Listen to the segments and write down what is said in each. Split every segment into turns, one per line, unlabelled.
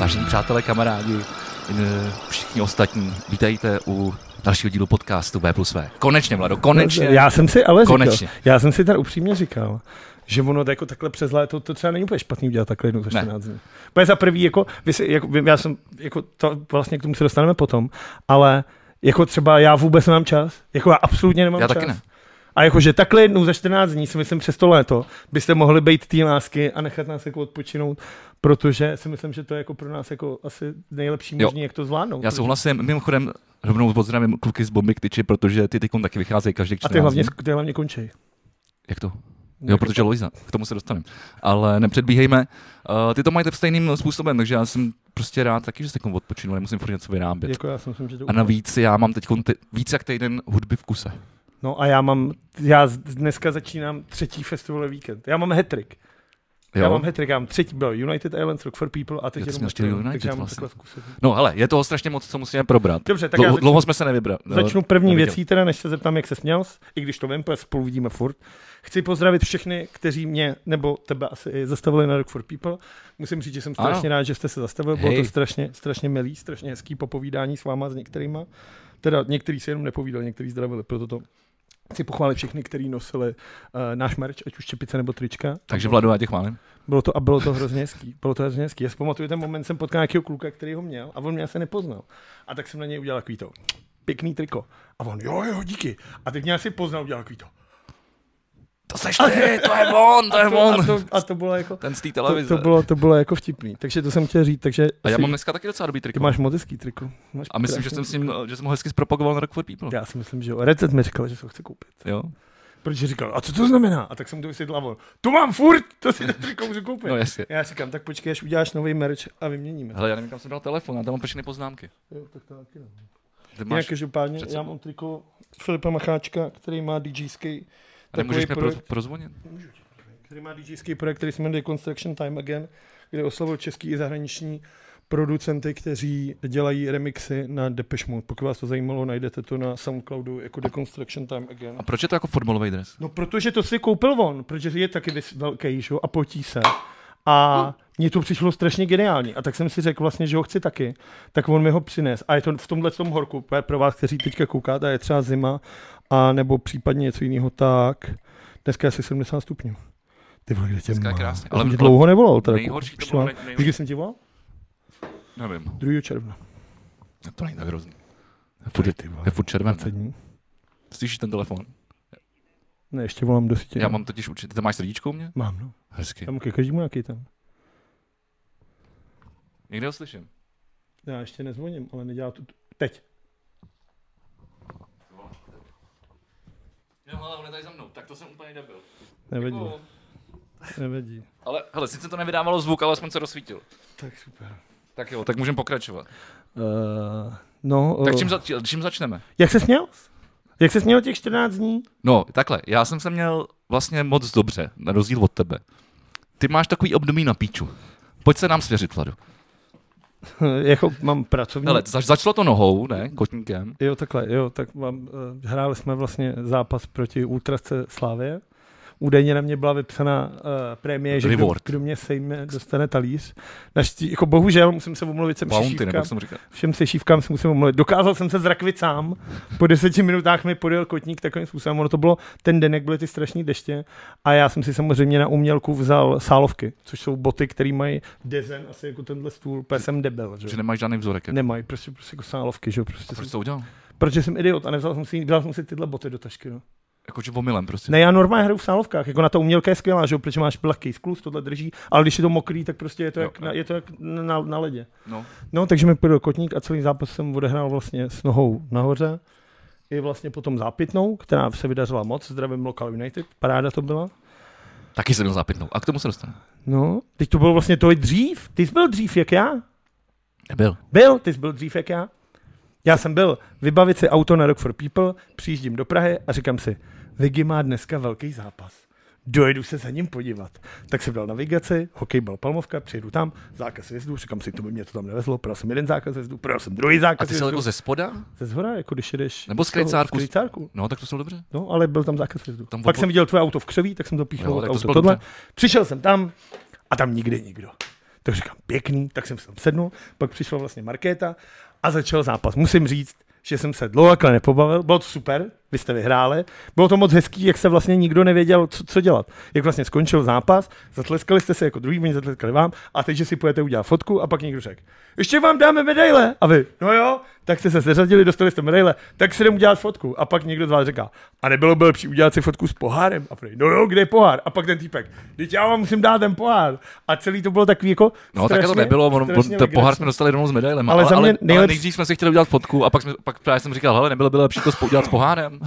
Vážení přátelé, kamarádi, eh, všichni ostatní, vítejte u dalšího dílu podcastu B plus V. Konečně, Vlado, konečně.
Já jsem si ale
Konečně.
říkal, já jsem si teda upřímně říkal, že ono to jako takhle přes léto, to třeba není úplně špatný udělat takhle jednou za
Ne.
14 dní. Úplně za prvý, jako, vy si, jako, vy- já jsem, jako, to vlastně k tomu se dostaneme potom, ale jako třeba já vůbec nemám čas, jako já absolutně nemám
Já
čas.
taky ne.
A jakože takhle jednou za 14 dní, si myslím, přes to léto, byste mohli být tý lásky a nechat nás jako odpočinout, protože si myslím, že to je jako pro nás jako asi nejlepší
Jo.
možný, jak to zvládnout.
Já souhlasím, mimochodem, rovnou pozdravím kluky z Bomby k tyči, protože ty teď taky vycházejí každý
a
14
ty hlavně,
dní.
ty hlavně končej.
Jak to? Jo,
Jako
protože Loiza, k tomu se dostaneme. Ale nepředbíhejme. Uh, ty to majte stejným způsobem, takže já jsem prostě rád taky, že se komu odpočinu, nemusím furt něco vyrábět.
Jako já si myslím, že to
A navíc já mám teď víc jak týden hudby v kuse.
No a já mám, já z- dneska začínám třetí festivalový víkend. Já mám hetrik. Já
Jo?
mám hetrik, já mám třetí, byl United Islands, Rock for People a
Jo,
teď
ty jsi
jenom
měl ještě
Hattrick,
United
takže já mám
vlastně.
takhle zkusit.
No hele, je toho strašně moc, co musíme probrat.
Dobře, tak já
Dlouho,
začnu,
dlouho jsme se nevybrali.
začnu první
No, neviděl.
věcí, teda, než se zeptám, jak se směl, i když to vím, protože spolu vidíme furt. Chci pozdravit všechny, kteří mě nebo tebe asi i zastavili na Rock for People. Musím říct, že jsem
Ano.
strašně rád, že jste se zastavil. Bylo
Hej.
to strašně, strašně milý, strašně hezký popovídání s váma s některýma. Teda některý se jenom nepovídal, některý zdravili, proto to chci pochválit všechny, kteří nosili uh, náš merch, ať už čepice nebo trička.
Takže Vlado, já tě chválím.
Bylo to a bylo to hrozně hezký. Bylo to hrozně hezký. Já si pamatuju ten moment, jsem potkal nějakého kluka, který ho měl a on mě asi nepoznal. A tak jsem na něj udělal takový to pěkný triko. A on, jo, jo, díky. A teď mě asi poznal, udělal takový to.
To seš ty, to je on, to je
To- A
on.
to, a to bylo jako,
Ten z té
to,
televize.
to, bylo, to bylo jako vtipný. Takže to jsem chtěl říct, takže
A já
si-
mám dneska taky docela dobrý
ty
triko.
máš moc hezký triko. Máš
A myslím, že jsem,
krásný
s ním, že jsem ho hezky zpropagoval na Rock for People.
triko. Já si myslím, že jo. Recet mi říkal, že se ho chce koupit.
Jo?
Protože říkal, a co to znamená? A tak jsem mu to vysvětlil a on, to mám furt, to si to triko můžu koupit.
No jasně.
Já říkám, tak počkej, až uděláš nový merch a vyměníme.
Hele, já nevím, kam jsem dal telefon, já tam mám všechny poznámky.
Jo, tak to taky no.
Ty
Máš
máš,
Jinak každopádně,
před
já
sebou.
mám triko Filipa Macháčka, který má DJský
a nemůžeš mi
takový
pro,
projekt,
prozvonit?
který má DJský projekt, který se jmenuje Construction Time Again, kde oslavil český i zahraniční producenty, kteří dělají remixy na Depeche Mode. Pokud vás to zajímalo, najdete to na Soundcloudu jako Deconstruction Time Again.
A proč je to jako fotbalový dres?
No, protože to si koupil on, protože je taky vys- velký, že? jo, a potí se. A mně to přišlo strašně geniální. A tak jsem si řekl vlastně, že ho chci taky. Tak on mi ho přines. A je to v tomhle tom horku. To je pro vás, kteří teďka koukáte, a je třeba zima, a nebo případně něco jiného, tak dneska je asi 70 stupňů. Ty vole, kde tě
Dneska je
má?
krásně,
Já
ale-
jsem tě dlouho nevolal. Teda,
Nejhorší to
Už
bylo,
mám-
nej-
Víš,
nejhorší.
kdy jsem ti volal?
Nevím,
2. června.
to není tak hrozný. Je furt,
ty vole,
je furt červen.
20 dní.
Slyšíš ten telefon?
Ne, ještě volám do sítě.
Já mám totiž určitě, ty tam máš srdíčko u mě?
Mám, no.
Hezky.
Já mám ke každému nějaký tam.
Někde ho slyším.
Já ještě nezvoním, ale nedělá to t- teď.
Jo, ale on je tady za mnou, tak to jsem úplně nebyl.
Nevadí, nevadí.
Ale hele, sice to nevydávalo zvuk, ale aspoň se rozsvítil.
Tak super.
Tak jo, tak můžeme pokračovat.
Uh, no, uh,
Tak čím, zač- čím začneme?
jak se směl? Jak se směl těch 14 dní?
No, takhle, já jsem se měl vlastně moc dobře, na rozdíl od tebe. Ty máš takový období na píču. Pojď se nám svěřit, Vladu.
jako mám pracovní...
Hele, zač- začalo to nohou, ne, kotníkem.
Jo, takhle, jo, tak mám, uh, hráli jsme vlastně zápas proti Ultrasce Slávě. Údajně na mě byla vypsaná uh, prémie, že kdo,
Reward.
kdo, mě sejme, dostane talíř. Naští, jako bohužel musím se omluvit se
Bounty, nebo
šívkám,
jak jsem říkal.
všem se šívkám se musím omluvit. Dokázal jsem se zrakvit sám, po deseti minutách mi podjel kotník takovým způsobem, ono to bylo ten den, jak byly ty strašné deště a já jsem si samozřejmě na umělku vzal sálovky, což jsou boty, které mají dezen, asi jako tenhle stůl, protože jsem debil, že?
Že
jo.
nemáš žádný vzorek. Ne.
Nemají, prostě, prostě jako sálovky, že jo, prostě jsem
Proč to udělal?
Protože jsem idiot a nevzal jsem si, vzal jsem si tyhle boty do tašky. No.
Jako, že omylem prostě.
Ne, já normálně hraju v sálovkách, jako na to umělka je skvělá, že jo, protože máš lehký sklus, tohle drží, ale když je to mokrý, tak prostě je to
Jo,
jak,
jo.
na, je to jak na, na ledě.
No.
No, takže mi půjde kotník a celý zápas jsem odehrál vlastně s nohou nahoře. I vlastně potom zápitnou, která se vydařila moc, zdravím Local United, paráda to byla.
Taky jsem měl zápitnou. A k tomu se dostanu.
No, teď to bylo vlastně to i dřív, ty jsi byl dřív jak já,
Nebyl.
Byl, ty jsi byl dřív jak já. Já jsem byl vybavit si auto na Rock for People, přijíždím do Prahy a říkám si, Vigi má dneska velký zápas. Dojedu se za ním podívat. Tak jsem dal navigaci, hokejbal Palmovka, přijedu tam, zákaz jezdu, říkám si, to by mě to tam nevezlo, prodal jsem jeden zákaz jezdu, prodal jsem druhý
A
zákaz
ty jsi
jezdu.
jel jako ze spoda?
Ze zhora, jako když jedeš...
Nebo z
z toho-
krejcárku.
Z krejcárku.
No, tak to jsou dobře.
No, ale byl tam zákaz jezdu.
Tam
Tam Pak
odbo-
jsem viděl tvoje auto v křoví, tak jsem to
Jo,
píchnul
tak
od
to
auto
bylo
tohle.
dobře.
Přišel jsem tam a tam nikdy nikdo. Tak říkám, pěkný, tak jsem se tam sednul, pak přišla vlastně Markéta a začal zápas. Musím říct, že jsem se dlouho takhle nepobavil, bylo to super, vy jste vyhráli, bylo to moc hezký, jak se vlastně nikdo nevěděl, co, co dělat. Jak vlastně skončil zápas, zatleskali jste se jako druhý, oni zatleskali vám a teď, že si půjdete udělat fotku a pak někdo řekl, ještě vám dáme medaile a vy, no jo, tak jste se seřadili, dostali jste medaile, tak si jdem udělat fotku a pak někdo z vás říká, a nebylo by lepší udělat si fotku s pohárem a prý, no jo, kde je pohár a pak ten týpek, teď já vám musím dát ten pohár a celý to bylo takový jako
No, tak to
strašně-
nebylo, on, on,
strašně
ten pohár
legrační.
jsme dostali rovnou s medailem.
Ale
Ale,
za
ale,
mě
ale,
nejlepší-
nejdřív jsme si chtěli udělat fotku a pak, jsme, pak právě jsem říkal, hele, nebylo by lepší to spou- udělat s pohárem.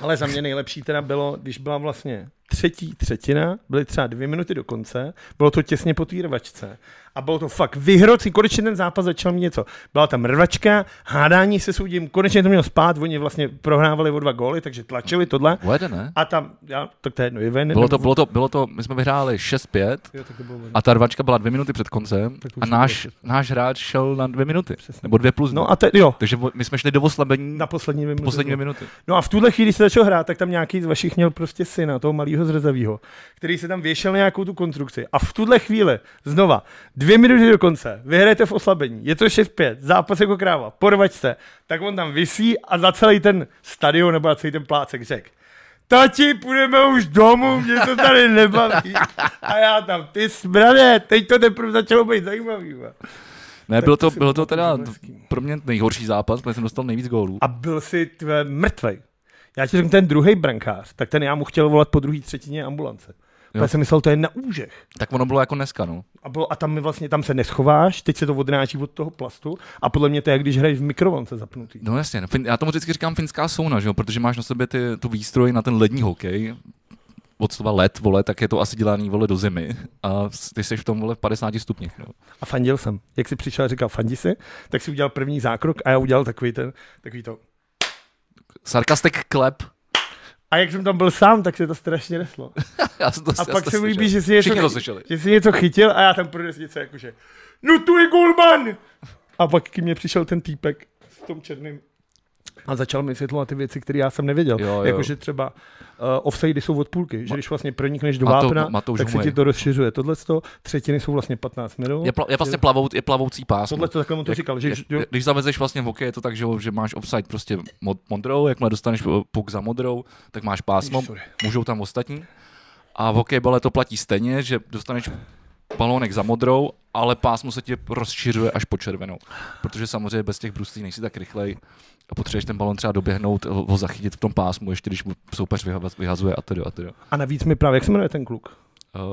Ale za mě nejlepší teda bylo, když byla vlastně třetí třetina, byly třeba dvě minuty do konce, bylo to těsně po té rvačce a bylo to fakt vyhrocí, konečně ten zápas začal mít něco. Byla tam rvačka, hádání se soudím, konečně to mělo spát, oni vlastně prohrávali o dva góly, takže tlačili tohle
Ujede, ne?
a tam, já, tak to je jedno, je ven,
Bylo to,
nebo-
bylo to, bylo to, my jsme vyhráli 6-5
Jo, tak to bylo ven.
a ta rvačka byla dvě minuty před koncem
Tak už
a
to bylo
náš, náš hráč šel na dvě minuty, nebo dvě plus.
No
No a...
a te, jo,
Takže my jsme šli do oslabení
na poslední dvě minuty.
poslední dvě minuty.
No a v tuhle chvíli se začal hrát, tak tam nějaký z vašich měl prostě syna, toho malého zrzavého, který se tam věšel na nějakou tu konstrukci. A v tuhle chvíli, znova, dvě minuty do konce, vyhrajete v oslabení, je to 6-5, zápas jako kráva, porvačte, tak on tam vysí a za celý ten stadion nebo za celý ten plácek řekl. Tati, půjdeme už domů, mě to tady nebaví. A já tam, ty smrané, teď to teprve začalo být zajímavý. vole.
Ne, bylo to,
si
bylo to teda
pamatuju, že to bylo
pro mě nejhorší zápas, protože jsem dostal nejvíc gólů.
a byl si tvé mrtvej. Já ti řeknu, ten druhý brankář, tak ten já mu chtěl volat po druhý třetině ambulance.
Jo.
Já jsem myslel, to je na úžech.
Tak ono bylo jako dneska, no.
A, bylo, a tam, mi vlastně, tam se neschováš, teď se to odráží od toho plastu a podle mě to je, jak když hraješ v mikrovlnce zapnutý.
No jasně, no, fin- já tomu vždycky říkám finská sauna, že jo, protože máš na sobě ty, tu výstroj na ten lední hokej, od slova led, vole, tak je to asi dělaný, vole, do zimy. A s- ty jsi v tom, vole, v 50 stupních, no.
A fandil jsem. Jak jsi přišel a říkal, fandí si, tak si udělal první zákrok a já udělal takový, ten, takový to.
Sarkastek klep.
A jak jsem tam byl sám, tak se to strašně neslo.
Já jsem to,
A
Prostě já jsem
pak
to
se mi
slyšel.
líbí, že si něco,
Všichni to
chy-
slyšeli.
že si něco chytil a já tam prones něco jakože No tu je Gulman! A pak k mně přišel ten týpek v tom černém a začal mi vysvětlovat ty věci, které já jsem nevěděl.
Jo, jo.
Jakože třeba uh, offside jsou od půlky, že když vlastně pronikneš do
Matou-
vápna,
Matouš
tak se
Humej.
ti to rozšiřuje. Tohle třetiny jsou vlastně 15 minut.
Je, pla, je vlastně plavou, je plavoucí pás.
Tohle to takhle mu to
Jak-
říkal, že
jak-
jo,
Když zavezeš vlastně v hokeji, je to tak, že, jo, že máš offside prostě mod, modrou, jakmile dostaneš eh, puk za modrou, tak máš pásmo,
Sorry.
můžou tam ostatní. A v hokejbale to platí stejně, že dostaneš balónek za modrou, ale pásmo se ti rozšiřuje až po červenou. Protože samozřejmě bez těch bruslí nejsi tak rychlej a potřebuješ ten balon třeba doběhnout, ho ho zachytit v tom pásmu, ještě když mu soupeř vyha- vyhazuje a tedy a tedy.
A navíc mi právě, jak se jmenuje ten kluk?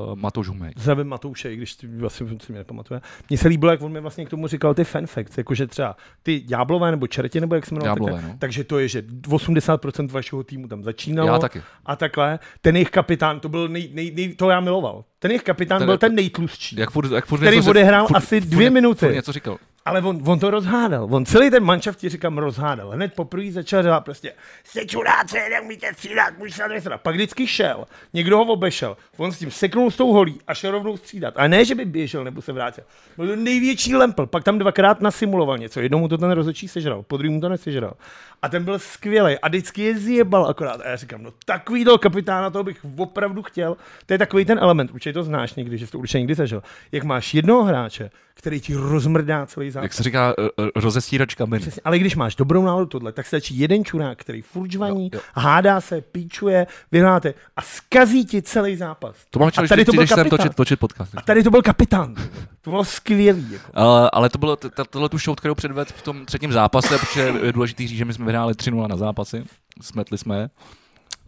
Uh, Matouš Humej.
Zdravím Matouše, i když ty vlastně si mě nepamatuje. Mně se líbilo, jak on mi vlastně k tomu říkal ty fan facts, jakože třeba ty ďáblové nebo čerti, nebo jak se jmenují.
Ďáblové,
takhle.
no.
Takže to je, že 80% vašeho týmu tam začínalo.
Já taky.
A takhle. Ten jejich kapitán, to byl nej, nej, nej, to já miloval. Ten jejich kapitán
Ten-
byl ten nejtlustší.
Jak furt, jak furt
Který
něco řek-
odehrál asi dvě
ně-
minuty.
Furt něco říkal.
Ale on, on to rozhádal. On celý ten manšaft ti říkám rozhádal. Hned poprvé začal dělat prostě se čuráce, jeden umíte střídat, můžeš se adresovat. Pak vždycky šel, někdo ho obešel, on s tím seknul s tou holí a šel rovnou střídat. A ne, že by běžel nebo se vrátil. Byl to největší lempl, pak tam dvakrát nasimuloval něco. Jednou mu to ten rozhodčí sežral, po druhém mu to nesežral. A ten byl skvělý a vždycky je zjebal akorát. A já říkám, no takový toho kapitána, toho bych opravdu chtěl. To je takový ten element, určitě to znáš někdy, že jsi to určitě někdy zažil. Jak máš jednoho hráče, který ti rozmrdá celý zápas.
Jak se říká, eh, eh, rozestírač kamin.
Přesně, ale když máš dobrou náladu tohle, tak stačí jeden čurák, který furt žvaní,
Jo,
hádá se, píčuje, vyhráte a skazí ti celý zápas.
To mám
a
člověk,
tady to byl
sem
kapitán.
točit, točit podcast.
A tady to byl kapitán. To bylo skvělý. Jako.
Ale, Uh, ale to bylo, t- t- tohle tu show, kterou předved v tom třetím zápase, protože je důležitý říct, že my jsme vyhráli 3-0 na zápasy, smetli jsme je.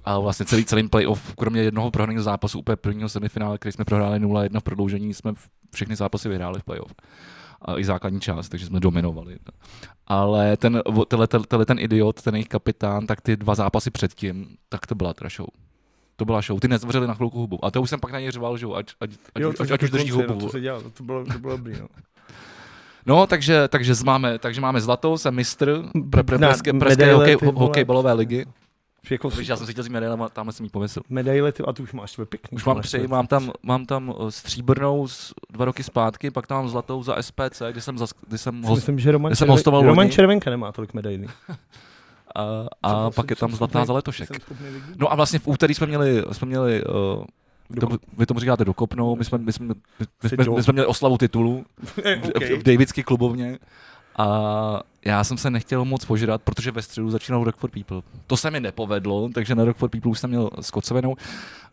A vlastně celý, celým playoff, kromě jednoho prohraného zápasu, úplně prvního semifinále, který jsme prohráli 0-1 v prodloužení, jsme v- všechny zápasy vyhráli v playoff. A i základní část, takže jsme dominovali. Ale ten, o- tenhle, ten- tenhle, ten idiot, ten jejich kapitán, tak ty dva zápasy předtím, tak to byla teda show. To byla show. Ty nezavřeli na chvilku hubu. A to už jsem pak na něj řval, že jo, ať, ať, ať,
Jo,
už-
to
ať,
je
ať už
ke
drží
konci,
hubu.
no, to, se dělalo, to bylo, to bylo dobrý. No.
No, takže, takže, máme, takže máme zlatou, jsem mistr pre, pre,
Na
preské, preské
medaile,
hokej,
ty vole.
hokejbalové ligy.
Jako,
Víš, já jsem si chtěl s medailem a tamhle jsem ji pomyslel.
medaile, ty, a tu už máš tvé pěkný.
Už mám
Máš
tři,
tvé-
mám tam, mám tam eh, stříbrnou z dva roky zpátky, pak tam mám zlatou za SPC, kde jsem, zas, kde jsem
Si
host,
Myslím, že Roman,
Já jsem
Červen-
hostoval
Roman
loni.
Červenka nemá tolik medailí.
a, a
jsem-
pak je
jsem
tam zlatá
schopný-
za letošek.
Jsem schopný vygoolit.
No a vlastně v úterý jsme měli, jsme měli uh, Vy tomu, vy tomu říkáte dokopnou, my jsme, my jsme, my jsme,
do-
my jsme měli oslavu titulu v,
okay.
v Davidské klubovně a já jsem se nechtěl moc požrat, protože ve středu začínal Rock for People. To se mi nepovedlo, takže na Rock for People už jsem měl skocovenou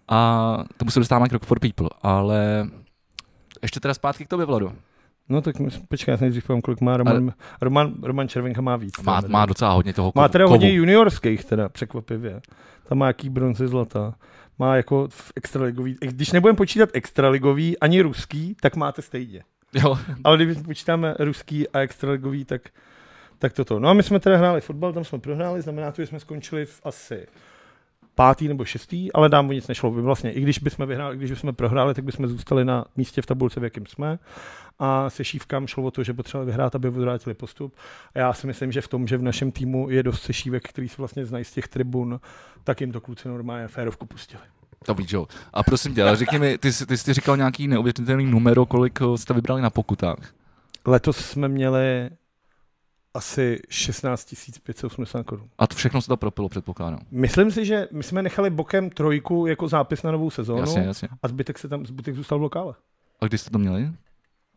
a tomu se dostáváme k Rock for People, ale ještě teda zpátky k tobě, Vlado.
No tak počkej, já se nejdřív povím, kolik má Roman, Roman, Roman Červenka má víc.
Má,
Nevím.
má docela hodně toho
Má
kovu-
teda
kovu.
hodně juniorských teda, překvapivě. Tam má jaký bronzy zlata. Má jako v extraligový, když nebudeme počítat extraligový ani ruský, tak máte stejně.
Jo,
Ale když počítáme ruský a extraligový, tak, tak toto. No a my jsme teda hráli fotbal, tam jsme prohráli, znamená to, že jsme skončili v asi pátý nebo šestý, ale dám o nic nešlo. Vlastně, i když bychom vyhráli, i když bychom prohráli, tak bychom zůstali na místě v tabulce, v jakém jsme. A se šívkám šlo o to, že potřebovali vyhrát, aby odvrátili postup. A já si myslím, že v tom, že v našem týmu je dost sešívek, který se vlastně znají z těch tribun, tak jim to kluci normálně férovku pustili.
to víš, jo. A prosím tě, ale řekni mi, ty, jsi- ty jsi říkal nějaký neuvěřitelný numero, kolik eh, jste vybrali na pokutách.
Letos jsme měli asi 16 580 korun.
A to všechno se to propilo, předpokládám.
Myslím si, že my jsme nechali bokem trojku jako zápis na novou sezónu
Jasně, jasně.
a zbytek se tam zbytek zůstal v lokále.
A kdy jste to měli?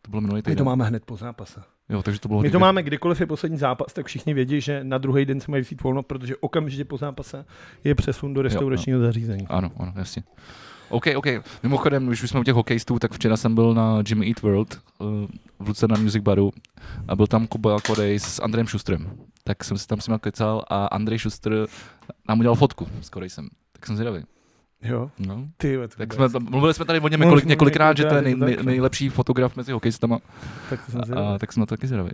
To bylo minulý
My
týden.
to máme hned po zápase.
Jo, takže to bylo
My
hodně-
to máme kdykoliv je poslední zápas, tak všichni vědí, že na druhý den se mají vzít volno, protože okamžitě po zápase je přesun do restauračního zařízení.
Ano, ano, jasně. OK, OK. Mimochodem, když už jsme u těch hokejistů, tak včera jsem byl na Jimmy Eat World eh, v Lucerna Music Baru a byl tam Kuba Kodej s Andrem Šustrem. Tak jsem se tam s ním kecal a Andrej Šustr nám udělal fotku s Kodejsem. Tak jsem zvědavý.
Jo,
No.
ty vole, to
Tak
vůbec.
jsme, tam- mluvili jsme tady o něm několik,
Mluvili
několikrát, že to je nej,
několikrát, je
nej,
to tak, no.
nejlepší fotograf mezi hokejistama,
tak to jsem
a,
zvědavý.
a, tak jsem na to taky zvědavý.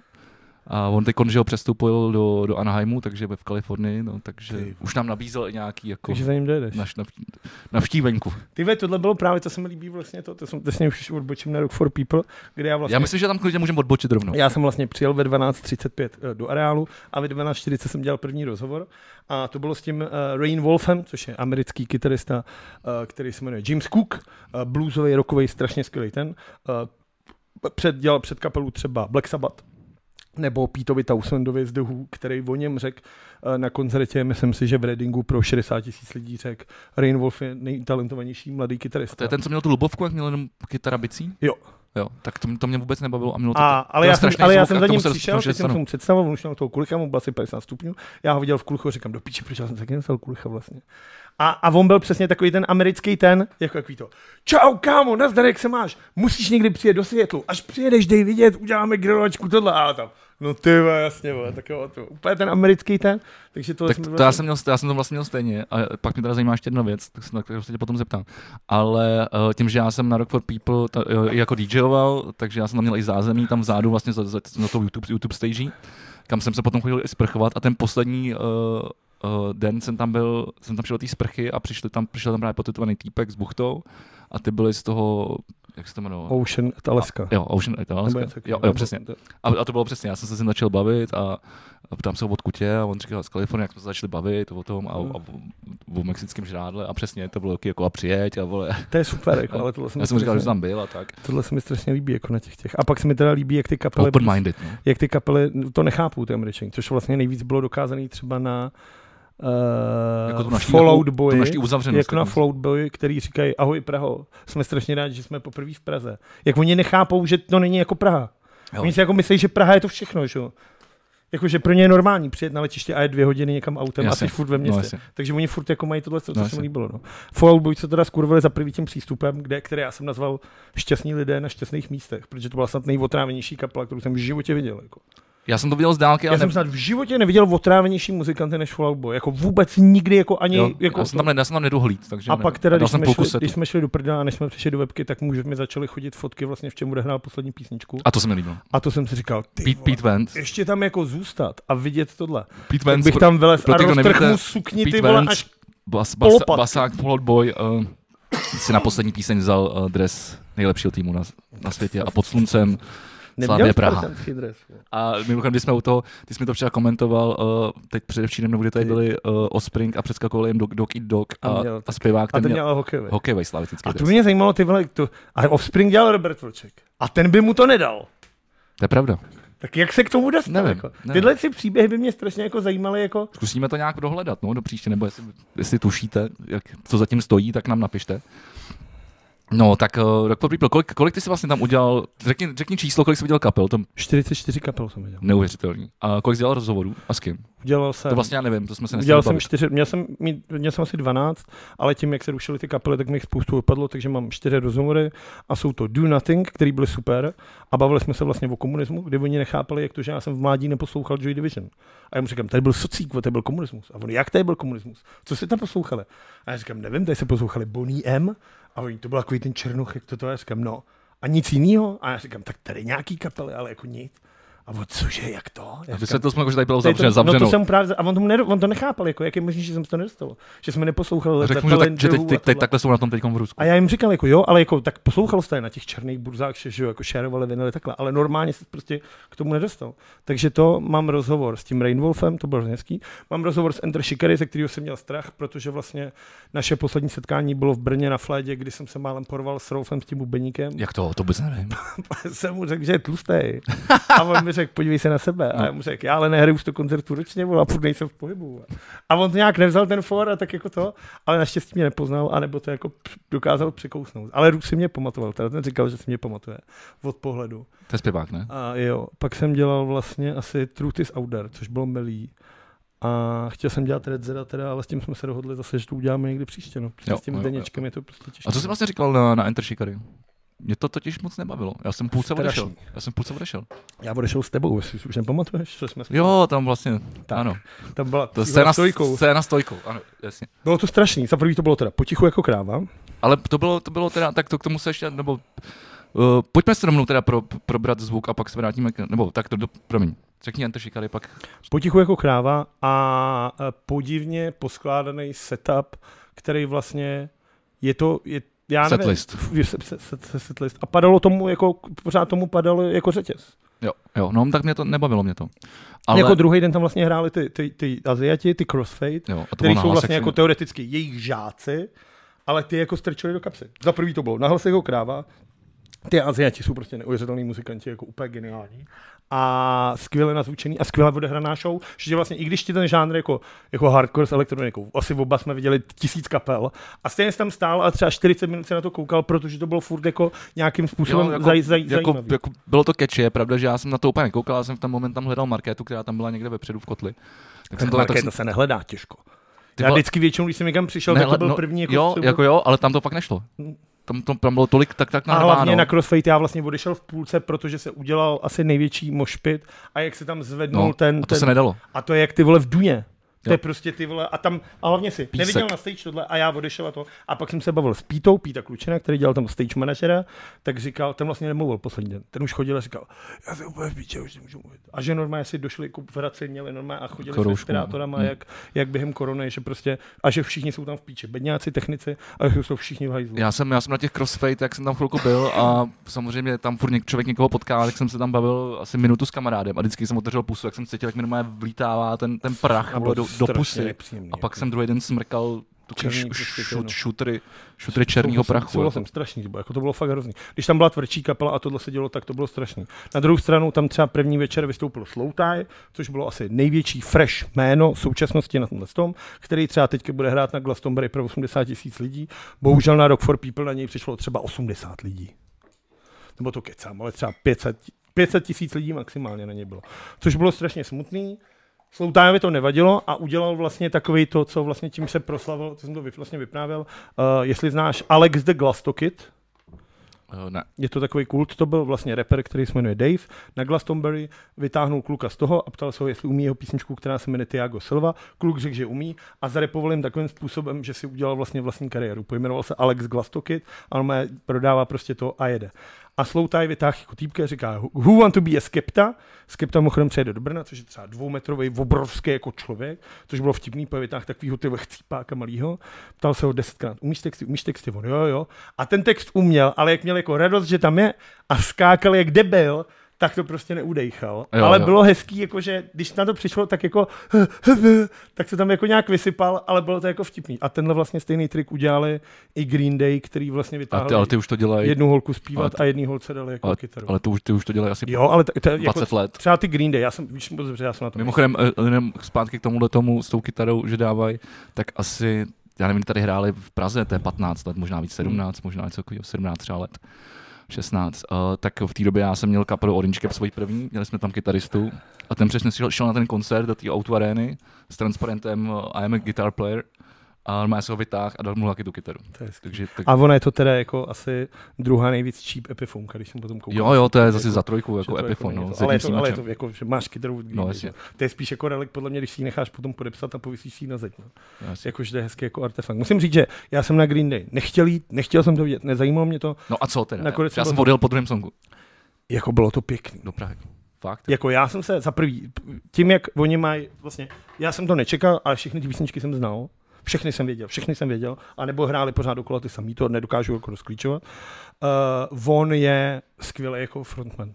A on teď že ho přestoupil do, do Anaheimu, takže v Kalifornii, no, takže
Ty.
už nám nabízel i nějaký jako
Takže za ním dojedeš.
naš, nav, navštívenku.
Ty ve, tohle bylo právě, to se mi líbí vlastně to, to jsem vlastně už odbočím na Rock for People, kde já vlastně...
Já myslím, že tam klidně můžeme odbočit rovnou.
Já jsem vlastně přijel ve 12.35 eh, do areálu a ve 12.40 jsem dělal první rozhovor a to bylo s tím eh, Rain Wolfem, což je americký kytarista, eh, který se jmenuje James Cook, eh, bluesový, rockový, strašně skvělý ten. eh, Před, dělal před kapelu třeba Black Sabbath, nebo Pítovi Tausendovi z The Who, který o něm řekl eh, na koncertě, myslím si, že v Readingu pro 60 tisíc lidí řekl, Rain Wolf je nejtalentovanější mladý kytarista.
To je ten, co měl tu lubovku, jak měl jenom kytara bicí?
Jo.
Jo, tak to, to mě vůbec nebavilo a mělo to,
A, ale,
No to
já jsem, ale já jsem za ním přišel,
přišel,
teď jsem se mu představil, on už měl toho kulicha, mu byl asi 50 stupňů, já ho viděl v kulichu a říkám, do píče, proč já jsem taky nesel kulicha vlastně. A, a on byl přesně takový ten americký ten, jako jak ví to, čau kámo, nazdar, jak se máš, musíš někdy přijet do světlu, až přijedeš, dej vidět, uděláme grilovačku, tohle, a já tam, no ty vole, jasně, vole, tak jo, to, úplně ten americký ten, takže to
tak to já jsem, měl, já jsem to vlastně měl stejně, a pak mě teda zajímá ještě jedna věc, tak se na kterou se tě potom zeptám. Ale eh, tím, že já jsem na Rock for People ta, eh, i jako DJoval, takže já jsem tam měl i zázemí tam vzadu vlastně za, za, za tou YouTube, YouTube stagí, kam jsem se potom chodil i sprchovat a ten poslední eh, eh, den jsem tam byl, jsem tam šel do té sprchy a přišel tam, přišel tam právě potutovaný týpek s buchtou a ty byly z toho, jak se to jmenovalo?
Ocean at Alaska.
Jo, Ocean Eight Alaska.
Nebo něco
Jo,
takového.
jo, přesně. A, a, to bylo přesně, já jsem se s ním začal bavit a, a ptám se ho odkud je a on říkal z Kalifornie, jak jsme se začali bavit o tom a,
Hmm.
a o- o mexickém žrádle a přesně to bylo taky jako a přijeď a vole.
To je super, jako, ale tohle se mi
Já jsem říkal, že
strašně-
tam byl a tak.
tohle se mi strašně líbí, jako na těch těch. A pak se mi teda líbí, jak ty kapely
Open-minded. No.
jak ty kapely to nechápou, ty američani, což vlastně nejvíc bylo dokázané třeba na uh,
Jako
jako
tu naší-
Fallout
jako-
Boy,
tu naší uzavřenost,
jako na
jako-
Fallout Boy, který říkají, ahoj Praho, jsme strašně rádi, že jsme poprvé v Praze. Jak oni nechápou, že to není jako Praha.
Jo.
Jo. Oni si jako myslí, že Praha je to všechno, že jo. Jakože pro ně je normální přijet na letiště a je dvě hodiny někam autem
Jasně.
a jsi furt ve
No,
městě.
jasně.
Takže oni furt jako mají tohle, co
No,
no, se
jasně.
mi líbilo. No. Fallout Boy se teda skurvili za prvý tím přístupem, kde, který já jsem nazval šťastní lidé na šťastných místech, protože to byla snad nejotrávenější kapela, kterou jsem v životě viděl. Jako.
Já jsem to viděl z dálky,
Já
ale
jsem
ne-
snad v životě neviděl otrávenější muzikanty než Fallout Boy. Jako vůbec nikdy, jako ani...
jo,
jako
já, jsem
to.
tam, ne- já jsem tam nedohlíd, takže
a
ne-
pak teda,
dal
když
jsem
jsme,
půlku
šli,
setu.
když jsme šli do prdela a než jsme přišli do webky, tak muž mi začaly chodit fotky, vlastně v čem odehrál poslední písničku. A,
A to se mi líbilo.
a to jsem si říkal, ty
Pete, Pete Vance.
ještě tam jako zůstat a vidět tohle.
Pete
Tak
Vance.
bych tam vylez
pro
a
ty, kdo
roztrh
nevíte,
mu sukni,
Pete
ty vole,
Vance,
až
bas, bas,
polopatky.
basák Fallout Boy uh, si na poslední píseň vzal uh, dres nejlepšího týmu na, na světě a pod sluncem Slavě
neměl
Praha.
spartanský dres.
A mimochodem, když jsme u toho, ty jsi mi to včera komentoval, uh, teď předevčírem, nebo kdy tady byli uh, Ospring a přeskakovali jim dog, dog Eat Dog a,
A měl
a
taky.
zpěvák,
A
ten
ten
měl
měl hokejový.
hokejový slavistický
A to
dres.
mě zajímalo, ty vole, to, a Offspring dělal Robert Vlček. A ten by mu to nedal.
To je pravda.
Tak jak se k tomu dostal?
Nevím,
jako?
nevím.
Tyhle si příběhy by mě strašně jako zajímaly, jako
Zkusíme to nějak dohledat, no, do příště, nebo jestli, jestli tušíte, jak, co zatím stojí, tak nám napište. No, tak uh, Rock People, kolik, kolik ty jsi vlastně tam udělal, řekni, řekni číslo, kolik jsi udělal kapel, to je
44 kapel jsem udělal.
neuvěřitelný. A kolik jsi dělal rozhovorů a s kým?
Udělal jsem,
To vlastně já nevím, to jsme se
Ehm, udělal
nestihli
jsem
bavit.
čtyři, měl jsem, mít- měl jsem asi 12, ale tím, jak se rušily ty kapely, tak mi jich spoustu vypadlo, takže mám čtyři rozhovory a jsou to Do Nothing, který byly super a bavili jsme se vlastně o komunismu, kdy oni nechápali, jak to, že já jsem v mládí neposlouchal Joy Division. A já mu říkám, tady byl socík, tady byl komunismus. A on, jak tady byl komunismus? Co jste tam poslouchali? A já říkám, nevím, tady se poslouchali Bonnie M. A oni, to byl takový ten černoch, jak to to je. Já říkám, no. A nic jiného? A já říkám, tak tady nějaký kapely, ale jako nic. A on, cože, jak to? Já
A
říkám,
Vysvětlil jsem, jako, že tady bylo
Tady
zavřeno.
to, no to
zavřeno.
jsem mu právě, a on, tomu nedo, on to nechápal, jako, jak je možné, že jsem to nedostal. Že jsme neposlouchali
Řekl mu, že,
Led
tak, že teď,
Zeppelin,
teď, teď,
tohle.
takhle jsou na tom teď v Rusku.
A já jim říkal, jako jo, ale jako, tak poslouchal jste je na těch černých burzách, že, že jo, jako šerovali vinily takhle, ale normálně se prostě k tomu nedostal. Takže to mám rozhovor s tím Rainwolfem, to byl hrozně hezký. Mám rozhovor s Enter Shikery, ze kterého jsem měl strach, protože vlastně naše poslední setkání bylo v Brně na Flédě, kdy jsem se málem porval s Rolfem, s tím bubeníkem.
Jak to? To vůbec nevím.
jsem mu řekl, že je tlustý. A on mi řekl, podívej se na sebe. A já mu řekl, já ale nehraju 100 koncertů ročně, vole, a furt nejsem v pohybu. A on to nějak nevzal ten for a tak jako to, ale naštěstí mě nepoznal, anebo to jako p- dokázal překousnout. Ale Ruk si mě pamatoval, teda ten říkal, že si mě pamatuje od pohledu.
To je zpěvák, ne?
A jo, pak jsem dělal vlastně asi Truth is Out There, což bylo milý. A chtěl jsem dělat Red Zera teda, ale s tím jsme se dohodli zase, že to uděláme někdy příště. No. Prostě
Jo,
s tím
jo, jo.
Deněčkem je to prostě těžké.
A co jsi vlastně říkal na, na Enter Shikari? Mě to totiž moc nebavilo. Já jsem půlce
Strašný.
odešel. Já jsem půlce odešel.
Já odešel s tebou, jestli si už nepamatuješ, co jsme
Jo, tam vlastně,
Tak.
tak. ano.
tam byla
To
to
je scéna,
stojkou.
scéna stojkou, ano, jasně.
Bylo to strašný. Za prvý to bylo teda potichu jako kráva.
Ale to bylo, to bylo teda, tak to k tomu se ještě, nebo uh, pojďme se rovnou teda pro, probrat zvuk a pak se vrátíme, k, nebo tak to, do, promiň, řekni Ante Šikary, pak
Potichu jako kráva a eh, podivně poskládaný setup, který vlastně je to, je, já nevím,
setlist.
Je se- se- se- se- Setlist. A padalo tomu, jako, pořád tomu padalo jako řetěz.
Jo, jo, no tak mě to, nebavilo mě to.
Ale...
Ale,
Jako druhý den tam vlastně hráli ty, ty, ty Aziati, ty Crossfade,
jo, a to
který
bylo
jsou
nahlas,
vlastně
jak-
jako teoreticky jejich žáci, ale ty jako strčili do kapsy. Za prvý to bylo nahlas jako kráva, ty Aziati jsou prostě neuvěřitelní muzikanti, jako úplně geniální. A skvěle nazvučený a skvěle odehraná show, že vlastně i když ti ten žánr jako, jako hardcore s elektronikou, asi oba jsme viděli tisíc kapel a stejně jsi tam stál a třeba 40 minut se na to koukal, protože to bylo furt jako nějakým způsobem
Jo,
jo,
jako-
jako, zaj, zaj,
jako,
zajímavý.
jako, bylo to catchy, je pravda, že já jsem na to úplně nekoukal, já jsem v ten moment tam hledal Markétu, která tam byla někde vepředu v kotli. Tak
Ten
jsem to, tak
market
jsem,
to se nehledá těžko.
jako- Ty
Já
vole-
vždycky většinou, když jsem někam přišel, tak to
hele,
byl první jako
jo,
střelbu.
jako jo, ale tam to fakt nešlo. Tam, to, tam bylo tolik tak, tak
A hlavně
narváno.
na crossfit já vlastně odešel v půlce, protože se udělal asi největší mošpit a jak se tam zvednul
No,
ten,
a to
ten
se nedalo.
a to je jak ty vole v Duně. To
Jo.
je prostě ty vole, a tam, a hlavně si, Písek. neviděl na stage tohle a já odešel a to. A pak jsem se bavil s Pítou, Píta Klučena, který dělal tam stage manažera, tak říkal, ten vlastně nemluvil poslední den. Ten už chodil a říkal, já jsem úplně v pítě, už nemůžu mluvit. A že normálně si došli jako v Hradci, měli normálně a chodili
Koroušku,
s respirátorama,
no.
jak, jak, během korony, že prostě, a že všichni jsou tam v píči, bedňáci, technici, a že jsou všichni v hajzlu.
Já jsem, já jsem na těch crossfade, jak jsem tam chvilku byl a samozřejmě tam furt něk, člověk někoho potkal, tak jsem se tam bavil asi minutu s kamarádem a vždycky jsem otevřel pusu, jak jsem cítil, jak mi normálně vlítává ten, ten prach
A
vole,
bylo
do, do
strašně
pusy.
nepříjemný,
A pak
jako.
jsem druhý den smrkal tu
Černý
š,
prostě,
š,
no.
šutry, šutry černého prachu.
Bylo jsem strašný, to bylo, jako to bylo fakt hrozný. Když tam byla tvrdší kapela a tohle se dělo, tak to bylo strašný. Na druhou stranu tam třeba první večer vystoupil Sloutaj, což bylo asi největší fresh jméno v současnosti na tomhle tom, který třeba teďka bude hrát na Glastonbury pro 80 tisíc lidí. Bohužel na Rock for People na něj přišlo třeba 80 lidí. Nebo to kecám, ale třeba 500 500 tisíc lidí maximálně na něj bylo. Což bylo strašně smutný. Sloutajovi to nevadilo a udělal vlastně takový to, co vlastně tím se proslavil, co jsem to vyp- vlastně vyprávěl, uh, jestli znáš Alex the Glastokid,
Eh, Ne.
je to takový kult, to byl vlastně rapper, který se jmenuje Dave, na Glastonbury vytáhnul kluka z toho a ptal se ho, jestli umí jeho písničku, která se jmenuje Tiago Silva. Kluk řekl, že umí a zarepoval jim takovým způsobem, že si udělal vlastně vlastní kariéru. Pojmenoval se Alex Glastokid a on má- prodává prostě to a jede. A Sloutaj vytáhl jako týpka a říká, who want to be a Skepta? Skepta mimochodem přejede do Brna, což je třeba dvoumetrový, obrovský jako člověk, což bylo vtipný, po vytáh takovýho tyhle chcípáka malýho. Ptal se ho desetkrát, umíš texty, umíš texty, on jo, jo. A ten text uměl, ale jak měl jako radost, že tam je a skákal jak debil, tak to prostě neudejchal.
Jo,
Jo, ale
jo.
jo. bylo hezký, jakože když na to přišlo, tak jako tak se tam jako nějak vysypal, ale bylo to jako vtipný. A tenhle vlastně stejný trik udělali i Green Day, který
A
vlastně vytáhl
ty, ale ty už to dělají,
jednu holku
ale
zpívat
ty-
a jedný holce dali jako kytaru.
ale to už, ty už to dělají asi
Jo, ale t- t- jako
20 let.
třeba ty Green Day, já jsem, víš moc dobře, já jsem na to.
eh, Mimochodem, eh, jenom zpátky k tomuhle tomu s tou kytarou, že dávají, tak asi já nevím, tady hráli v Praze, to je 15 let, možná víc 17,
Hmm.
možná něco takového, 17 třeba let. 16. Uh, tak v té době já jsem měl kapelu Orange Cap svůj první, měli jsme tam kytaristu a ten přesně šel, šel na ten koncert do té auto arény s transparentem uh, I am a guitar player a normálně se ho vytáhl a dal mu taky tu kytaru.
To je hezký.
Takže tak,
A ono je to teda jako asi druhá nejvíc cheap epifonka, když jsem potom koukal.
jo, jo, to je zase
Jako-
za trojku,
že
jako
to
Epiphone,
není
no,
to-
s
ale, je
jedním
to, ale je to
snímačem.
jako, že máš kytaru
No,
no,
jasně.
To je spíš jako relik, podle mě, když si ji necháš potom podepsat a povisíš si ji na zeď. No.
Jasně.
Jakože to je hezký jako artefakt. Musím říct, že já jsem na Green Day nechtěl jít, nechtěl jsem to vidět, nezajímalo mě to,
No a co teda?
Nakonec
já
to
jsem
bylo-
odjel po druhém songu
jako bylo to pěkný.
do Prahy. Fakt?
Jako já jsem se za prvý, tím jak oni mají, vlastně, já jsem to nečekal, ale všechny ty písničky jsem znal. Všechny jsem věděl, všechny jsem věděl, anebo hráli pořád dokola ty samý, to nedokážu jako rozklíčovat. Uh, on je skvělý jako frontman.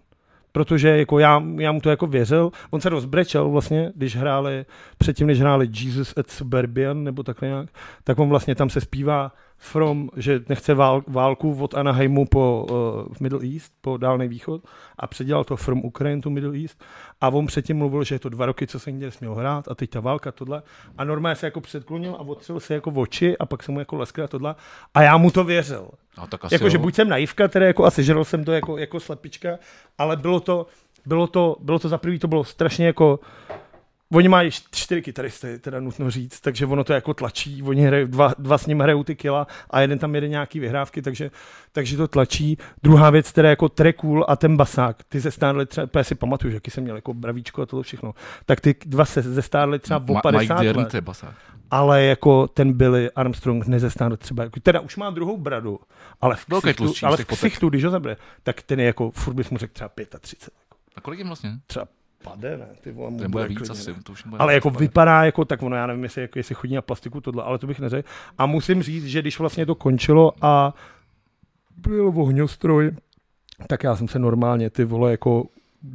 Protože jako já, já mu to jako věřil, on se rozbrečel vlastně, když hráli, předtím než hráli Jesus at Suburban nebo tak nějak, tak on vlastně tam se zpívá from, že nechce vál, válku od Anaheimu po uh, Middle East, po Dálný východ a předělal to from Ukraine to Middle East a on předtím mluvil, že je to dva roky, co se nikde nesměl hrát a teď ta válka tohle a normálně se jako předklonil a otřel se jako oči a pak se mu jako leskla tohle a já mu to věřil.
No tak asi
Jako, že
jo.
buď jsem naivka, teda jako a sežral jsem to jako, jako slepička, ale bylo to, bylo to, bylo to za prvý, to bylo strašně jako, Oni mají čt- čtyři kytaristy, teda nutno říct, takže ono to jako tlačí, oni hrají, dva, dva s ním hrajou ty kila a jeden tam jede nějaký vyhrávky, takže, takže to tlačí. Druhá věc, teda jako Trekul a ten basák, ty ze Stárly třeba, já si pamatuju, že jaký jsem měl jako bravíčko a tohle všechno, tak ty dva se ze Stárly třeba o
Ma-
50
Mike Dearn
let
třeba se.
ale jako ten Billy Armstrong nezestane třeba, jako, teda už má druhou bradu, ale v
Velký
ksichtu,
tlustší
ale
z
v
těch fotek.
ksichtu, když ho zabere, tak ten je jako, furt bys mu řekl třeba 35,
A kolik jim vlastně?
třeba pade, ne, ty vole, mu
Ten bude víc
klidně, ne.
asi. To už bude
Ale
víc,
jako
ale-
vypadá jako, tak ono, já nevím, jestli, jako, jestli chodí na plastiku tohle, ale to bych neřekl. A musím říct, že když vlastně to končilo a byl ohňostroj, tak já jsem se normálně, ty vole, jako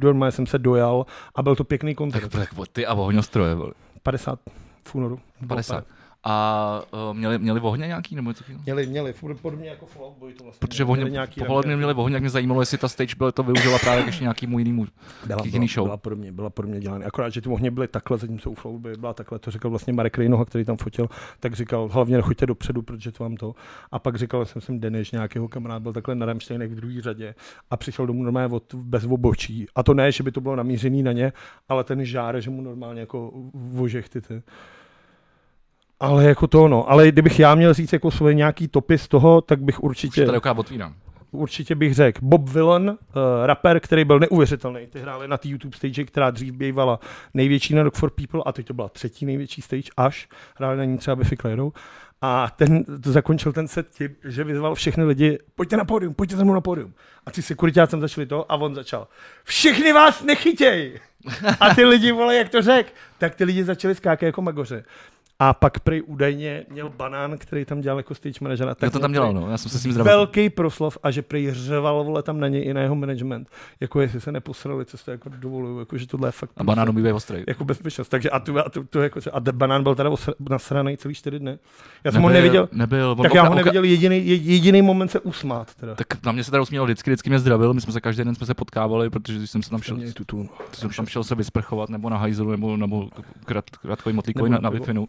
normálně jsem se dojal a byl to pěkný
Tak,
koncert.
tak ty a ohňostroje, vole.
50 v únoru.
50. A uh, měli, měli ohně nějaký nebo něco takového?
Měli, měli, furt podobně jako Fallout Boy to vlastně.
Protože
měli,
ohně,
měli nějaký
povolebně
range.
měli ohně, jak mě zajímalo, jestli ta stage byla, to využila právě k ještě nějakému jinému.
byla,
jiný
byla,
show.
Byla pro mě, byla pro mě dělaný. Akorát, že ty ohně byly takhle, zatímco u Fallout Boy byla takhle, to říkal vlastně Marek Rejnoha, který tam fotil, tak říkal, hlavně nechoďte dopředu, protože to vám to. A pak říkal jsem sem Denis, nějaký jeho kamarád byl takhle na Rammsteinek v druhé řadě a přišel domů normálně od, bez obočí. A to ne, že by to bylo namířený na ně, ale ten žár, že mu normálně jako vožech ty, ty. Ale jako to no, ale kdybych já měl říct jako svoje nějaký topy z toho, tak bych
Už to jako
určitě
tady okrát otvírám.
určitě bych řekl. Bob Villan, uh, rapper, který byl neuvěřitelný. Ty hráli na té YouTube stage, která dřív bývala největší na Rock for People a teď to byla třetí největší stage až. Hráli na ní třeba Biffy Clyro. A ten to zakončil ten set tím, že vyzval všechny lidi, pojďte na pódium, pojďte za mnou na pódium. A ty sekuritácem začali to a on začal, všichni vás nechytěj. A ty lidi, vole, jak to řek, tak ty lidi začali skákat jako magoře. A pak prej údajně měl banán, který tam dělal jako stage manažera.
Tak to tam
měl
dělal, no. Já jsem se s ním zdravil.
velký proslov a že prý řval vole tam na něj i na jeho management. Jako jestli se neposrali, co si to jako dovoluju, jako že tohle je fakt
A banánu bývají ostrý.
jako bezpečnost. Takže a, tu, a, tu, tu jako, a ten banán byl teda osra- nasranej celý čtyři dny. Já jsem
Nebyl-
ho neviděl,
Nebyl. on
tak já ho
okra-
neviděl jediný, je- jediný moment se usmát. Teda.
Tak na mě se teda usmíval vždycky, vždycky mě zdravil, my jsme se každý den jsme se potkávali, protože když jsem se tam šel,
Měli tu tunu.
to jsem tam šel se vysprchovat, nebo na hajzlu, nebo, nebo krat, krátkový motlíkovi
Nebo
na,
na
na wi
pivo.
uh,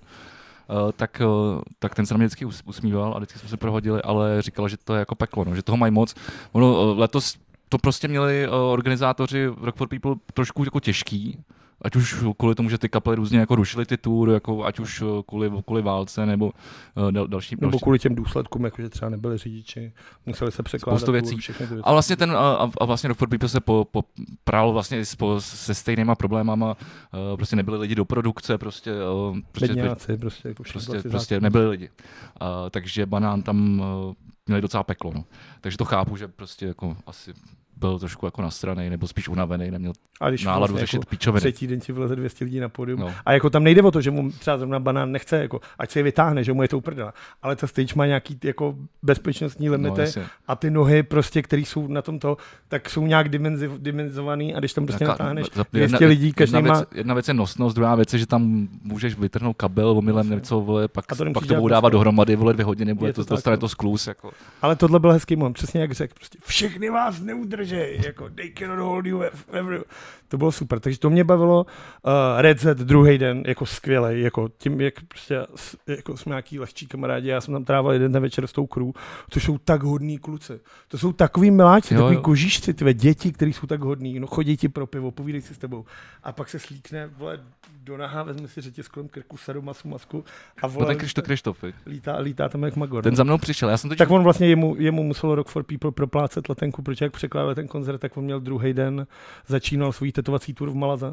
tak, uh, tak ten se na mě vždycky us- usmíval a vždycky jsme se prohodili, ale říkal, že to je jako peklo, no, že toho mají moc. Ono uh, letos to prostě měli uh, organizátoři Rock for People trošku jako těžký, ať už kvůli tomu, že ty kapely různě jako rušily ty tour, jako ať už uh, kvůli, kvůli válce nebo uh, dal, další,
Nebo
další
kvůli těm důsledkům, jakože třeba nebyli řidiči, museli se překládat.
Spoustu věcí.
vůbec všechny ty věci.
A vlastně ten, a, a- a vlastně Rockford People se po, po prál vlastně i s- po, se stejnýma problémama, eh, prostě nebyli lidi do produkce, prostě, eh, prostě,
Bedňáci, prostě, jako všichni
prostě,
vlastně
prostě nebyli lidi. A, takže Banán tam eh, měli docela peklo, no. Takže to chápu, že prostě jako asi byl trošku jako nasranej, nebo spíš unavený, neměl
A když
náladu
vlastně
řešit
jako-
píčoviny.
Třetí den ti vyleze 200 lidí na pódium.
No.
No. A jako tam nejde o to, že mu třeba zrovna banán nechce, jako, ať se je vytáhne, že mu je to uprdela. Ale ta stage má nějaký ty jako bezpečnostní limity
jasně.
no, a ty nohy, prostě, které jsou na tom to, tak jsou nějak dimenzi, dimenzovaný a když tam prostě
Jaká-
natáhneš
za-
200 lidí, každý
jedna,
má...
věc, jedna věc je nosnost, druhá věc je, že tam můžeš vytrhnout kabel, omylem něco, vole, pak,
A to nemusíš
pak to
dělat
budou dávat
dneska.
dohromady, vole, dvě hodiny, bude
Je
to,
to
to,
tak,
dostane
no.
to sklus, jako.
Ale tohle byl hezký moment, přesně jak řekl, prostě všechny vás neudržej. každý, jako they cannot hold you every... To bylo super, takže to mě bavilo. Uh, Red Z druhý den, jako skvělý, jako tím, jak prostě, s- jako jsme nějaký lehčí kamarádi, já jsem tam trávil jeden den večer s tou crew, což jsou tak hodní kluci. To jsou takový miláci,
Jo,
jo, takový
jo.
jo. kožíšci, tvé děti, kteří jsou tak hodní, no chodí ti pro pivo, povídej si s tebou. A pak se slíkne, vole, do naha, vezme si řetěz kolem krku, sadu masu masku a
No
vole,
ten Krištof Krištof, viď?
lítá, lítá tam jak Magor. no.
ten za mnou přišel, já jsem to
Tak on vlastně jemu, jemu muselo Rock for People proplácet letenku, protože jak překládal ten koncert, tak on měl druhý den, začínal svůj tetovací tour v Malaze.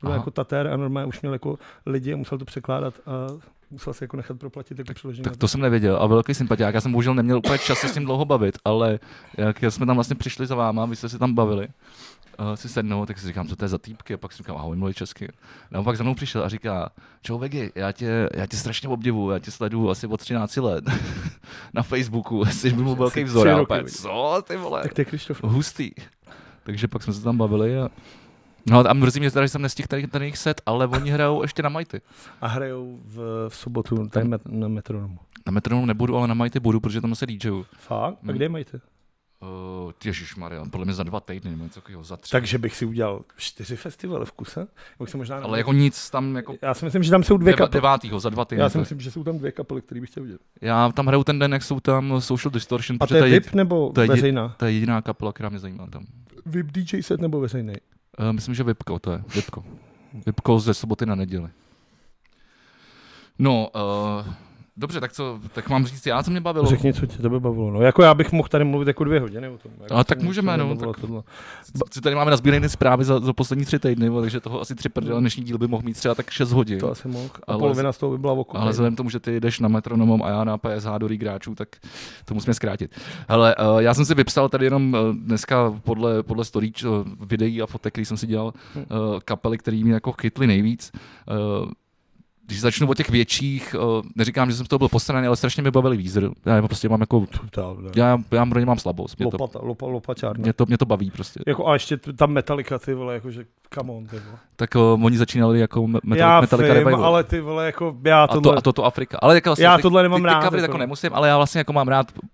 To byl
Aha.
jako tatér a normálně už měl jako lidi a musel to překládat a musel si jako nechat proplatit jako přeložení.
Tak to jsem nevěděl a velký sympatiák. Já jsem bohužel neměl úplně čas se s ním dlouho bavit, ale jak jsme tam vlastně přišli za váma, vy jste se tam bavili, uh, si sednou, tak si říkám, co to je za týpky, a pak si říkám, ahoj, mluví česky. A on pak za mnou přišel a říká, čau Vegy, já tě, já tě strašně obdivuju, já tě sleduju asi od 13 let na Facebooku, jsi byl mu velký
tři
vzor. Já
roky,
úplně,
Vegy.
co ty vole,
tak to je Krištof.
hustý. Takže pak jsme se tam bavili a No a mrzí mě teda, že jsem nestihl tady ten jejich set, ale oni hrajou ještě na Mighty.
A hrajou v, v sobotu tady met, na metronomu.
Na Metronomu nebudu, ale na Mighty budu, protože tam se DJu.
Fakt? A
Hmm.
kde je majte?
Uh, Ježíš Maria, podle mě za dva týdny, nebo něco takového, za tři.
Takže bych si udělal čtyři festivaly v kuse. Bych se možná
Ale jako nic tam jako
Já si myslím, že tam jsou dvě
deva,
kapely.
devátýho, za dva týdny.
Já si
Já,
myslím, že jsou tam dvě kapely, které bych chtěl vidět.
já tam hraju ten den, jak jsou tam Social Distortion,
A to
protože
je
je,
VIP nebo
to je jed-
veřejná?
to je jediná kapela, která mě zajímá tam.
VIP DJ set nebo veřejný?
Uh, myslím, že Vipko to je, Vipko. Vipko ze soboty na neděli. No, uh, dobře, tak co, tak mám říct, já co mě bavilo.
Řekni, co tě tebe bavilo. No, jako já bych mohl tady mluvit jako dvě hodiny o tom. Jako,
A
co
tak
mě-
můžeme,
co mě
no,
bavilo
tak-
tohle.
Co tady máme nazbírané zprávy za, za poslední tři týdny, vole, takže toho asi tři prdele dnešní díl by mohl mít třeba tak 6 hodin.
To asi mohl. A
Ale-
polovina z toho by byla o
Ale
kokainu.
vzhledem k tomu, že ty jdeš na metronomom a já na PSH do hráčů, tak to musíme zkrátit. Hele, eh, já jsem si vypsal tady jenom eh, dneska podle, podle story, eh, videí a fotek, který jsem si dělal,
Hm.
eh, kapely, které mě jako chytly nejvíc. Eh, Když začnu o těch větších, eh, neříkám, že jsem z toho byl posraný, ale strašně mi bavili výzr. Já je prostě mám jako,
Totálně.
já, já pro ně mám slabost. Mě to,
Lopata, lopa, lopačárna.
mě to, mě to baví prostě.
Jako a ještě t- tam Metallica, ty vole, jakože come on, ty vole.
Tak eh, oni začínali jako me- metal,
já
Metallica
vím,
Revival.
ale ty vole, jako já
A to,
tohle,
a toto Afrika. Ale jako vlastně
Já
ty,
tohle nemám
ty,
rád,
Ty covery
jako
jako
no.
nemusím, ale já vlastně jako mám rád uh,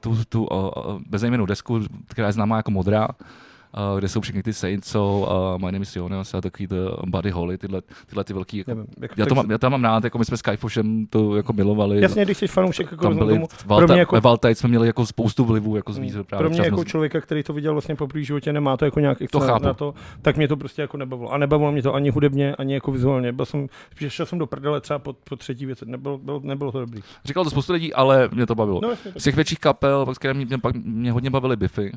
tu, tu uh, bezejmenou desku, která je známá jako Modrá, uh, kde jsou všechny ty Saints, jsou uh, My Name is Jonas a takový the Buddy Holly, tyhle, tyhle ty velký. Jako,
nevím. Jako,
já, to
tak-
mám, já to mám rád, jako my jsme s Skyfoshem to jako milovali.
Jasně, když jsi fanoušek, jako
tam
rozumím
byli,
tomu, pro
Valta,
mě
jako...
jako-
ve Valtajc jsme měli jako spoustu vlivů jako z
Mm.
výzvy právě.
Pro mě
třeba
jako
jsme-
člověka, který to viděl vlastně po první životě, nemá to jako nějak
To
na,
chápu.
na to, tak mě to prostě jako nebavilo. A nebavilo mě to ani hudebně, ani jako vizuálně. Byl jsem, že šel jsem do prdele třeba po, po třetí věci. Nebylo, bylo, nebylo to dobrý.
Říkal to spoustu lidí, ale mě to bavilo.
No, jasně, tak.
Z těch větších kapel, pak, které mě, mě, pak mě hodně bavily Biffy.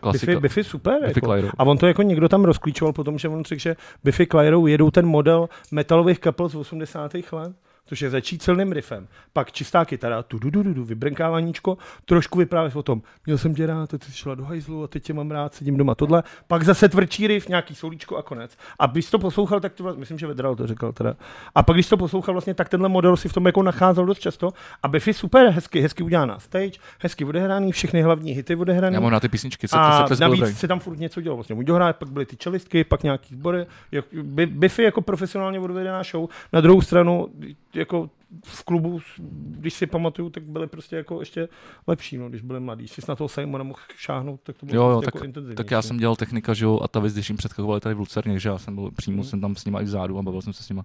Klasika.
Biffy, Biffy super.
Biffy
jako.
Clyro.
A on to jako někdo tam rozklíčoval potom, že on řekl, že Biffy Clyro jedou ten model metalových kapel z 80. let. Což je začít silným riffem, pak čistá kytara, tu du, du, du, du, vybrnkávaníčko, trošku vyprávět o tom, měl jsem tě rád, teď jsi šla do hajzlu a teď tě mám rád, sedím doma tohle, pak zase tvrdší riff, nějaký solíčko a konec. A když to poslouchal, tak to, vla- myslím, že Vedral to říkal teda. A pak když to poslouchal vlastně, tak tenhle model si v tom jako nacházel dost často a Biffy super, hezky, hezky udělaná stage, hezky odehraný, všechny hlavní hity odehraný.
Já mám na ty písničky, se,
A
se, se,
navíc se tam furt něco dělo. Vlastně dohrát, pak byly ty čelistky, pak nějaký sbory. Jak, Bi- Biffy jako profesionálně odvedená show. Na druhou stranu, jako v klubu, když si pamatuju, tak byly prostě jako ještě lepší, no, když byli mladí. Když jsi na toho Simona mohl šáhnout, tak to bylo
Jo, jo,
prostě
tak-
jako intenzivnější.
Tak já jsem dělal technika, že jo, a ta věc, když jim předchovali tady v Lucerně, že já jsem byl přímo,
Mhm.
jsem tam s nima i vzadu a bavil jsem se s nima.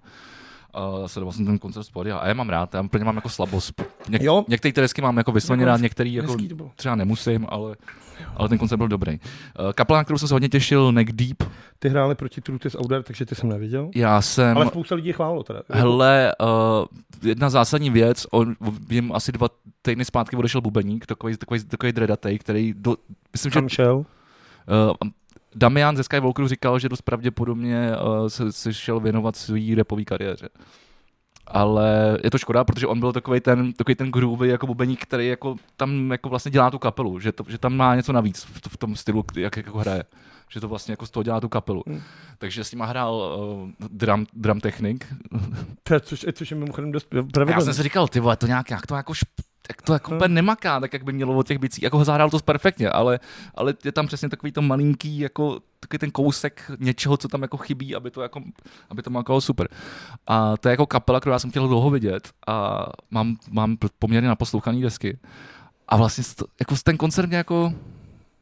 A sledoval jsem ten koncert spory a já je mám rád, já pro ně mám jako slabost. Něk,
Jo.
některý ty desky mám jako vysloveně
Jako
rád,
hezký-
některý jako
Hezký to bylo.
třeba nemusím, ale, ale ten koncert byl dobrý. Eh, Kapela, na kterou jsem se hodně těšil, Neck Deep,
Ty hráli proti Trutis Audar, takže ty jsem neviděl.
já jsem...
Ale spousta lidí je chválilo teda.
Hele, uh, jedna zásadní věc, on, jim asi dva týdny zpátky odešel Bubeník, takový, takový, takový dredatej, který, do, myslím, že
Kam šel?
Uh, Damian ze Skywalkeru říkal, že dost pravděpodobně uh, se, se šel věnovat své repové kariéře. Ale je to škoda, protože on byl takový ten, takový ten groovy jako bubeník, který jako tam jako vlastně dělá tu kapelu, že, to, že tam má něco navíc v, t- v tom stylu, kdy- jak jako hraje. Že to vlastně jako z toho dělá tu kapelu.
Hmm.
Takže s ním hrál uh, drum, drum technik.
To je- Což, což je mimochodem dost pravidelný.
Já jsem si říkal, ty vole, to nějak, jak to jako šp, jak to
No.
jako úplně nemaká, tak jak by mělo od těch bicích. Jako ho zahrál to perfektně, ale, ale je tam přesně takový to malinký, jako takový ten kousek něčeho, co tam jako chybí, aby to jako, aby to makalo super. A to je jako kapela, kterou já jsem chtěl dlouho vidět a mám, mám poměrně naposlouchaný desky. A vlastně s- jako ten koncert mě jako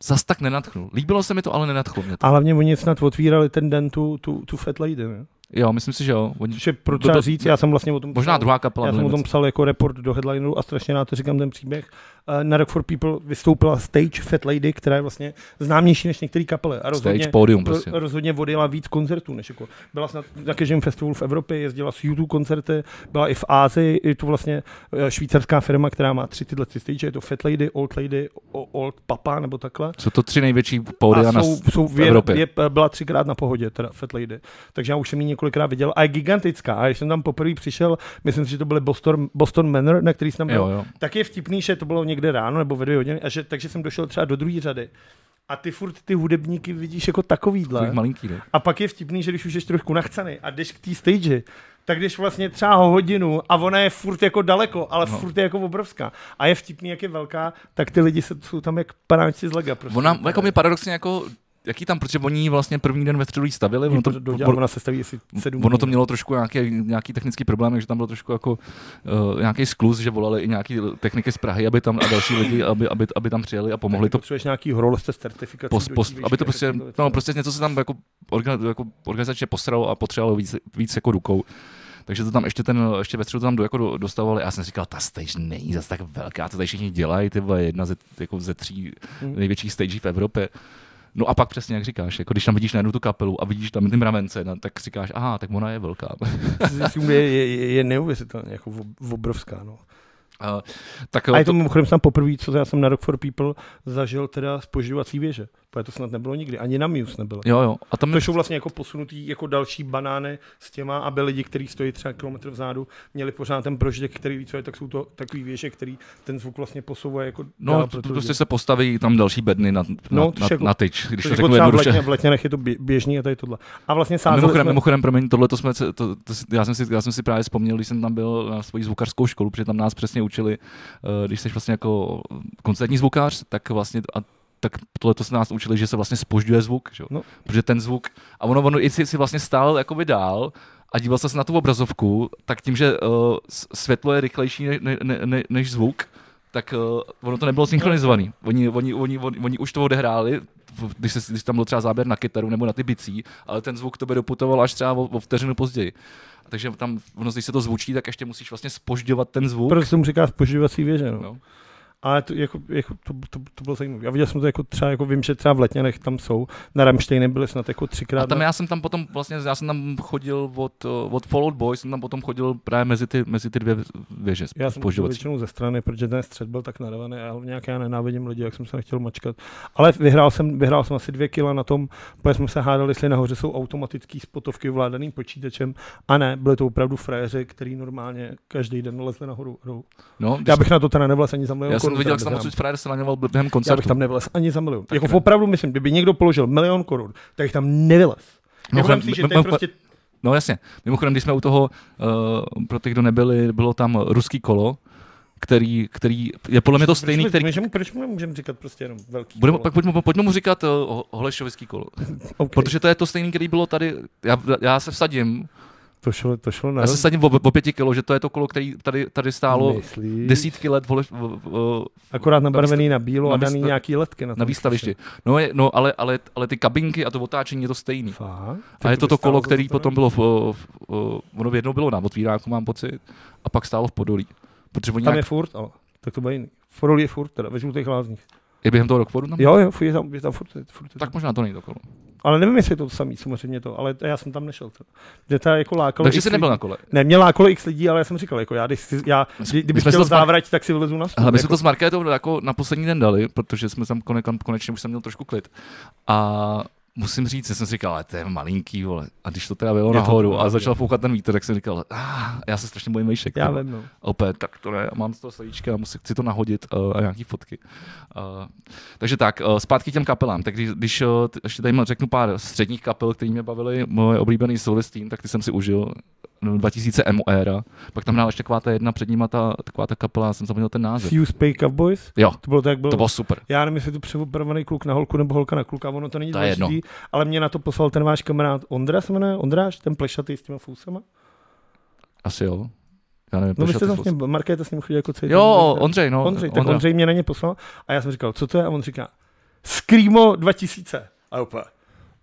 zas tak nenadchnul. Líbilo se mi to, ale nenadchlo mě to.
A hlavně oni snad otvírali ten den tu, tu, tu Fat Lady, ne?
Jo, myslím si, že jo. Oni,
Což je potřeba
To- to-
říct, já jsem vlastně o tom
možná
psal.
druhá kapela.
Já jsem o
nevím,
tom
co.
psal jako report do headlineru a strašně rád to říkám ten příběh. Eh, Na Rock for People vystoupila stage Fat Lady, která je vlastně známější než některé kapely. A rozhodně,
Stage, pódium prostě.
ro- rozhodně odjela víc koncertů. Než jako. Byla snad na každém festivalu v Evropě, jezdila s YouTube koncerty, byla i v Ázii, je to vlastně eh, švýcarská firma, která má tři tyhle ty stage, je to Fat Lady, Old Lady, O- Old Papa nebo takhle.
Jsou to tři největší pódia na,
jsou, jsou
v Evropě.
Je, byla třikrát na pohodě, teda Fat Lady. Takže já už jsem ji několikrát viděl a je gigantická. A když jsem tam poprvé přišel, myslím si, že to byl Boston, Boston Manor, na který jsem tam byl,
jo, jo.
tak je vtipný, že to bylo někde ráno nebo ve dvě hodiny, a že, takže jsem došel třeba do druhé řady. A ty furt ty hudebníky vidíš jako takovýhle.
Takových malinký, no. ne?
A pak je vtipný, že když už jsi trošku nachcený a jdeš k té stage, tak jdeš vlastně třeba o hodinu a ona je furt jako daleko, ale
No.
no. furt je jako obrovská. A je vtipný, jak je velká, tak ty lidi se, jsou tam jak panáčci z lega. Prostě.
Ona, jako mi paradoxně jako, jaký tam, protože oni ji vlastně první den ve středu jí stavili, ono to,
dodělám, ona se staví asi sedm
ono to
dní.
mělo trošku nějaký, nějaký technický problém, takže tam bylo trošku jako uh, nějaký skluz, že volali i nějaký techniky z Prahy, aby tam a další lidi, aby, aby, aby tam přijeli a pomohli
Taky
to
Potřebuješ nějaký horolezce s certifikací.
Post,
do
post,
té
aby to
výšky
prostě,
a takovýhle věci.
no prostě něco se tam jako, orga, jako organizačně posralo a potřebovalo víc, víc jako rukou. Takže to tam ještě ten, ještě ve středu to tam do, jako do- dostavovali. Já jsem si říkal, ta stage není zase tak velká, to tady všichni dělají, ty vole, jedna ze, jako ze tří
Hmm.
největších stagí v Evropě. No a pak přesně jak říkáš, jako když tam vidíš najednou tu kapelu a vidíš tam ty mravence, no, tak říkáš, aha, tak ona je velká. prostě-
Zjistím, je, je, je- je neuvěřitelně jako ob- obrovská. No.
a, tak
A je to mimochodem snad poprvé, co já jsem na Rock for People zažil teda spožďovací věže. Protože to snad nebylo nikdy, ani na Muse nebylo.
jo, jo, a tam
To jsou vlastně jako posunutý jako další banány s těma, aby lidi, kteří stojí třeba kilometr vzadu, měli pořád ten proždek, který ví, co je, tak jsou to takový věže, který ten zvuk vlastně posouvá jako
No,
dál
to, to
pro ty lidi.
prostě se postaví tam další bedny na, na,
No,
no,
což
na,
jako-
na tyč, když to
Což jako
řeknu
třeba v,
jednoduše.
letně, v letněnech je to bě- běžný a tady tohle. A vlastně
A
sázeli
mimochodem,
jsme...
mimochodem, promiň, tohle to jsme, to, to, to, si- já, jsem si, já jsem si právě vzpomněl, když jsem tam byl na svoji zvukařskou školu, protože tam nás přesně učili, eh, když jsi vlastně jako koncertní zvukař, tak vlastně a tak tohle to se nás učili, že se vlastně spožďuje zvuk, že? jo?
No.
protože ten zvuk, a ono, ono i si, si vlastně stál jakoby dál a díval se na tu obrazovku, tak tím, že uh, světlo je rychlejší ne, ne, ne, ne, než zvuk, tak uh, ono to nebylo synchronizovaný. Oni, oni, oni, oni, oni už to odehráli, v- když, se, když tam byl třeba záběr na kytaru nebo na ty bicí, ale ten zvuk tebe doputoval až třeba o, o vteřinu později. Takže tam, ono, když se to zvučí, tak ještě musíš vlastně spožďovat ten zvuk.
Proto se mu říká spožívací věže. No.
No.
No. Ale to, jako, jako, to, to, to, bylo zajímavé. Já viděl jsem to jako třeba, jako vím, že třeba v Letňanech tam jsou. Na Ramštejne byli snad jako třikrát.
A tam
na...
já jsem tam potom vlastně, já jsem tam chodil od, eh, od Fallout Boy, jsem tam potom chodil právě mezi ty, mezi ty dvě věže.
já jsem to
spožďovací.
většinou ze strany, protože ten střed byl tak narvaný a já hlavně nějak já nenávidím lidi, jak jsem se nechtěl mačkat. Ale vyhrál jsem, vyhrál jsem asi dvě kila na tom, protože jsme se hádali, jestli nahoře jsou automatické spotovky ovládaný počítačem a ne, byly to opravdu frajeři, který normálně každý den lezli nahoru. jdou.
No, když,
Já bych na to teda nevlez ani za milion
já jsem
korun,
to viděl,
teda
jak se tam
bez
odsud frajer sraňoval během
Já bych
koncertu.
tam nevylez ani za milion. jako
ne.
opravdu myslím, kdyby někdo položil milion korun, tak jich tam nevylez. No, jako
Mimochodem-
vem si, že
mimo-
to je prostě...
No jasně. Mimochodem, když jsme u toho, uh, pro ty, kdo nebyli, bylo tam ruský kolo, který, který je podle mě to stejný,
proč,
který...
Můžem, proč mu nemůžeme říkat prostě jenom velký
Budeme,
kolo?
pak pojďme, pojďme mu říkat uh, holešovický kolo,
okay.
protože to je to stejný, který bylo tady, já, já se vsadím,
To šlo, to šlo na
já se vsadím o, o pěti kilo, že to je to kolo, který tady, tady stálo
Myslíš?
desítky let v, Holeš, v, v,
Akorát nabarvený na bílo
na
a daný
výsta-
nějaký letky na,
na
tom
výstavišti. No, je, no ale, ale, ale ty kabinky a to otáčení je to stejný.
šíše. Fakt?
A
Tak
je to
by
to
stálo
kolo,
za
který
to
potom
ne?
bylo, v, eh, v, v, ono jednou bylo na otvíráku, mám pocit, a pak stálo v Podolí. Protože oni
no. Tam
nějak,
je
je,
furt, ale tak to bude jiný. V Forolí je furt, teda ve žlutých lázních.
je během toho Rockfordu tam?
Jo, jo, furt je tam, je tam furt, je, furt je tam.
Tak možná to není to kolo.
Ale nevím, jestli je to, to samý, samozřejmě to, ale já jsem tam nešel. Teda. Mě teda jako lákalo
Takže
x
jsi
lidí.
nebyl na kole.
Ne, měla kolo x lidí, ale já jsem říkal, jako já, když si, já kdy-
my
kdybych
jsme
chtěl
se s pan-
závrať, tak si vylezu na stůl.
Ale my jsme
jako,
to s Markétou jako na poslední den dali, protože jsme tam kone, konečně už jsem měl trošku klid. A musím říct, že jsem si říkal, ale to je malinký, vole. A když to teda bylo
to
nahoru a
pravda.
začal foukat ten vítr, tak jsem říkal, ah, já se strašně bojím vejšek.
já
ty vole."
vím, no.
A opět, tak to ne, a mám z toho srdíčka a musím, chci to nahodit uh, a nějaký fotky. Uh, takže tak, uh, zpátky k těm kapelám. Tak když, když uh, t- ještě tady řeknu pár středních kapel, které mě bavily, moje oblíbený Silvestín, tak ty jsem si užil no, 2000 MO era. Pak tam hrála ještě taková ta jedna před nima, ta, taková ta kapela, jsem zapomněl ten název.
Few Spay Cowboys,
Jo,
to bylo to, jak bylo.
to bylo super.
Já nevím, jestli je to přeoperovaný kluk na holku nebo holka na kluka, ono to není
To je
důležitý, ale mě na to poslal ten váš kamarád Ondra, se jmenuje Ondráš, ten plešatý s těma fousama.
Asi jo. Já nevím,
No vy
proč
jste
já
tam
to
s ním, Markéta s ním chodil jako celý
Jo,
den.
Ondřej, no.
Ondřej, tak Ondřej mě na ně poslal a já jsem říkal, co to je? A on říká, Screamo 2000. A úplně,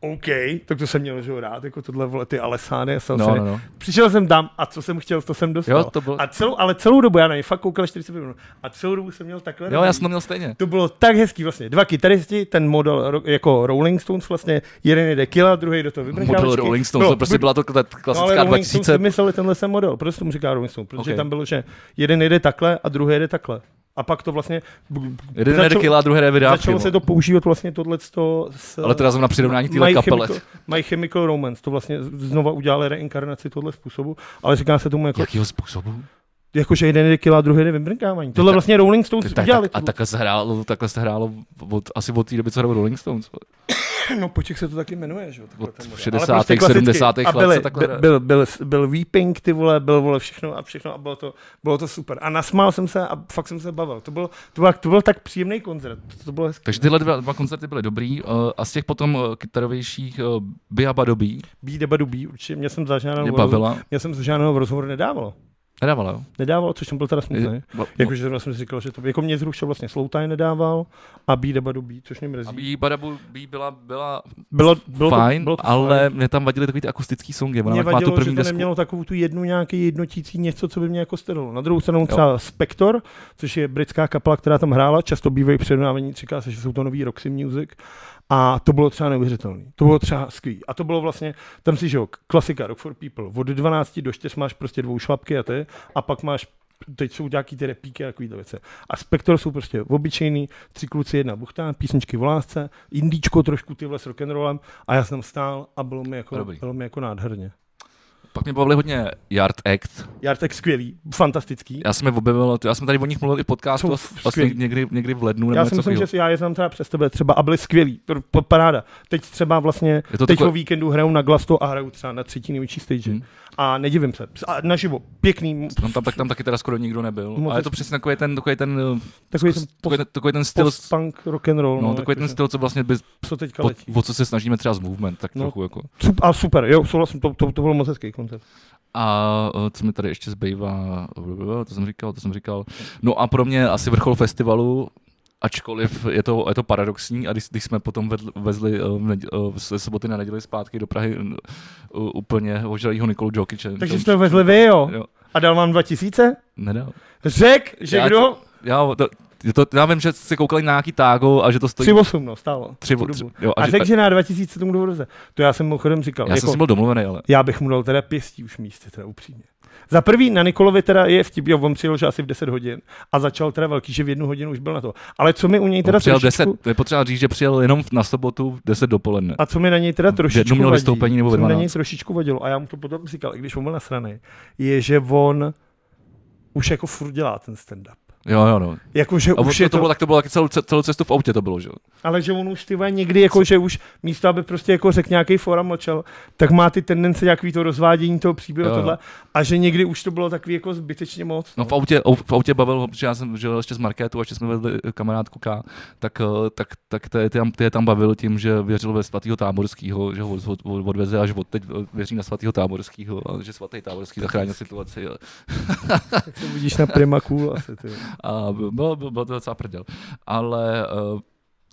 OK, tak to jsem měl že jo, rád, jako tohle vole, ty Alesány. No,
No, no, no.
Přišel jsem tam a co jsem chtěl, to jsem dostal.
Jo, to bylo-
a celou, ale celou dobu, já na něj fakt koukal 45 minut. A celou dobu jsem měl takhle.
Jo,
rád.
já jsem to měl stejně.
To bylo tak hezký vlastně. Dva kytaristi, ten model ro- jako Rolling Stones vlastně, jeden jde Killa, druhý do toho vybrnká.
Model Rolling Stones, to prostě byla to ta
no, ale
klasická
Rolling Stones
2000.
vymysleli tenhle sem model, proč tomu říká Rolling Stones, protože
Ok.
tam bylo, že jeden jede takhle a druhý jede takhle. A pak to vlastně...
Jeden jede kila, druhé jede vydávky.
Začalo
vole.
se to používat vlastně tohleto s...
Ale teda jsem na přirovnání k téhle kapele.
Chemical, My Chemical Romance, to vlastně znova udělali reinkarnaci tohle způsobu, ale říká se tomu jako,
Jakýho způsobu?
jako že jeden jede kila, druhý jde vymrkávání. Tohle vlastně Rolling Stones
Tak,
udělali.
tak, a
tohle.
takhle se hrálo, takhle se hrálo od, asi od té doby, co hrál Rolling Stones.
No po Čech se to taky jmenuje, že jo? takhle
Od
ten model.
60.,
Ale prostě klasicky.
70.
A
let
byly-
se takhle
by-
hraje.
byl, byl, byl, Weeping, ty vole, byl vole všechno a všechno a bylo to, bylo to super. A nasmál jsem se a fakt jsem se bavil. To byl, to byl, to byl tak příjemný koncert, to bylo hezké.
Takže tyhle dva, dva koncerty byly dobrý eh, a z těch potom eh, kytarovějších uh, Biaba Dobí
Bý deba dubí, určitě mě jsem zažádal.
mě bavila.
Já jsem žádného rozhovoru nedával.
Nedávala, jo?
Nedával, což jsem byl teda smutný.
Je- bo-
Jakože zrovna jsem si říkal, že to jako mě zrušil vlastně Sloutaj nedával a Bý deba dubí, což mě
A
mrzí.
Bee Badabu Bee byla, byla
Bylo, bylo
fajn,
to, bylo to
ale
fajn.
mě tam vadily takový ty akustický songy. Ona
Mě
pak má tu
vadilo,
první
že to
desku.
nemělo takovou tu jednu nějaký jednotící něco, co by mě jako strhlo. Na druhou stranu třeba Spector, což je britská kapela, která tam hrála, často bývají přednávaní, říká se, že jsou to nový Roxy Music. A to bylo třeba neuvěřitelné. To bylo třeba skvělé. A to bylo vlastně, tam si, že jo, klasika Rock for People. Od 12 do 4 máš prostě dvou šlapky a ty, a pak máš teď jsou nějaký ty repíky a takovýhle věci. A Spector jsou prostě obyčejný, tři kluci, jedna buchta, písničky v lásce, indíčko trošku tyhle s rock'n'rollem a já jsem stál a bylo mi jako,
Dobrý.
bylo mi jako nádherně.
Pak mě bavili hodně Yard Act.
Jartek skvělý, fantastický.
Já jsem je objevil, já jsem tady o nich mluvil i v podcastu
Jsou
asi vlastně
skvělí.
někdy, někdy v lednu. Nebo
Já si
něco
myslím, že
takového.
si- já je znám třeba přes tebe třeba a byli skvělí, pr- pr- paráda. Teď třeba vlastně,
Je
teď
to
takové...
takové-
o víkendu hrajou na Glasto a hrajou třeba na třetí největší stage.
Hmm.
Hmm. A nedivím se, a naživo, pěkný,
Tam, tam, tak, tam taky teda skoro nikdo nebyl.
Moc
ale je to
hezký.
přesně takový ten, takový ten,
takový ten
eh, takový ten, takový ten styl,
post, punk rock and roll,
no, takový ten
jakože,
styl, co vlastně by,
co teďka
po,
letí.
o co se snažíme třeba z movement, tak
No.
trochu jako.
Sup- A super, jo, souhlasím, to, to, to byl moc hezký koncert.
A eh, co mi tady ještě zbývá, blablabla, to jsem říkal, to jsem říkal. No a pro mě asi vrchol festivalu, ačkoliv je to, je to paradoxní, a když, když jsme potom vedl, vezli eh, v nedě- eh, ze soboty na neděli zpátky do Prahy eh, úplně ožralýho Nikolu Jokiče.
Takže jste ho vezli vy, jo?
Jo.
A dal vám 2000?
Nedal.
Řek, že
Já-
já, kdo?
Já, to, je to, já vím, že se koukali na nějaký tágo a že to stojí
3,8, no, stálo.
Tři,
Tu
tři,
dobu.
jo, a
A
že,
řek, že jako na 2000 tomu dovolil To já jsem mimochodem říkal.
já jsem s ním byl domluvený, ale
Já bych mu dal teda pěstí už místě, teda upřímně. Za prvý na Nikolovi teda je vtip, jo, on přijel, že asi v 10 hodin a začal teda velký, že v jednu hodinu už byl na to. Ale co mi u něj teda
on přijel
trošičku,
10, nepotřeba říct, že přijel jenom na sobotu v 10 dopoledne.
a co mi na něj teda trošičku
měl
vadí,
vystoupení nebo
co mi na
12.
něj trošičku vadilo, a já mu to potom říkal, i když on byl nasraný, je, že on už jako furt dělá ten stand-up.
Jo, jo, no.
Jakože
A on
už je
to, to, bylo, tak to bylo taky celou, celou cestu v autě to bylo, že jo.
Ale že on už ty vole někdy, jako, že už místo, aby prostě jako řekl nějaký fora mlčel, tak má ty tendence nějaký to rozvádění toho příběhu
Jo, jo.
tohle. A že někdy už to bylo takový jako zbytečně moc.
No v autě, au- v autě bavil, že já jsem žil ještě z Markétu a ještě jsme vedli eh, kamarádku K, tak, eh, tak, tak ty, ty, tam- ty, je tam bavil tím, že věřil ve svatého Táborského, že ho od, od, odveze a že od teď eh, věří na svatého Táborského a že svatý Táborský zachránil situaci. A,
Tak to vidíš na Primakul asi, ty. vole.
a bylo, bylo, bylo to docela prděl. Ale eh,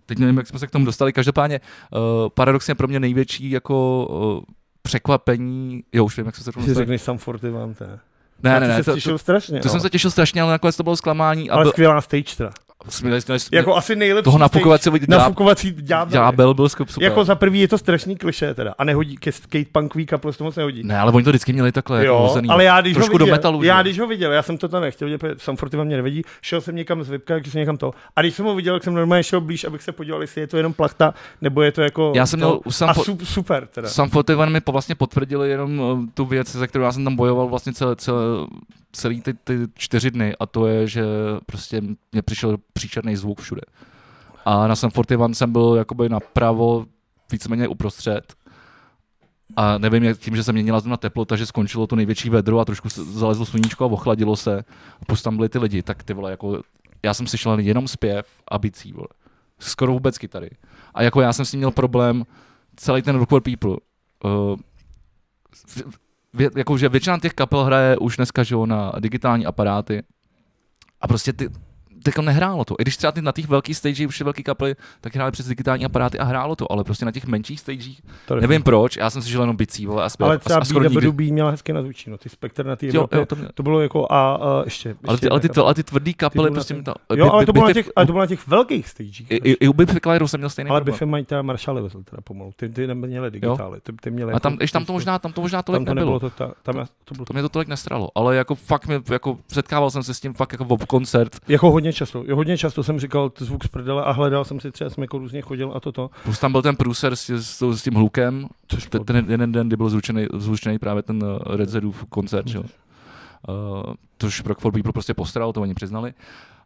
teď nevím, jak jsme se k tomu dostali. Každopádně eh, paradoxně pro mě největší jako eh, překvapení, jo už vím, jak jsme se k tomu
Že
dostali.
řekneš sam forty vám té.
Ne, ne, ne,
to,
to,
těšil strašně.
to,
no.
to jsem se těšil strašně, ale nakonec to bylo zklamání. A
ale
byl-
skvělá stage teda.
Směli jsme, jsme,
Jako asi nejlepší
toho
stage.
nafukovacího dělá,
Nafukovací ďábel.
ďábel byl skup, super.
Jako za prvý je to strašný kliše teda. A nehodí, ke skatepunkový kapel se to moc nehodí.
Ne, ale oni to vždycky měli takhle jako
Jo,
hozený.
ale já když
Trošku
ho
do
viděl,
metalu, že
já
jo?
když ho viděl, já jsem to tam nechtěl vidět, protože Samforty vám mě nevedí, šel jsem někam z Vipka, když jsem někam to. A když jsem ho viděl, tak jsem normálně šel blíž, abych se podíval, jestli je to jenom plachta, nebo je to jako...
Já jsem
to.
měl u
A
Sampo-
su- super teda.
Sam Fotevan mi po- vlastně potvrdil jenom eh, tu věc, za kterou já jsem tam bojoval vlastně celé, celé, celý ty, ty čtyři dny a to je, že prostě mě přišel příčerný zvuk všude. A na Sam Fotevan jsem byl jakoby napravo, víceméně uprostřed. A nevím, jak tím, že se měnila zrovna teplota, že skončilo to největší vedro a trošku se- zalezlo sluníčko a ochladilo se. A plus tam byli ty lidi, tak ty vole, jako já jsem slyšel jenom zpěv a bicí, vole. Skoro vůbec kytary. A jako já jsem s ním měl problém celý ten Rock for People. Uh, vě, jako, že většina těch kapel hraje už dneska že jo, na digitální aparáty a prostě ty, teďka nehrálo to. I když třeba ty na těch velkých stage už je velký kapely, tak hráli přes digitální aparáty a hrálo to, ale prostě na těch menších stagech,
To je
nevím proč, já jsem si žil jenom bicí, vole, a, zpěv,
Ale
a,
třeba
a skoro nikdy.
BWB měla hezky nazvučeno, ty spektr na té
Jo,
Evropě.
jo, to mě,
To bylo jako a, a ještě, ještě
ale, ty, ale, ty,
nějaká-
ale ty tvrdý kapely,
na
prostě
ty-
mi to...
Jo, ale to, bylo na
Biffy-
těch, ale to bylo na těch velkých stagech.
I, i, i u Biffy Clyro jsem měl stejný
Ale
problém.
Biffy mají teda Marshally vezl teda pomalu. Ty, ty neměli digitály. Ty, ty měli
A tam,
jako-
ještě tam to možná, tam to možná tolik
tam to nebylo. To, ta, tam, já- to bylo
To mě to tolik nestralo, ale jako fakt mě, jako setkával jsem se s tím fakt jako ob koncert,
Jako hodně často. Jo, hodně často jsem říkal t- zvuk z prdele a hledal jsem si třeba, jsem jako různě chodil a toto.
plus tam byl ten průser s, s, s tím hlukem,
Což
T- ten jeden den, kdy byl zručený, zručený právě ten eh, Red Zedův koncert, že? jo. Eh, což Rock for People prostě postaral, to oni přiznali,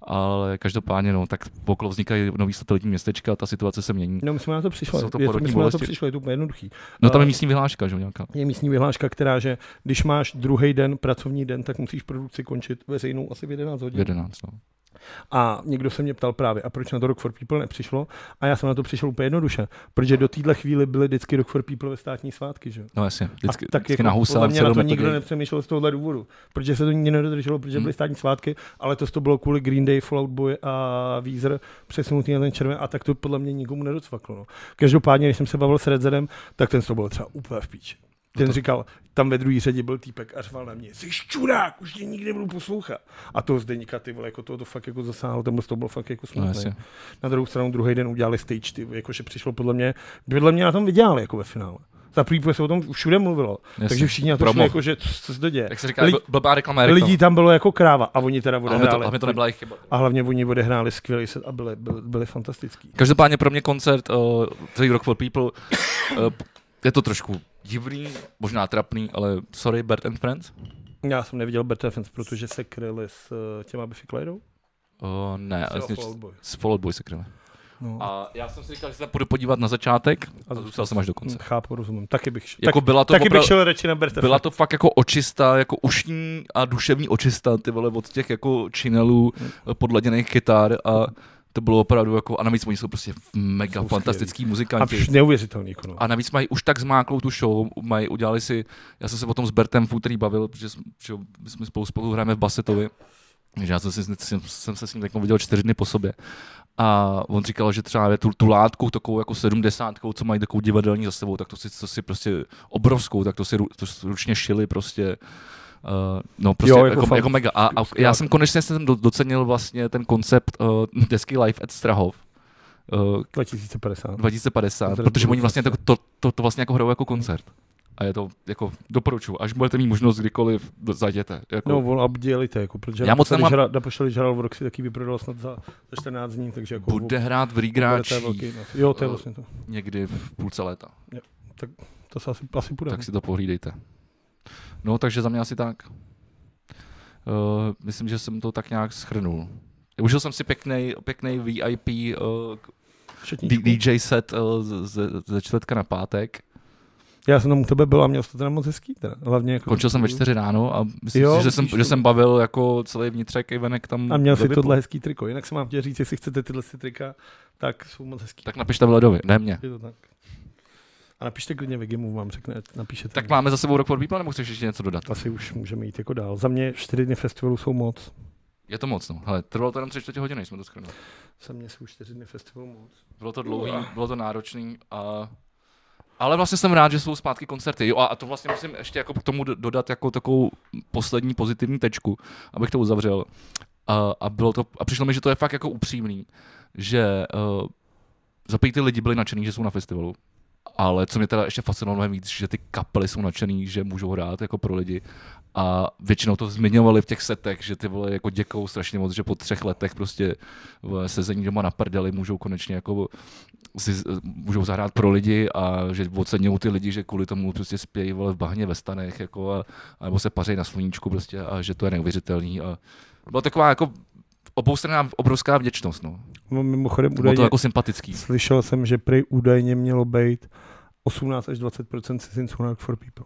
ale každopádně, no, tak okolo vznikají nový satelitní městečka, ta situace se mění.
No, my jsme na to přišli.
Jsou to
Je
porodní
my jsme na to
bolesti.
přišli, je to úplně jednoduchý.
No tam je
Eh,
místní vyhláška, že jo, nějaká.
Je místní vyhláška, která, že když máš druhý den, pracovní den, tak musíš produkci končit veřejnou asi v 11
v
hodin.
11, no.
A někdo se mě ptal právě, a proč na to Rock for People nepřišlo? A já jsem na to přišel úplně jednoduše, protože do téhle chvíli byly vždycky Rock for People ve státní svátky, že? jo?
No jasně, vždycky,
a tak
vždycky
jako
na
podle
husa,
mě na to
sedm
nikdo
metodí.
nepřemýšlel z tohohle důvodu, protože se to nikdy nedodrželo, protože
Hmm.
byly státní svátky, ale to, to bylo kvůli Green Day, Fallout Boy a Weezer přesunutý na ten červen a tak to podle mě nikomu nedocvaklo. No. Každopádně, když jsem se bavil s Redzerem, tak ten to byl třeba úplně v píči.
No
Ten říkal, tam ve druhý řadě byl týpek a řval na mě, jsi čurák, už tě nikdy budu poslouchat. A toho Zdeníka, ty vole, jako toho to fakt jako zasáhlo, ten to bylo fakt jako
No
smutné.
jasně.
Na druhou stranu druhý den udělali stage, ty, jakože přišlo podle mě, podle mě na tom vydělali jako ve finále. Za prvý protože se o tom všude mluvilo,
jasně.
takže všichni na to
Promo.
šli jako, že co, co se to děje.
Jak se říká,
Lidi-
bl- blbá reklama je reklama.
Lidí tam bylo jako kráva a oni teda
Ale mi to,
odehráli.
ale mi to nebyla jejich chyba.
a hlavně oni odehráli skvělý set a byli, byli, byli fantastický.
Každopádně pro mě koncert uh, celý Rock for People uh, je to trošku divný, možná trapný, ale sorry, Bert and Friends?
Já jsem neviděl Bad Defense, protože se kryli s eh, těma Biffy Clyro.
Uh, ne, ale s, něč- s Fallout Boy se kryli.
No, a,
A já jsem si říkal, že se půjdu podívat na začátek a zůstal jsem až do konce.
Chápu, rozumím. Taky bych šel.
Jako
Hmm. tak,
byla to
taky
opravdu-
bych šel radši na Bad
byla to fakt jako očista, jako ušní a duševní očista, ty vole, od těch jako činelů,
Hmm.
eh, podladěných kytar a to bylo opravdu jako, a navíc oni jsou prostě mega
Jsou
fantastický
A
muzikanti.
pš, neuvěřitelný kono.
A navíc mají už tak zmáklou tu show, mají, udělali si, já jsem se o tom s Bertem v úterý bavil, protože jsme, že my jsme spolu spolu hrajeme v Basetovi, takže já jsem, si, jsem, jsem se s ním tak viděl čtyři dny po sobě. A on říkal, že třeba je tu, tu látku takovou jako sedmdesátkou, co mají takovou divadelní za sebou, tak to si, to si prostě obrovskou, tak to si ru, to si ručně šili prostě. Uh, no prostě jo,
Jo,
jako,
jako
jako,
fakt-
jako mega. A, a já jsem konečně jsem do- docenil vlastně ten koncept uh, desky Life at Strahov, uh,
2050.
2050,
Konzervativní
protože oni vlastně tak
festival.
to, to, to vlastně jako hrajou jako koncert. A je to jako, doporučuji, až budete mít možnost kdykoliv, do- zajděte. Jako,
No, on obdělíte, jako, protože
Já moc
Naposledy
nemám-
žral, naposledy žral v Roxy, taky vyprodal snad za, za 14 dní, takže jako...
bude hrát v
bude to
Rigráči
velký, no. Jo, to je vlastně to.
někdy v půlce léta,
To se asi, asi půjde.
tak si to pohlídejte. No, takže za mě asi tak. Uh, myslím, že jsem to tak nějak schrnul. Užil jsem si pěkný, pěkný VIP uh,
Všetničku.
D- DJ set uh, ze, ze čtvrtka na pátek.
Já jsem tam u tebe byl a měl jsi to teda moc hezký. Teda. Hlavně jako
Končil jsem ve čtyři ráno a myslím
Jo,
si, že jsem,
vidíš
že
to.
jsem bavil jako celý vnitřek i venek tam.
A měl
ve
si
VIPu.
tohle hezký triko. Jinak jsem vám chtěl říct, jestli chcete tyhle si trika, tak jsou moc hezký.
Tak napište Vladovi, ne mě.
Je to tak. A napište klidně Vegimu, vám řekne, ať napíšete.
Tak
mi.
máme za sebou Rock for People, nebo chceš ještě něco dodat?
Asi už můžeme jít jako dál. Za mě čtyři dny festivalu jsou moc.
Je to moc, no. Hele, trvalo to jenom tři čtvrtě hodiny, jsme to schrnuli.
Za mě jsou čtyři dny festivalu moc.
Bylo to dlouhý, bylo to náročný a... Ale vlastně jsem rád, že jsou zpátky koncerty. Jo, a a to vlastně musím ještě jako k tomu do- dodat jako takovou poslední pozitivní tečku, abych to uzavřel. A, a, bylo to, a přišlo mi, že to je fakt jako upřímný, že uh, za prvý ty lidi byli nadšený, že jsou na festivalu. Ale co mě teda ještě fascinovalo mnohem víc, že ty kapely jsou nadšený, že můžou hrát jako pro lidi. A většinou to zmiňovali v těch setech, že ty vole jako děkou strašně moc, že po třech letech prostě v sezení doma na prdeli můžou konečně jako si z- můžou zahrát pro lidi a že oceňují ty lidi, že kvůli tomu prostě spějí vole v bahně ve stanech jako a, a nebo se pařejí na sluníčku prostě a že to je neuvěřitelný a byla taková jako oboustranná obrovská vděčnost, no.
No, mimochodem
Bylo
údajně,
to jako sympatický.
slyšel jsem, že prej údajně mělo být 18 až 20% cizinců na Rock for People.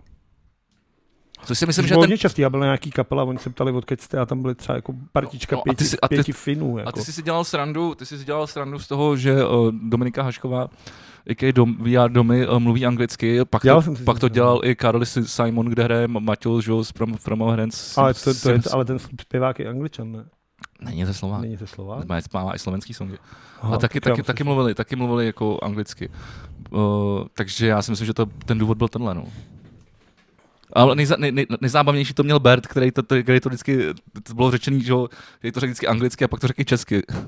Což si
Myslím,
myslím,
že
že
hodně
ten,
ten... častý, já byl na nějaký kapela, oni se ptali, odkud jste, a tam byly třeba jako partička
No, no, a
pěti,
ty si- a ty-
pěti Finů. Jako.
A ty jsi si dělal srandu, ty jsi si dělal srandu z toho, že uh, Dominika Hašková, a.k.a. Dom, VR Domy, uh, mluví anglicky, pak
Dělal
to,
jsem si no.
pak to
srandu.
dělal i Karl Si- Simon, kde hraje Matěl, že jo, z From, from Our Hands.
ale, to, to je,
Sims.
ale ten zpěvák je angličan, ne?
Není to Slovák.
Není to slova?
Má- Má i slovenský songy. No. A taky, taky, taky, mluvili, taky mluvili jako anglicky. Uh, takže já si myslím, že to, ten důvod byl tenhle. No. Ale nejza, nej, nej, nejzábavnější to měl Bert, který to, to- který to vždycky, to bylo řečený, že ho- který to řekl vždycky anglicky a pak to řekl i česky.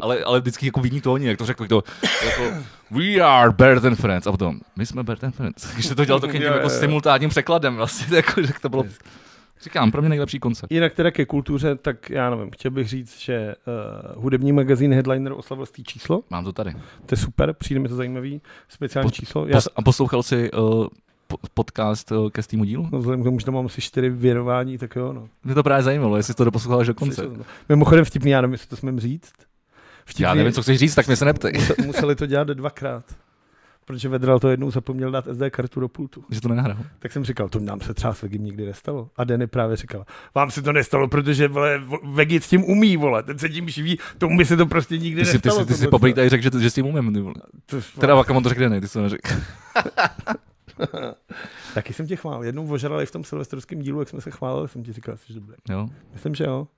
ale, ale vždycky jako vidní tóni, jak to řekl, to, jako We are Bert and Friends. A potom, my jsme Bert and Friends. Když se to dělal to
Jo, jo,
jako
jo.
simultánním překladem, vlastně, jako, že to bylo, říkám, pro mě nejlepší koncert.
Jinak teda ke kultuře, tak já nevím, chtěl bych říct, že uh, hudební magazín Headliner oslavil stý číslo,
Mám to tady.
to je super, přijde mi to zajímavý, speciální
Pos-
číslo. Já
Pos- a poslouchal jsi uh, po- podcast uh, ke stýmu dílu?
no, vzhledem k tomu, že tam mám asi čtyři věrování, tak jo, no.
Mě to právě zajímalo, jestli jsi to doposlouchal až do konce.
Slyšel jsem to. Mimochodem vtipný, já nevím, jestli to smím říct. Vtipný,
Já nevím, co chceš říct, tak mě se neptej.
Muse- Museli to dělat dvakrát. Protože Vedral to jednou zapomněl dát SD kartu do pultu.
Že to nenahrál.
Tak jsem říkal, to nám se třeba s Vegim nikdy nestalo. A Denny právě říkal, vám se to nestalo, protože vole, Vegi s tím umí, vole, ten se tím živí, tomu by se to prostě nikdy
Ty jsi, ty
nestalo.
jsi, ty jsi
tohle.
poprvé tady řekl, že, že s tím umím. Ty vole.
To-
teda Vakamon to řekl ne, ty jsi to neřekl.
Taky jsem tě chválil. Jednou ožral i v tom silvestrovském dílu, jak jsme se chválili, jsem ti říkal, že jsi dobrý.
Jo.
Myslím, že jo.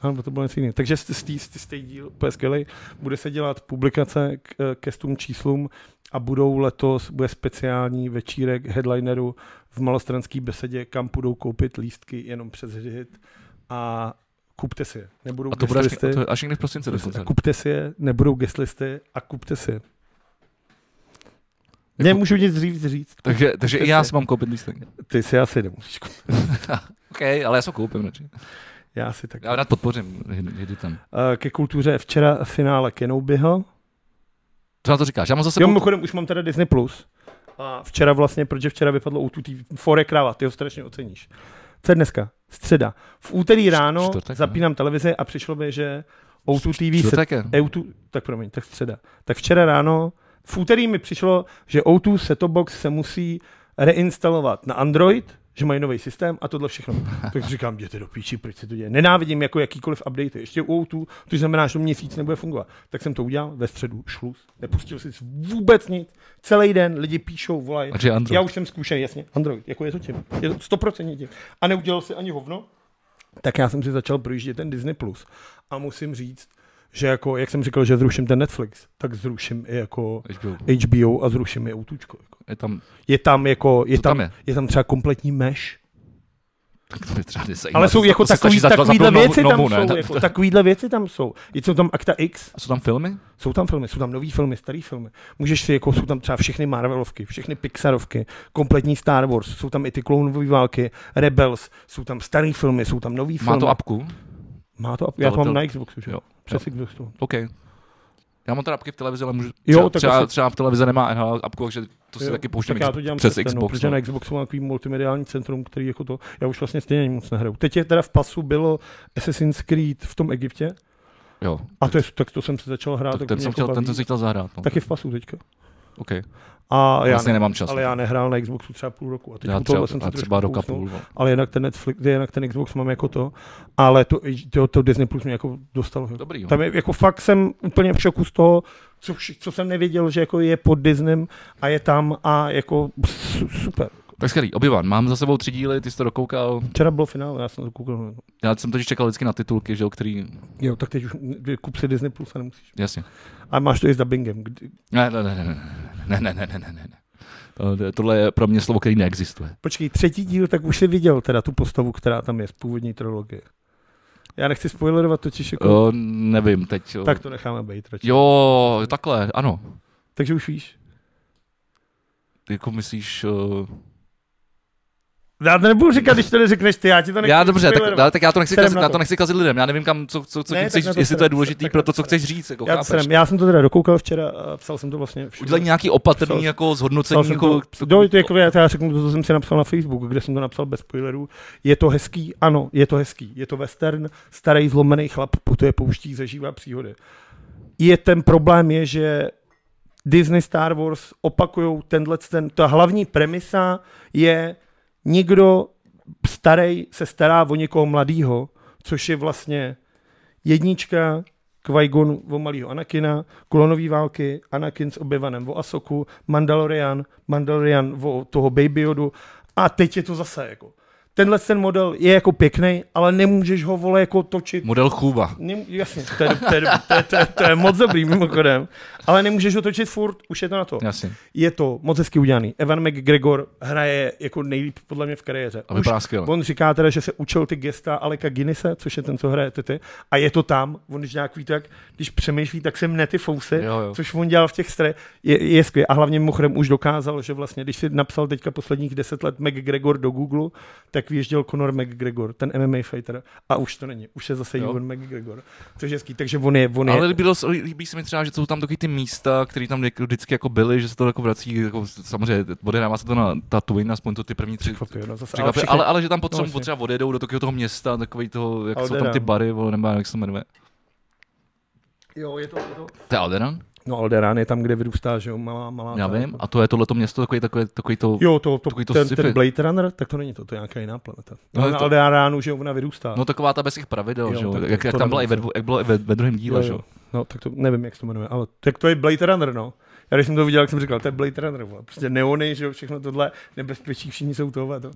Ano, to bylo něco jiného. Takže z z- z- z té díl, to je skvělý. Bude se dělat publikace k, eh, ke stům číslům a budou letos, bude speciální večírek headlineru v malostranský besedě, kam budou koupit lístky jenom přes hit a kupte si je. Nebudou
A to bude až,
guestlisty,
to je až někdy v prosinci dokonce.
a kupte si je, nebudou guest listy a kupte si je.
Jako-
Nemůžu nic dřív říct.
Takže, takže i já
si-
si mám koupit lístek.
Ty si asi nemusíš koupit.
OK, ale já se ho koupím radši.
Já si tak.
Já rád podpořím, jdi, jdi tam.
Eh, Ke kultuře včera finále Kenobiho.
Co na to říkáš? Já mám zase
Já
koupit.
mimochodem už mám teda Disney+. Plus. A včera vlastně, protože včera vypadlo o tu fore kráva, ty ho strašně oceníš. Co je dneska? Středa. V úterý ráno
čtvrtek, ne?
zapínám televizi a přišlo mi, že O2 TV se
Čtvrtek je.
EU2, tak promiň, tak středa. Tak včera ráno, v úterý mi přišlo, že O2 Setobox se musí reinstalovat na Android, že mají nový systém a tohle všechno. Tak říkám, jděte do píči, proč se to děje. Nenávidím jako jakýkoliv update, ještě u O2, to znamená, že to měsíc nebude fungovat. Tak jsem to udělal ve středu, šluz, nepustil si vůbec nic, celý den lidi píšou, volají.
Takže Andro.
Já už jsem zkušený, jasně, Android, jako je to tím, je to stoprocentně tím. A neudělal si ani hovno, tak já jsem si začal projíždět ten Disney+. Plus a musím říct, že jako, jak jsem říkal, že zruším ten Netflix, tak zruším i jako
HBO.
HBO a zruším i Outučko. jako.
Je tam,
Je tam jako, je
Co tam
tam,
je?
je tam třeba kompletní mesh,
tak to mě třeba nezajímá.
ale jsou
No, To-
jako
to se
takový,
stačí za- za-
takovýhle
zapnout
věci tam
novu, ne?
jsou,
Tak-
jako, takovýhle věci tam jsou. Je- Jsou tam Akta X,
Jsou tam filmy?
jsou tam filmy, jsou tam nový filmy, starý filmy. Můžeš si, jako jsou tam třeba všechny Marvelovky, všechny Pixarovky, kompletní Star Wars, jsou tam i ty klounové války, Rebels, jsou tam starý filmy, jsou tam nový filmy.
Má to apku?
Má to, já to
Tohle
mám
to-
na Xboxu, že jo?
jo.
Přes Xboxu.
OK. Já mám teda apky v televizi, ale můžu,
Jo,
jo,
tak
třeba, třeba,
asi-
třeba, v televizi nemá NHL apku, takže to si
Jo,
taky pouštím
tak já to dělám
přes
ten, no,
Xbox.
protože
no.
na Xboxu mám takový multimediální centrum, který jako to, já už vlastně stejně ani moc nehraju. Teď je teda v pasu bylo Assassin's Creed v tom Egyptě
Jo,
a to je, tak to jsem se začal hrát.
tak
to
ten,
mě
jsem
jako
chtěl, ten
baví.
jsem si chtěl zahrát. No.
Tak je v pasu teďka.
OK.
A já,
Vlastně
ne,
nemám čas.
ale já nehrál na Xboxu třeba půl roku a teď
já
u
třeba,
tohohle jsem se
já
trošku
třeba roka
kousnul.
půl. no.
Ale jinak ten, Netflix, jinak ten Xbox mám jako to, ale to, to, to Disney Plus mě jako dostalo. Jako.
Dobrý, no. jo.
Tam je, jako fakt jsem úplně v šoku z toho, co, vš- co jsem nevěděl, že jako je pod Disneym a je tam a jako su- super.
Tak skvělý, obyvan, mám za sebou tři díly, ty jsi to dokoukal.
Včera bylo finále, já jsem to koukal. no.
Já jsem totiž čekal vždycky na titulky, že jo, který,
Jo, tak teď už n- kup si Disney Plus a nemusíš.
jasně.
A máš to i s dubbingem. Kdy-
Ne, ne, ne, ne, ne, ne, ne, ne, ne, ne, ne. To- Tohle je pro mě slovo, který neexistuje.
Počkej, třetí díl, tak už jsi viděl teda tu postavu, která tam je z původní trilogie. Já nechci spoilerovat totiž jako...
O, Eh, nevím, teď. jo.
Tak to necháme být radši.
Jo, takhle, ano.
Takže už víš.
Jako myslíš, uh,
Já to nebudu říkat, když to neřekneš ty, já ti to nechci
já dobře, tak,
spoilerovat.
ale tak já to nechci
Serem
kazit,
na
já
to.
to nechci kazit lidem, já nevím kam, co, co, co
Ne,
tím
tak
chceš,
na to
jestli
serem,
to je důležitý
tak
pro
na
to,
to
co
serem.
chceš říct, jako
já, to
chápeš?
jsem, já jsem to teda dokoukal včera a psal jsem to vlastně všude.
Udělej nějaký
Psal
opatrný
jsem-
jako
Psal
zhodnocení,
jsem to,
jako...
do, to, jako, já, to já řeknu to, co jsem si napsal na Facebook, kde jsem to napsal bez spoilerů. Je to hezký? Ano, je to hezký. Je to western, starý zlomený chlap putuje pouští, zažívá příhody. Je ten problém je, že Disney Star Wars opakujou tenhle, ten, ta hlavní premisa je někdo starý se stará o někoho mladýho, což je vlastně jednička Qui-Gon o malýho Anakina, klonový války, Anakin s obyvanem o Asoku, Mandalorian, Mandalorian o toho Baby Yodu a teď je to zase jako. tenhle ten model je jako pěkný, ale nemůžeš ho vole jako točit.
Model Chuba.
Nem, jasně, to je, to, je, to, je, to, je, to je moc dobrý mimochodem. Ale nemůžeš ho točit furt, už je to na to.
Jasně.
Je to moc hezky udělaný. Evan McGregor hraje jako nejlíp podle mě v kariéře.
A
Už
vypadá skvěle.
on říká teda, že se učil ty gesta Aleka Guinnesse, což je ten, co hraje ty, a je to tam. On když nějak ví, tak když přemýšlí, tak se mne ty fousy,
Jo, jo.
což on dělal v těch stre, je, je skvělý. A hlavně mimochodem už dokázal, že vlastně, když si napsal teďka posledních deset let McGregor do Google, tak vyjížděl Conor McGregor, ten MMA fighter. A už to není, už je zase
Jo.
Ivan McGregor, což je hezký. Takže on je, on je
Ale líbilo, se- líbí se mi třeba, že jsou tam taky ty místa, které tam vždy- vždycky jako byly, že se to jako vrací, jako, samozřejmě odehrává se to na Tatooine, aspoň to ty první tři
Překvapuje, no, zase, ale
Překvapuje,
všechny-
ale, ale, že tam potřeba,
No,
no,
jasně.
potřeba odjedou do takového toho města, takový toho, jak jsou tam
Alderan.
ty bary, vole, nebo jak se to jmenuje.
Jo, je to, je to.
To je Alderan?
No Alderán je tam, kde vyrůstá, že jo, malá, malá.
Já
ta-
vím. A to je tohleto město, takový, takový, takový to...
No, Jo, to, to,
Takový to
to ten,
sci-fi.
ten, Blade Runner, tak to není to, to je nějaká jiná planeta.
No,
No,
je
na
to-
Alderánu, že jo, ona vyrůstá.
No taková ta bez těch pravidel,
Jo,
že jo?
tak to-
Jak, jak,
to
tam byla i ve,
nevím,
dvu- jak bylo i ve, ve druhém díle, že jo?
No, tak to nevím, jak se to jmenuje, ale tak to je Blade Runner, no. Já když jsem to viděl, jak jsem říkal, to je Blade Runner, vole. prostě neony, že jo, všechno tohle, nebezpečí, všichni jsou toho, to. Uh,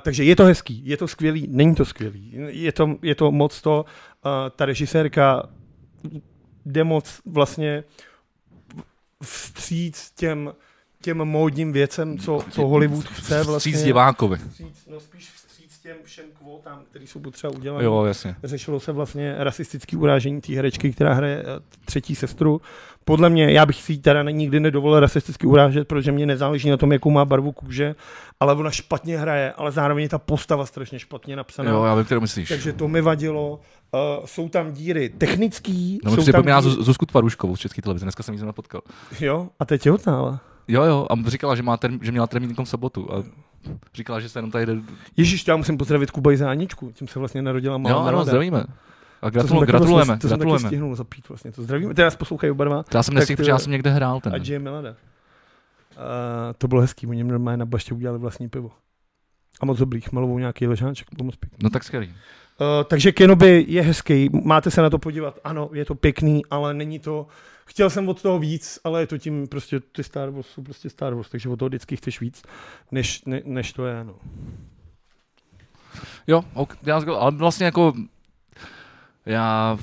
takže je to hezký, je to skvělý, není to skvělý, je to, je to moc to, uh, ta režisérka jde moc vlastně vstříc těm, těm módním věcem, co, co Hollywood chce vlastně.
Vstříc divákovi.
vstříc, no spíš vstříc těm všem kvótám, které jsou potřeba udělat.
Jo, jasně.
Řešilo se vlastně rasistické urážení té herečky, která hraje eh, třetí sestru. Podle mě, já bych si ji teda nikdy nedovolil rasisticky urážet, protože mě nezáleží na tom, jakou má barvu kůže, ale ona špatně hraje, ale zároveň je ta postava strašně špatně napsaná.
Jo, já vím, kterou myslíš.
Takže to mi vadilo. Uh, jsou tam díry technický.
No, mi
jsou tam
připomíná
díry-
Zuz- Zuzku Tvaruškovou z České televize, dneska jsem ji zrovna potkal.
Jo, a teď je hotná.
Jo, jo, a říkala, že, má term, že měla termín někom v sobotu a říkala, že se jenom tady jde.
Ježíš, já musím pozdravit Kubajzáničku, tím se vlastně narodila malá
Jo, ano,
Melada.
zdravíme. A
To jsem
gratulujeme,
taky
gratulujeme,
vlastně- To jsem taky
gratulujeme.
stihnul zapít vlastně, to zdravíme. Teda nás poslouchají oba dva.
To já jsem
Tak
nestihl,
to-
protože já jsem někde hrál ten.
A J. Melada. Uh, to bylo hezký, oni normálně na baště udělali vlastní pivo. A moc dobrý, chmelovou nějaký ležáček, bylo moc pěkný.
No tak skvělý.
Uh, takže Kenobi je hezký, máte se na to podívat. Ano, je to pěkný, ale není to... Chtěl jsem od toho víc, ale je to tím prostě, ty Star Wars jsou prostě Star Wars, takže od toho vždycky chceš víc, než, ne, než to je, no.
Jo, ok, já, ale vlastně jako, já,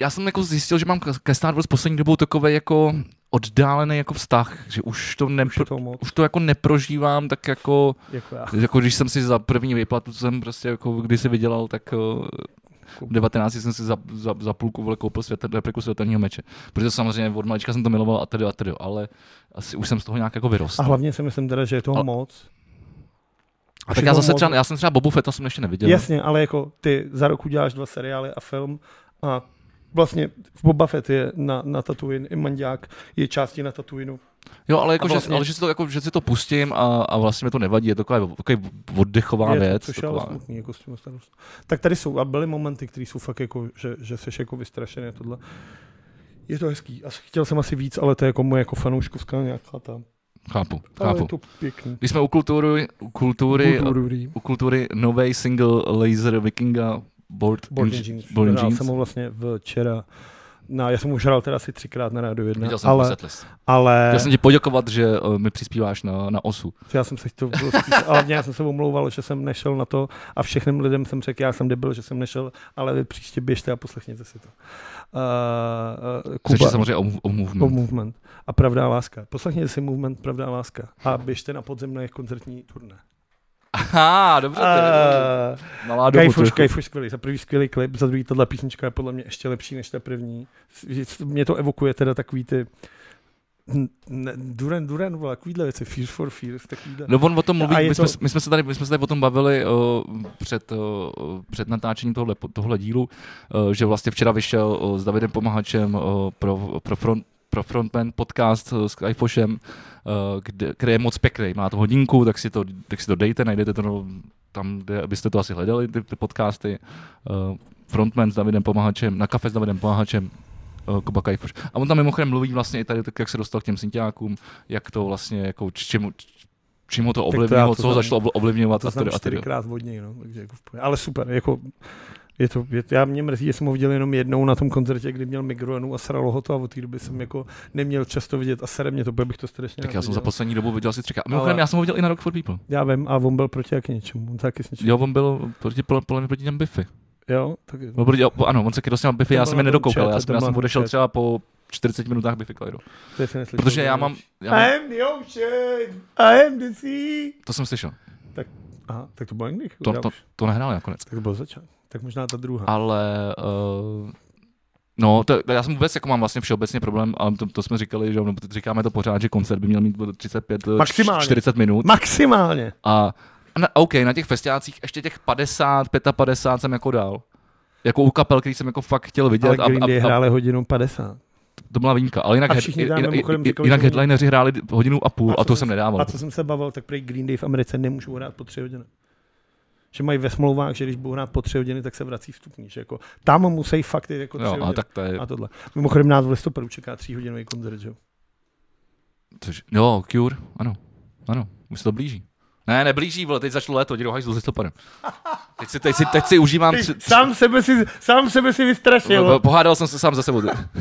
já jsem jako zjistil, že mám ke- ke Star Wars poslední dobou takový jako oddálený jako vztah, že už to,
Už je
nepro,
to moc,
už to jako neprožívám tak jako,
jako já.
jako když jsem si za první výplatu, co jsem prostě jako když si vydělal, tak eh, v 19 jsem si za, za, za půlku vole koupil světel, repliku světelního meče. Protože samozřejmě od malička jsem to miloval a tedy a tedy, ale asi už jsem z toho nějak jako vyrostl.
A hlavně si myslím teda, že je toho
Ale-
moc.
A
už
tak
je
já
toho
zase
moc.
třeba, já jsem třeba Bobu Fetta jsem ještě neviděl.
Jasně, ale jako ty za rok uděláš dva seriály a film a vlastně v Boba Fett je na, na Tatooine, i Mandiák je části na Tatooinu.
Jo, ale, jako,
A
vlastně...
vlastně-
že, ale že, si to, jako, že si to pustím a, a vlastně mi to nevadí, je to taková, taková oddechová
je,
věc.
což je ale
Taková.
smutný, jako s tím starost. Tak tady jsou, a byly momenty, které jsou fakt jako, že, že seš jako vystrašený a tohle. Je to hezký. A chtěl jsem asi víc, ale to je jako moje jako fanouškovská nějaká tam.
Chápu,
Ale je
chápu.
to pěkný.
Když jsme u kultury, u kultury,
Kulturu, dobrý.
u kultury nový single Laser Vikinga Board,
Board
Eng-
Jeans.
Board
Hrál
Jeans.
jsem ho vlastně včera. No, já jsem ho už hrál teda asi třikrát na rádiu jedna,
Viděl jsem ale...
ale,
setlist.
ale,
Chtěl jsem ti poděkovat, že eh, mi přispíváš na, na osu.
Já jsem se chtěl, bylo spíš, ale mě, já jsem se omlouval, že jsem nešel na to a všechným lidem jsem řekl, já jsem debil, že jsem nešel, ale vy příště běžte a poslechněte si to. Uh,
Kuba.
Kuba,
samozřejmě o, mov- o movement.
o movement a pravdá láska. Poslechněte si movement, pravdá láska a běžte na podzim na jejich koncertní turné.
Aha, dobře. Uh,
Uh,
Malá dobu
Kajfuš,
trošku.
Kajfuš, skvělý. Za prvý skvělý klip, za druhý tahle písnička je podle mě ještě lepší než ta první. S- Mě to evokuje teda takový ty n- ne, Duran Duran, vole, takovýhle věci, Fears for Fears, takovýhle.
No on o tom mluví,
A je
my jsme,
to-
my, jsme se tady, my jsme se tady o tom bavili uh, před, uh, před natáčením tohle, tohle dílu, uh, že vlastně včera vyšel uh, s Davidem Pomahačem uh, pro, pro, front, pro Frontman podcast uh, s Kajfošem, uh, kde, který je moc pěkný, má to hodinku, tak si to, tak si to dejte, najdete to no, tam, kde byste to asi hledali, ty, ty podcasty. Uh, frontman s Davidem Pomahačem, na kafe s Davidem Pomahačem, eh, Kuba Kajfoš. A on tam mimochodem mluví vlastně i tady, tak jak se dostal k těm synťákům, jak to vlastně, jako č- čemu, č- čím ho to
to já
ovlivnilo,
to
co ho
znám.
začalo ovl- ovlivňovat
To
a
znám
tedy a tedy.
čtyřikrát vodněji, no, takže jako v pohodě. Ale super, jako Je to, je, já mě mrzí, že jsem ho viděl jenom jednou na tom koncertě, kdy měl migronu a sralo ho to a od té doby jsem jako neměl často vidět a sere mě to, protože bych to strašně
Hmm. Tak
rád
já jsem za
viděl.
poslední dobu viděl asi třikrát. A mimochodem,
Ale-
já jsem ho viděl i na Rock for People.
Já vím, a on byl proti jak něčemu, on taky s něčím.
Jo, on byl proti, podle podle mě proti těm Biffy.
jo tak
No, proti, jo, ano, on se ke dostal Biffy,
To
já
byl
jsem je
na tom
nedokoutal,
chat,
já
to
jsem, já
byl
jsem
na tom
odešel
chat.
třeba po 40 minutách Biffy Clyro.
to je si neslyšel. no,
Protože já mám, já mám,
I am the ocean, I am the sea.
to jsem slyšel,
Aha, tak to bylo English.
to,
já
to,
už-
to nehrál nakonec.
Tak to byl začátek. Tak možná ta druhá.
Ale uh, No, to, já jsem vůbec jako mám vlastně všeobecně problém, ale to, to jsme říkali, že jo, nebo říkáme to pořád, že koncert by měl mít 35,
Maximálně.
40 eh, minut.
Maximálně.
A a na, OK, na těch festiácích ještě těch 50, 55 jsem jako dal. Jako u kapel, který jsem jako fakt chtěl vidět.
Ale Green Day
a, a, a
hráli hodinu 50.
to byla výjimka. Ale jinak,
A
head-
všichni
i-
tam
i-
mimochodem
i-
říkali,
jinak
že-
headlineři hráli hodinu a půl a,
co
to
jsem-
jsem nedával.
A co jsem se bavil, tak prý Green Day v Americe nemůžou hrát po tři hodiny. Že mají ve smlouvách, že když budou hrát po tři hodiny, tak se vrací vstupní. Že jako, tam musí fakt jít jako tři
jo,
hodiny.
ale tak to je,
A tohle. Mimochodem nás v listopadu čeká tříhodinový koncert, že? jo?
což, jo, Cure, ano, ano, už se to blíží. Ne, neblíží, vole, teď začalo léto, jdi do hajzlu s listopadem. Teď si, teď si, teď si užívám, tři,
Ty, sám, sebe si, sám sebe si vystrašil.
pohádal jsem se sám za sebou.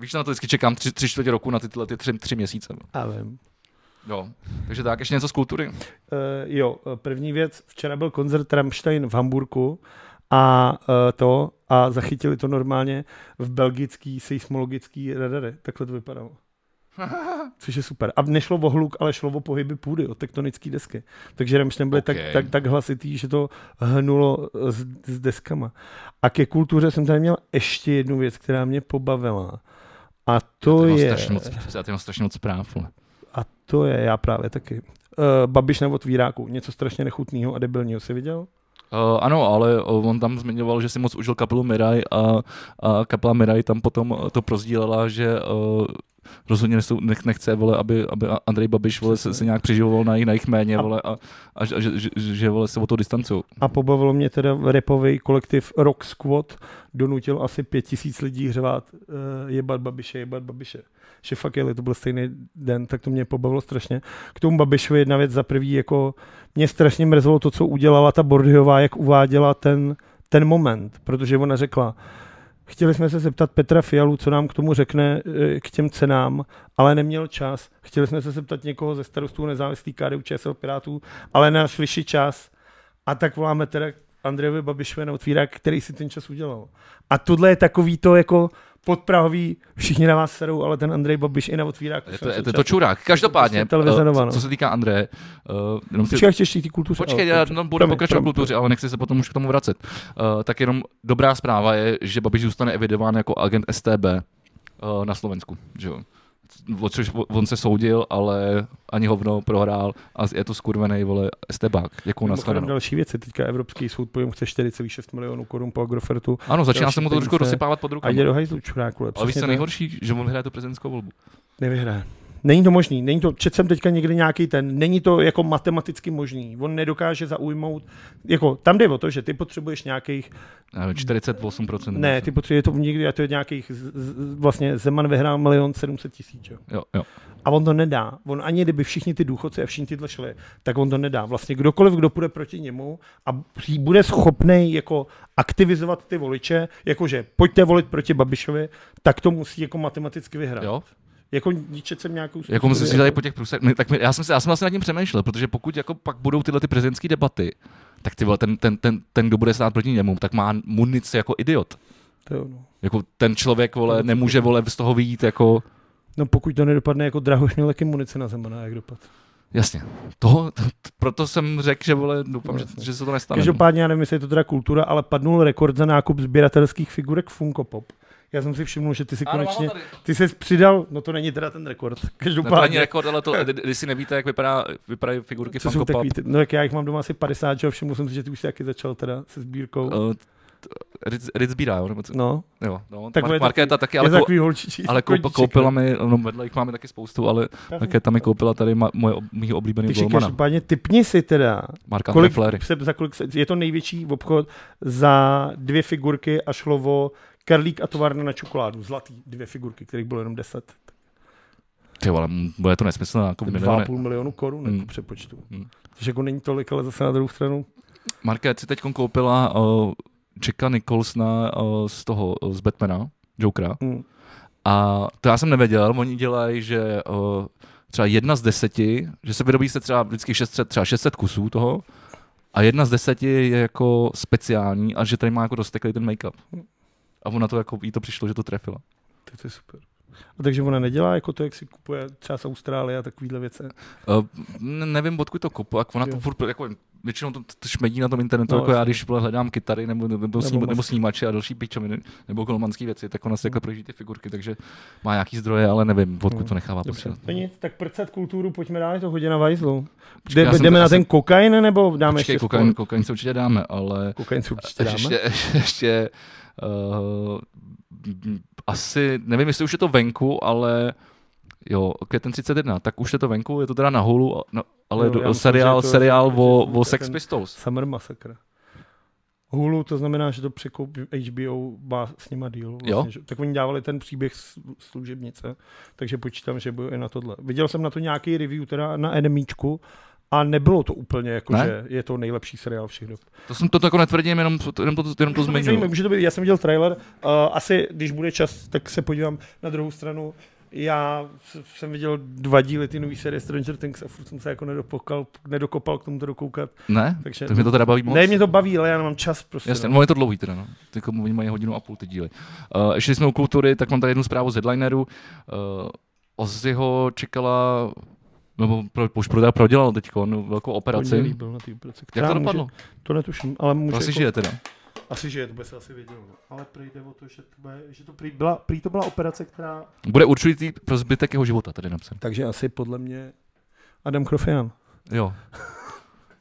Víš, na to vždycky čekám tři, tři čtvrtě roku na ty, tyhle ty tři, tři měsíce. vole.
A vím.
Jo, takže tak, ještě něco z kultury.
Uh, jo, eh, první věc, včera byl koncert Rammstein v Hamburku a uh, to, a zachytili to normálně v belgický seismologický radary, takhle to vypadalo. Což je super. A nešlo o hluk, ale šlo o pohyby půdy, o tektonické desky. Takže Rammstein byli
Ok.
tak, tak, tak hlasitý, že to hnulo eh, s, s deskama. A ke kultuře jsem tady měl ještě jednu věc, která mě pobavila. A to
já
je...
Strašně moc, já tady mám strašně moc zpráv. vole.
A to je já právě taky. Uh, babiš na otvíráku, něco strašně nechutného a debilního si viděl?
Uh, ano, ale uh, on tam zmiňoval, že si moc užil kapelu Mirai a, a kapela Mirai tam potom uh, to prozdílela, že uh, rozhodně nesou, nech, nechce, vole, aby, aby A- Andrej Babiš vole, se, se nějak přeživoval na jejich, na jejich méně
A-
vole, a, a, že- a že, že, že vole, se o to distancují.
A pobavilo mě teda repový kolektiv Rock Squad, donutil asi pět tisíc lidí hřevát uh, jebat babiše, jebat babiše. Že fakt jeli, to byl stejný den, tak to mě pobavilo strašně. K tomu babišovi jedna věc za prvý, jako mě strašně mrzelo to, co udělala ta Bordyová, jak uváděla ten, ten moment, protože ona řekla, Chtěli jsme se zeptat Petra Fialu, co nám k tomu řekne eh, k těm cenám, ale neměl čas. Chtěli jsme se zeptat někoho ze starostů nezávislých KDU ČSL Pirátů, ale nenašli si čas. A tak voláme teda Andrejovi Babišovi na otvírák, který si ten čas udělal. A tohle je takový to jako podprahový, všichni na vás serou, ale ten Andrej Babiš i na otvírák.
Je to, je to, je to čurák. Každopádně,
Prostě televize
eh,
Nova, no.
co, co se týká Andreje, uh, jenom si,
Počkej, ještě ještě k té kultuře.
Počkej, já
ale dobře.
no, budu
Promiň,
pokračovat v
promiň.
kultuře, ale nechci se potom už k tomu vracet. Uh, tak jenom dobrá zpráva je, že Babiš zůstane evidován jako agent STB uh, na Slovensku. Že jo? O což o- on se soudil, ale ani hovno prohrál a je to skurvený vole STBák. Děkuji na
Mimochodem
shledanou.
další věci. Teďka Evropský soud po něm chce 4,6 milionů korun po Agrofertu.
Ano, začíná
další
se mu to trošku
peníze.
rozsypávat pod
A
rukama.
jde do hajzlu čuráku.
Ale víš,
přesně
co je
tak.
nejhorší, že on hraje tu prezidentskou volbu.
Nevyhraje. Není to možný. Není to, četl jsem teďka někde nějaký ten, není to jako matematicky možný. On nedokáže zaujmout, jako tam jde o to, že ty potřebuješ nějakých,
Já nevím, 48%.
ne, ty potřebuješ to nikdy, a to je nějakých, z- z- vlastně Zeman vyhrál milion 700 tisíc, jo.
Jo, jo.
A on to nedá. On ani kdyby všichni ty důchodci a všichni tyhle šli, tak on to nedá. Vlastně kdokoliv, kdo půjde proti němu a při- bude schopný jako aktivizovat ty voliče, jakože pojďte volit proti Babišovi, tak to musí jako matematicky vyhrát.
jo.
Jako ničet jsem nějakou
Jako myslím si
studii,
tady po těch průsech, ne, tak mi, já jsem, se, já jsem vlastně nad tím přemýšlel, protože pokud jako pak budou tyhle ty prezidentské debaty, tak ty vole, ten, ten, ten, ten, kdo bude stát proti němu, tak má munici jako idiot.
to jo, no.
Jako ten člověk, vole, nemůže, vole, z toho vyjít jako...
No pokud to nedopadne jako Drahoš měl taky munici na Zemana, jak dopad.
Jasně. Toho, t- t- proto jsem řekl, že vole, doufám, že, že se to nestane.
Každopádně já nevím, jestli je to teda kultura, ale padnul rekord za nákup sběratelských figurek Funko Pop. Já jsem si všiml, že ty si
Ano, mám ho
konečně,
tady.
ty se přidal, no to není teda ten rekord,
Ne, to není
každopádně.
rekord, ale to, když si nevíte, jak vypadá, vypadají figurky
Co jsou
Funko Pop,
takový, ty, no jak já jich mám doma asi 50, že jo, všiml jsem si, že ty už jsi taky začal teda se sbírkou.
eh, t- Ritz- Ritz Bírá, jo, nebo co?
No,
Jo, no,
Takhle
Mar-
je
Markéta taky, ale
je
kou-
takový holčičí.
ale koup,
koníček,
koupila
no.
mi, no vedle jich máme taky spoustu, ale Markéta mi koupila tady ma, moje, ob- mýho oblíbeného
Takže
golmana,
každopádně typni si teda,
Marka
kolik
Flery.
se, za kolik se, je to největší obchod za dvě figurky a šlo o Karlík a továrna na čokoládu. Zlatý dvě figurky, kterých bylo jenom 10.
Ty vole, m- bude to nesmysl, jako miliony.
2,5 milionu korun
Hmm.
hmm. přepočtu.
Hmm.
Hmm. Což jako není tolik, ale zase na druhou stranu.
Market si teď koupila uh, Jacka Nicholsona eh, z toho, eh, z Batmana, Jokera.
Mm.
A to já jsem nevěděl, oni dělají, že uh, třeba jedna z deseti, že se vyrobí se třeba vždycky 600, třeba 600 kusů toho, a jedna z deseti je jako speciální a že tady má jako rozteklý ten make-up. A ona to jako, jí to přišlo, že to trefila.
Tak to je super. A takže ona nedělá jako to, jak si kupuje třeba z Austrálie a takovýhle věci.
Uh, nevím, odkud to kopu, jak ona to
Jo.
furt, jako, většinou to, to šmedí na tom internetu,
No,
no, jako já,
jasně.
když vole, hledám kytary nebo, nebo, nebo, sním, nebo
masky. Mm.
snímače a další pičoviny, nebo golmanské věci, tak ona si takhle projíždí ty figurky, takže má nějaký zdroje, ale nevím, odkud to nechává
Dobře.
posílat.
To No nic, tak prcat kulturu, pojďme dál, je to hodina vajzlu.
Počkej, já
Jde,
jsem-
jdeme
já
na
jsem-
ten kokain, nebo dáme
Počkej,
ještě
kokain,
kokain.
kokain se určitě dáme, ale
Kokain si určitě dáme.
ještě, ještě, ještě uh, asi, nevím, jestli už je to venku, ale jo, květen 31, tak už je to venku, je to teda na hulu, no, ale
Jo,
jo,
já myslím,
seriál,
že to-
seriál
že-
o,
že-
o
že
Sex
ten-
Pistols.
Summer Massacre. Hulu, to znamená, že to překoupí HBO, má s nima deal. Vlastně,
Jo.
Že, tak oni dávali ten příběh s- služebnice, takže počítám, že bude i na tohle. Viděl jsem na to nějaký review teda na Enemíčku a nebylo to úplně jako,
Ne?
že je to nejlepší seriál všech dob.
To jsem to jako netvrdím, jenom, to- jenom to, jenom to
To mě zajímá,
zmiňuji.
může to být, já jsem viděl trailer, uh, asi když bude čas, tak se podívám na druhou stranu. Já s- jsem viděl dva díly ty nový série Stranger Things a furt jsem se jako nedopokal, nedokopal k tomu to dokoukat.
Ne?
Takže
Tak mě to teda baví moc.
ne, mě to baví, ale já nemám čas prostě.
Jasně,
no.
no je to dlouhý teda, no. Ty komu- oni mají hodinu a půl ty díly. Uh, ještě když jsme u kultury, tak mám tady jednu zprávu z headlineru. Uh, Ozzyho čekala, nebo pro, už pro, teda prodělal teď no, velkou
Pondělí
operaci.
byl na té operaci. která
Jak to
může-
dopadlo?
To netuším, ale může...
To asi
jako,
žije teda.
asi žije, to by se asi vědělo. Ale prý jde o to, že to, bude, že to prý, byla, prý to byla operace, která...
Bude určitý pro zbytek jeho života, tady napsaný.
Takže asi podle mě Adam Krofian.
Jo.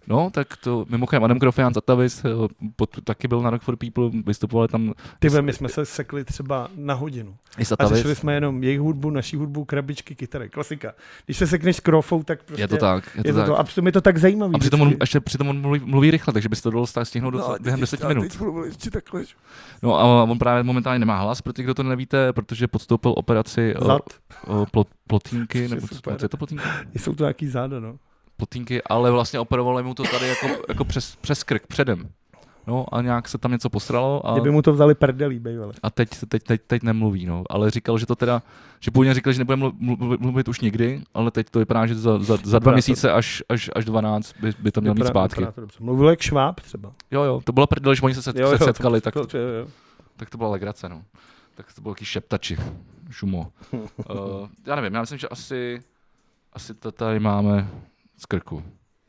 No, tak to mimochodem Adam Krofian z Atavis eh, pod, taky byl na Rock for People, vystupovali tam
Ty ve, my jsme se sekli třeba na hodinu.
i z
A
Atavis.
řešili jsme jenom jejich hudbu, naší hudbu, krabičky, kytary. Klasika. Když se sekneš s Krofou, tak prostě...
Je to tak, je to,
Je to,
tak.
to, a přitom je to tak zajímavý.
A přitom on,
vždycky.
ještě, přitom on mluví, mluví rychle, takže byste to dalo stát- stihnout no, během 10 minut.
Teď mluvil ještě takhle. že-
No a on právě momentálně nemá hlas, pro ty, kdo to nevíte, protože podstoupil operaci eh,
Zad.
eh, plot, plotínky,
Což je
nebo co,
super.
co je to plotínky?
Jsou to nějaký záda, no.
Plotínky, ale vlastně operovali mu to tady jako, jako přes, přes krk předem. No a nějak se tam něco posralo a,
Kdyby mu to vzali perdelí, bejvele.
a teď, se- teď, teď, teď nemluví, no. Ale říkal, že to teda, že původně říkal, že nebude mlu- mlu- mluvit už nikdy, ale teď to vypadá, že za, za, za dva
to.
měsíce až, až, až 12 by, by to měl mít
Vypadá-
zpátky.
vypadá to dobře. Mluvil jak šváb třeba.
Jo, jo, to bylo prdel, že oni se, set,
Jo,
se
jo,
setkali, tak,
To, to, jo, jo.
tak to byla legrace, no. Tak to bylo taky šeptači, šumo. uh, já nevím, já myslím, že asi, asi to tady máme z krku.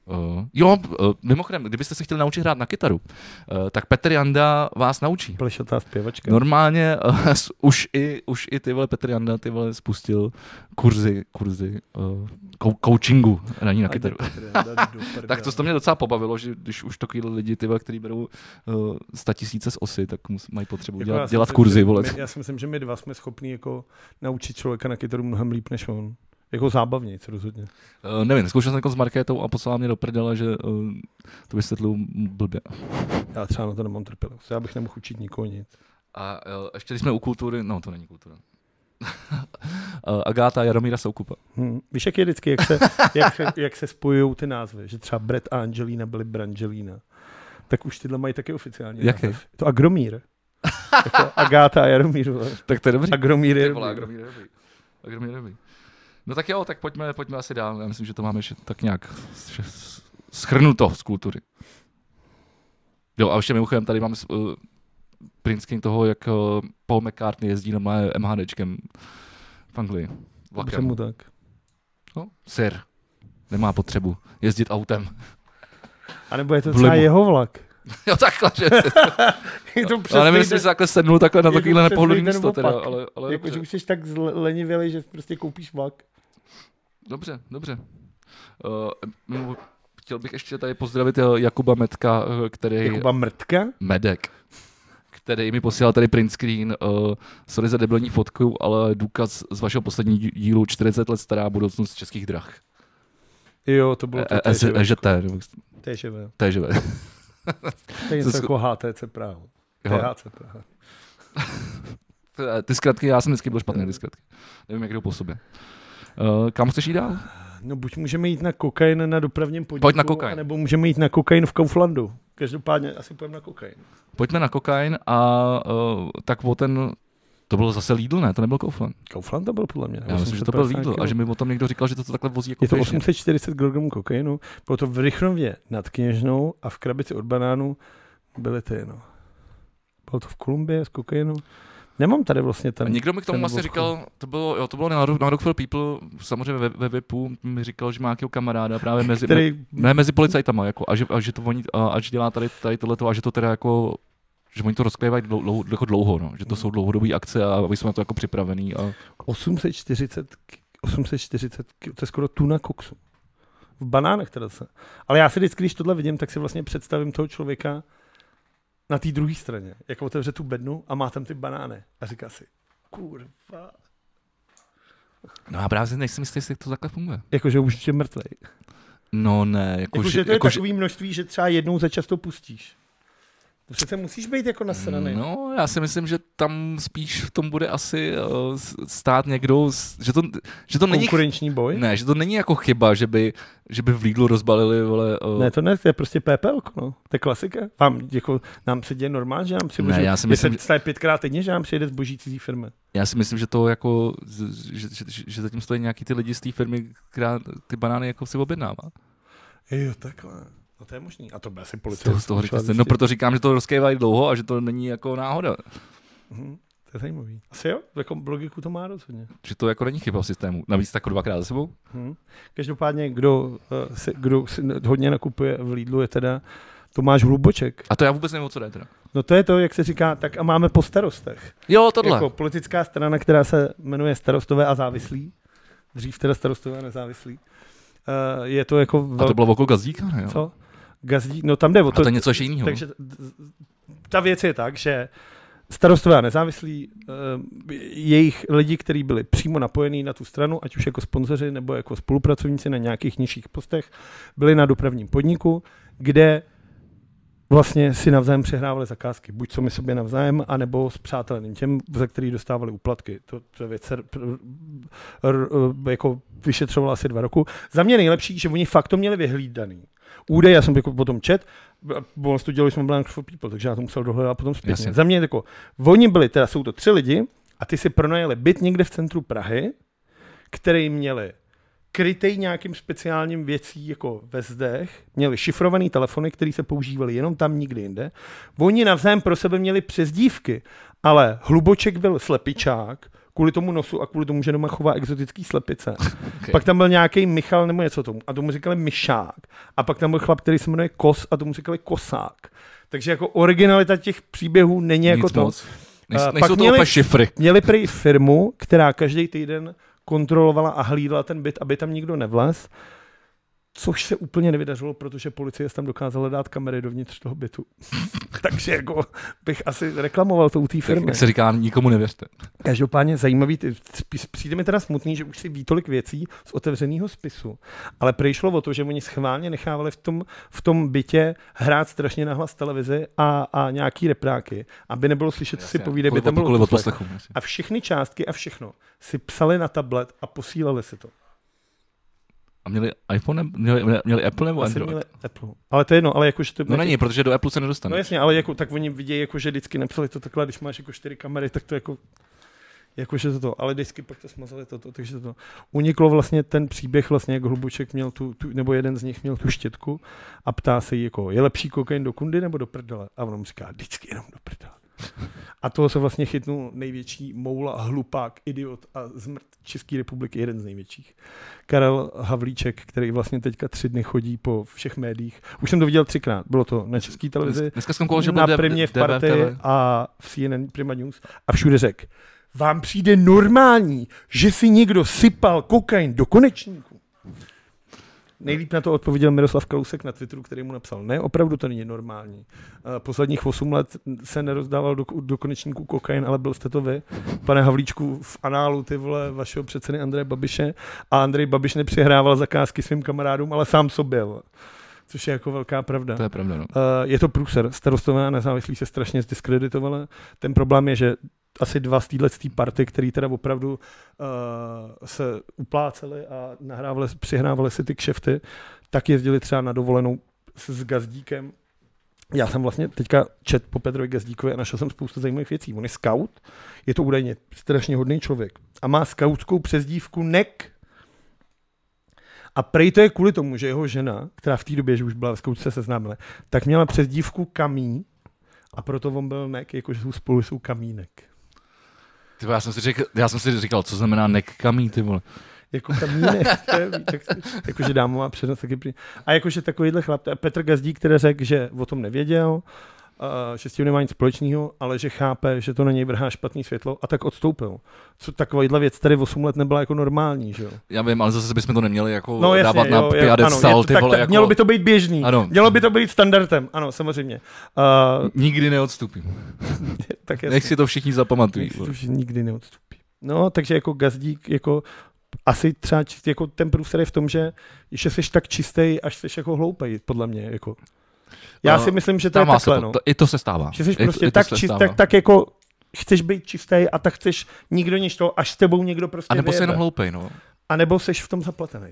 Uh, jo, uh, mimochodem, kdybyste se chtěli naučit hrát na kytaru, uh, tak Petr Janda vás naučí.
Plešatá
No,
zpěvačka.
Normálně uh, už, i, už i ty vole Petr Janda ty vole spustil kurzy, kurzy uh, kou, coachingu hraní na kytaru. Tak to, to mě docela pobavilo, že když už takovýhle lidi, ty, vole, kteří berou uh, 100 tisíce z osy, tak mus, mají potřebu
Jako já
dělat,
si
dělat
myslím,
kurzy,
že
vole.
My, já si myslím, že my dva jsme schopni jako naučit člověka na kytaru mnohem líp než on. Jako zábavnějc rozhodně.
Uh, nevím, zkoušel jsem jako s Markétou a poslala mě do prdele, že uh, to vysvětlil blbě.
Já třeba na to nemám trpělivost. Já bych nemohl učit nikoho nic.
A uh, ještě když jsme u kultury, no to není kultura. uh, Agáta Jaromíra Soukupa.
Hm. Víš, jak je vždycky, jak se, jak, se, jak se spojují ty názvy, že třeba Brett a Angelina byly Brangelina. Tak už tyhle mají taky oficiálně.
Jaký?
název. Je to Agromír. jako Agáta a Jaromír. vole.
Tak to je dobrý.
Agromír je
Ty vole,
dobrý.
Agromír je dobrý. Agromír je dobrý. No tak jo, tak pojďme, pojďme asi dál. Já myslím, že to máme ještě tak nějak s- s- schrnuto z kultury. Jo a ještě mimochodem tady mám uh, print screen toho, jak uh, Paul McCartney jezdí na mé MHDčkem v Anglii.
Dobře
Vlakem.
mu tak.
No, sir. Nemá potřebu jezdit autem.
A nebo je to
V
třeba
limu.
jeho vlak.
jo, takhle, že si,
Je to
já nevím,
ten-
jestli si takhle sednul takhle na
je to
takovýhle
přesný
nepohodlný
ten
místo, teda,
opak.
ale, ale
Jako, že
dobře.
už jsi tak zle- lenivělej, že prostě koupíš vlak.
Dobře, dobře. Uh, mimo, chtěl bych ještě tady pozdravit eh, Jakuba Medka, eh, který...
Jakuba Mrtka?
Medek, který mi posílal tady print screen. Uh, sorry za debilní fotku, ale důkaz z vašeho posledního dí- dílu 40 let stará budoucnost českých drah.
Jo, to bylo to, to je
E- e-
živé.
EŽT,
To je živé.
to je živé.
To je něco
Zas-
jako HTC Praha.
Jo.
THC Praha.
T- Ty zkratky, Eh, já jsem vždycky byl špatný, ty zkratky. Nevím, jak jdou po sobě. Uh, kam chceš jít dál?
No buď můžeme jít na kokain na dopravním podniku,
Pojď na kokain.
nebo můžeme jít na kokain v Kauflandu. Každopádně asi půjdeme na kokain.
Pojďme na kokain a uh, tak o ten, to bylo zase Lidl, ne? To nebyl Kaufland.
Kaufland to byl podle mě. ne?
Já myslím, že to byl
850
Lidl a
kilo.
že mi o tom někdo říkal, že to, to takhle vozí jako
Je to
pěšně.
840 kg kokainu, bylo to v Rychnově nad Kněžnou a v krabici od banánu byly ty, no. Bylo to v Kolumbii z kokainu. Nemám tady vlastně ten...
A někdo mi k tomu
ten
vlastně
obchod.
říkal, to bylo, jo, to bylo na, Rock- na Rock for People, samozřejmě ve, ve VIPu, mi říkal, že má nějakého kamaráda právě mezi,
který,
ne, mezi policajtama, jako, a, že, a, že to oni, a, a že dělá tady, tady tohleto, a že to teda jako, že oni to rozklévají dlou, dlou, jako dlouho, no. že
Mhm.
to jsou dlouhodobé akce a my jsme na to jako připravený. A
840, k- 840, k- to je skoro tuna koksu. V banánech teda se. Ale já si vždycky, když tohle vidím, tak si vlastně představím toho člověka na té druhé straně, jak otevře tu bednu a má tam ty banány. A říká si, kurva.
no a právě si nejsem jistý, jestli to takhle funguje.
Jakože už je mrtvej.
No ne, jako,
Jakože to je
jako,
takový množství, že třeba jednou za čas to pustíš. To přece musíš být jako nasraný. No.
No, já si myslím, že tam spíš v tom bude asi uh, s- stát někdo, s- že to, že to není
Konkurenční boj?
Ne, že to není jako chyba, že by, že by v Lidlu rozbalili, vole, eh, o,
Ne, to ne, to je prostě PPL, no. To je klasika. Vám, jako, nám se děje normálně, že nám přiboží.
Ne, já si myslím,
že... Staje pětkrát týdně, že nám přijede zboží cizí firmy.
já si myslím, že to jako, z- že, že, že- že zatím stojí nějaký ty lidi z té firmy, která ty banány jako si objednává.
Jo, takhle. No to je možný. A to by asi
Z toho,
policie.
z toho řetězce. No proto říkám, že to rozkévají dlouho a že to není jako náhoda.
Mhm, to je zajímavý. Asi jo, jako logiku to má rozhodně.
Že to jako není chyba v systému. Navíc tak jako dvakrát za sebou.
Mhm. Každopádně, kdo, eh, si, kdo si hodně nakupuje v Lidlu, je teda Tomáš Hluboček.
A to já vůbec nevím, o co jde teda.
No to je to, jak se říká, tak a máme po starostech.
Jo, tohle.
Jako politická strana, která se jmenuje Starostové a závislí, dřív teda Starostové a nezávislí, Eh, je to jako
a to
velké,
bylo okolo Gazdíka, ne? Jo?
co? Gazdí, no tam jde o
A to
to.
je něco ještě jiného.
takže t- t- ta věc je tak, že Starostové a nezávislí, eh, jejich lidi, kteří byli přímo napojení na tu stranu, ať už jako sponzoři nebo jako spolupracovníci na nějakých nižších postech, byli na dopravním podniku, kde vlastně si navzájem přehrávali zakázky, buď co my sobě navzájem, anebo s přáteleným těm, za který dostávali uplatky. To, to je věc se r, r, r, jako vyšetřovala asi dva roku. Za mě nejlepší, že oni fakt to měli vyhlídaný. Údaj, já jsem jako potom čet, bo to dělali jsme Blank for People, takže já to musel dohledat potom zpětně.
Jasně.
Za mě je jako, oni byli, teda jsou to tři lidi, a ty si pronajeli byt někde v centru Prahy, který měli krytej nějakým speciálním věcí jako ve zdech, měli šifrovaný telefony, které se používaly jenom tam, nikdy jinde. Oni navzájem pro sebe měli přezdívky, ale Hluboček byl slepičák, kvůli tomu nosu a kvůli tomu, že doma chová exotický slepice. Okay. Pak tam byl nějaký Michal nebo něco tomu a tomu říkali Myšák. A pak tam byl chlap, který se jmenuje Kos a tomu říkali Kosák. Takže jako originalita těch příběhů není
Nic
jako to.
moc. Nejs,
Eh,
nejsou
pak
to
měli-
úplně šifry.
Měli prý firmu, která každý týden kontrolovala a hlídala ten byt, aby tam nikdo nevlez, což se úplně nevydařilo, protože policie tam dokázala dát kamery dovnitř toho bytu. Takže jako bych asi reklamoval to u té
Jak,
firmy.
jak se říká, nikomu nevěřte.
Každopádně zajímavý, ty- spí- přijde mi teda smutný, že už si ví tolik věcí z otevřeného spisu, ale prý šlo o to, že oni schválně nechávali v tom, v tom bytě hrát strašně nahlas televizi a, a nějaký repráky, aby nebylo slyšet, co si
Jasně,
povídají, aby
Prostě kvůli-
tam bylo
kvůli
odposlech.
odposlechu. jasně.
A všechny částky a všechno si psali na tablet a posílali si to.
A měli iPhone, nebo- měli, měli Apple nebo
Asi
Android?
měli Apple. Ale to je jedno, ale jakože to...
No není, protože do Apple se
no
nedostane.
jasně, ale jako, tak oni vidějí, jako, že vždycky napsali to takhle, když máš jako čtyři kamery, tak to jako... Jakože to to, ale vždycky pak to smazali toto, takže to to. Uniklo vlastně ten příběh, vlastně jak Hlubuček měl tu, tu, nebo jeden z nich měl tu štětku a ptá se jí jako, je lepší kokain do kundy nebo do prdele? A on mu říká, vždycky jenom do prdele. A toho se vlastně chytnul největší moula, hlupák, idiot a zmrt České republiky, jeden z největších. Karel Havlíček, který vlastně teďka tři dny chodí po všech médiích. Už jsem to viděl třikrát, bylo to na české televizi,
Dneska jsem koukal, že byl
na
D-
primě v
DBTV.
partii a v CNN Prima News a všude řekl, vám přijde normální, že si někdo sypal kokain do konečníku. Nejlíp na to odpověděl Miroslav Kalousek na Twitteru, který mu napsal, ne, opravdu to není normální. Eh, Posledních 8 let se nerozdával do, do konečníků kokain, ale byl jste to vy, pane Havlíčku, v análu ty vole vašeho předsedy Andreje Babiše a Andrej Babiš nepřihrával zakázky svým kamarádům, ale sám sobě. vole. Což je jako velká pravda.
To je pravda, no.
Eh, je to průser. Starostové a nezávislí se strašně zdiskreditovali. Ten problém je, že asi dva z téhle party, který teda opravdu uh, se upláceli a nahrávali, přihrávali si ty kšefty, tak jezdili třeba na dovolenou s, s gazdíkem já jsem vlastně teďka čet po Petrovi Gazdíkovi a našel jsem spoustu zajímavých věcí. On je scout, je to údajně strašně hodný člověk a má scoutskou přezdívku NEK. A prej to je kvůli tomu, že jeho žena, která v té době, že už byla ve scoutce seznámena, tak měla přezdívku Kamí a proto on byl NEK, jakože jsou spolu jsou Kamínek.
Ty vole, já jsem si říkal, já jsem si říkal co znamená nek kamí, ty vole.
Jako kamínek, to je, víc, jak, jakože dáma má přednost taky při... A jakože takovýhle chlap, Petr Gazdík, který řekl, že o tom nevěděl, uh, že s tím nemá nic společného, ale že chápe, že to na něj vrhá špatný světlo a tak odstoupil. Co takovýhle věc tady 8 let nebyla jako normální, že jo?
Já vím, ale zase bychom to neměli jako
No jasně,
dávat
jo,
na
jo, ano, je
piadestal,
to,
ty
tak,
vole,
tak,
jako...
mělo by to být běžný,
Ano.
mělo by to být standardem, ano, samozřejmě. Uh,
Nikdy neodstupím.
tak jasně.
Nech si to všichni zapamatují.
Nech si
vole.
to už nikdy neodstupí. No, takže jako gazdík, jako asi třeba čist- jako ten průser je v tom, že, že jsi tak čistý, až jsi jako hloupej, podle mě. Jako. Já
No,
si myslím, že to je
Stává se
takhle,
to,
no.
to, i to se stává.
Že jsi
I to-
prostě
i to
tak,
se
čist,
stává.
tak, tak jako chceš být čistý a tak chceš nikdo nic toho, až s tebou někdo prostě
A nebo se
vyjebe.
jenom hloupej, no.
A nebo seš v tom zapletený.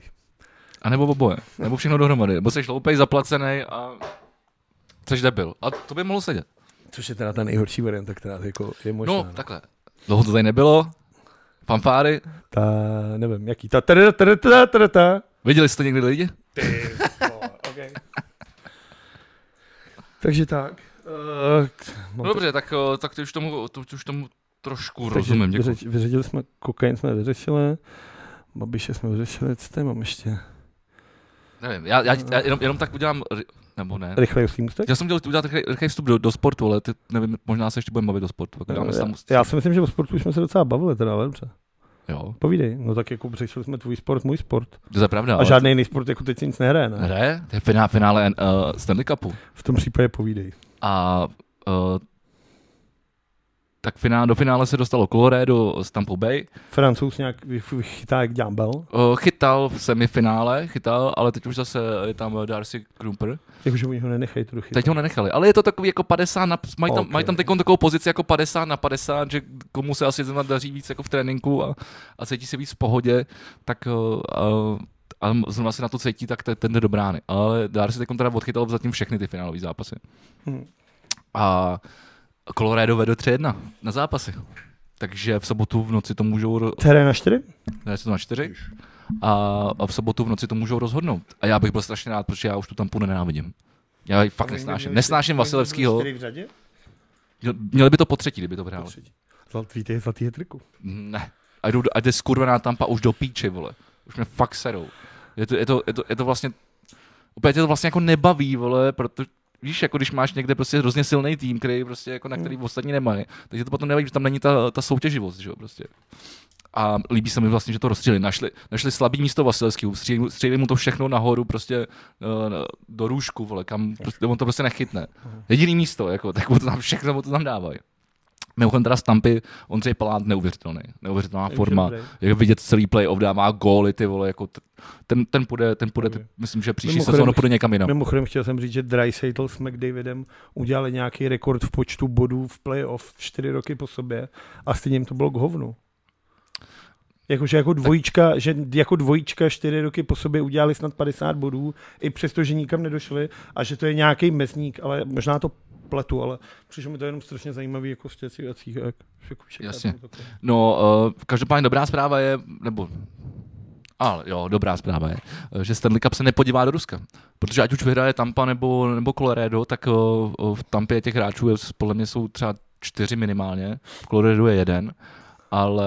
A nebo oboje. Nebo všechno dohromady. Nebo jsi hloupej, zaplacený a jsi debil. A to by mohlo sedět.
Což je teda ta nejhorší varianta, která jako je možná.
No, takhle. Dlouho to tady nebylo. Fanfáry.
Ta, nevím, jaký. Ta, ta, ta, ta, ta, ta.
Viděli jste někdy lidi?
okay. Takže tak. Uh,
No
mám
dobře, tak, o, tak ty už tomu, to, už tomu trošku
to-
rozumím.
takže
Děkuji.
vyřeč, vyřešili jsme, kokain jsme vyřešili, babiše jsme vyřešili, co tady mám ještě?
Nevím, já, já, já jenom, jenom, tak udělám, ry- nebo ne.
Rychle Jusý můstek?
Já jsem chtěl udělat rychlej, rychlej vstup do, do, sportu, ale ty, nevím, možná se ještě budeme bavit do sportu. Tak dáme
Eh,
si tam,
Já si myslím, že o sportu už jsme se docela bavili, teda, ale dobře.
Jo,
Povídej, no tak jako řešili jsme tvůj sport, můj sport.
to je pravda.
A
No, ale-
žádný jiný sport, jako teď si nic nehraje, ne?
Hraje, to je finále, finále uh, Stanley Cupu.
V tom případě povídej.
A uh, tak finále, do finále se dostalo Colorado s Tampa Bay.
Francouz nějak vy- vychytá jak ďábel,
Uh, chytal v semifinále, chytal, ale teď už zase je tam Darcy Krumper.
jakože oni ho nenechají to dochytat.
Teď ho nenechali, ale je to takový jako 50 na, mají tam,
Ok.
mají tam teď takovou pozici jako 50 na 50, že komu se asi zrovna daří víc jako v tréninku a, a cítí se víc v pohodě, tak uh, a zrovna se na to cítí, tak te- ten jde do brány. Ale Darcy teď teda odchytal zatím všechny ty finálové zápasy.
Hm.
A Colorado vede 3-1 na zápasy. Takže v sobotu v noci to můžou, ro-
Hraje na čtyři?
ne, jsou to na 4, a, a v sobotu v noci to můžou rozhodnout. A já bych byl strašně rád, protože já už tu tampu nenávidím. Já ji fakt nesnáším. Nesnáším Vasilevskýho.
Čtyři v řadě?
Měl- Měli by to po třetí, kdyby to vyhráli.
Zlatý, ty zlatý je triku.
Ne. A, jdu, a jde skurvená tampa už do píči, vole. Už mě fakt serou. Je to, je to, je to, je to vlastně... Úplně tě to vlastně jako nebaví, vole, protože Víš, jako když máš někde prostě hrozně silný tým, který prostě jako na který ostatní nemají, takže to potom nevadí, že tam není ta, ta soutěživost, že jo, prostě. A líbí se mi vlastně, že to rozstřelili. Našli, našli slabý místo Vasilského, střílili, střílili mu to všechno nahoru, prostě eh, na- do růžku, vole, kam prostě, on to prostě nechytne. Jediný místo, jako, tak mu to tam všechno mu to tam dávají. Mimochodem teda stampy, Ondřej Palát neuvěřitelný, neuvěřitelná forma.
dobrý.
Jak vidět celý playoff, dává góly, ty vole, jako t- ten, ten půjde, ten půjde,
Dobrý.
t- myslím, že příští
Mimochodem-
sezónu půjde někam jinam.
Mimochodem chtěl jsem říct, že Dreisaitl s McDavidem udělali nějaký rekord v počtu bodů v playoff čtyři roky po sobě a stejně jim to bylo k hovnu. Jakože jako dvojička, že jako dvojička čtyři roky po sobě udělali snad 50 bodů, i přesto, že nikam nedošli a že to je nějaký mezník, ale možná to pletu, ale přišlo mi to jenom strašně zajímavý jako z těch věcí, jak, jako čeká
Jasně.
tam to.
No, uh, každopádně dobrá zpráva je, nebo ale jo, dobrá zpráva je, eh, že Stanley Cup se nepodívá do Ruska. Protože ať už vyhraje Tampa nebo, nebo Colorado, tak eh, eh, v Tampě těch hráčů je, podle mě jsou třeba čtyři minimálně, v Colorado je jeden, ale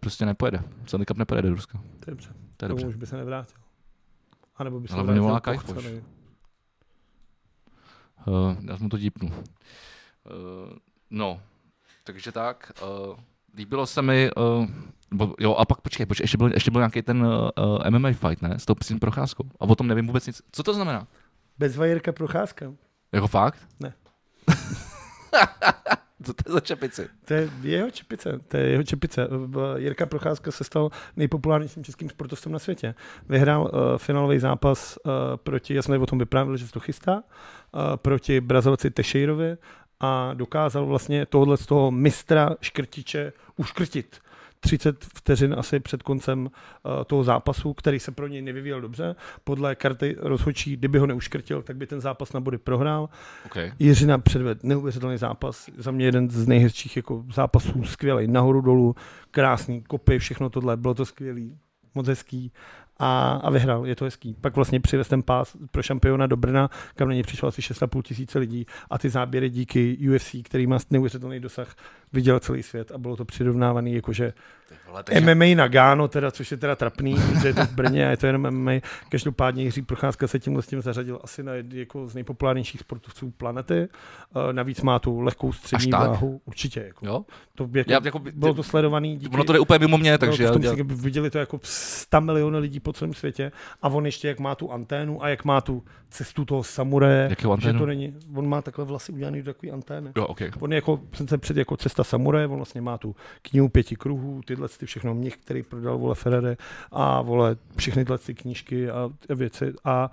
prostě nepojede. Stanley Cup nepojede do Ruska.
To je dobře.
To je
Tomu
dobře.
už by se nevrátil. A nebo by se
Ale
vrátil
volá Kajfoš.
pochcenej.
Uh, já mu to dípnu. Uh, no, takže tak. Uh, líbilo se mi... Uh, bo, jo, a pak počkej, počkej ještě, byl, ještě byl nějaký ten uh, uh, MMA fight, ne? S tou psím procházkou. A o tom nevím vůbec nic. Co to znamená?
Bez Vajerka Procházka.
Jako fakt?
Ne.
Co to je za čepici?
To je jeho čepice, to je jeho čepice. V- Jirka Procházka se stal nejpopulárnějším českým sportovcem na světě. Vyhrál uh, finálový zápas uh, proti, já jsem tady o tom vyprávěl, že se to chystá, uh, proti Brazilci Tešejrovi a dokázal vlastně tohle z toho mistra škrtiče uškrtit. 30 vteřin asi před koncem uh, toho zápasu, který se pro něj nevyvíjel dobře. Podle karty rozhodčí, kdyby ho neuškrtil, tak by ten zápas na body prohrál.
Okay.
Jiřina předved neuvěřitelný zápas, za mě jeden z nejhezčích jako zápasů, skvělý, nahoru dolů, krásný, kopy, všechno tohle, bylo to skvělý, moc hezký a, a vyhrál, je to hezký. Pak vlastně přivez ten pás pro šampiona do Brna, kam na ně přišlo asi 6,5 tisíce lidí a ty záběry díky UFC, který má neuvěřitelný dosah, viděl celý svět a bylo to přirovnávaný jakože MMA na Gáno, teda, což je teda trapný, že je to v Brně a je to jenom MMA. Každopádně Jiří Procházka se tímhle s tím zařadil asi na jed- jako z nejpopulárnějších sportovců planety. Eh, Navíc má tu lehkou střední
tak?
váhu. Určitě. Jako.
Jo?
To, jako,
Já,
Já,
jako,
jako, bylo to sledovaný díky,
Ono to jde úplně mimo mě, takže
no,
já
v tom
dělám...
si viděli to jako 100 milionů lidí po celém světě a on ještě jak má tu anténu a jak má tu cestu toho samuraje,
Jakého
že
anténu?
to není, on má takhle vlasy udělaný do takový antény.
Jo, okay.
On je jako, přece před jako cesta samuraje, on vlastně má tu knihu pěti kruhů, tyhle ty všechno měch, který prodal vole Ferrere a vole všechny tyhle ty knížky a a věci a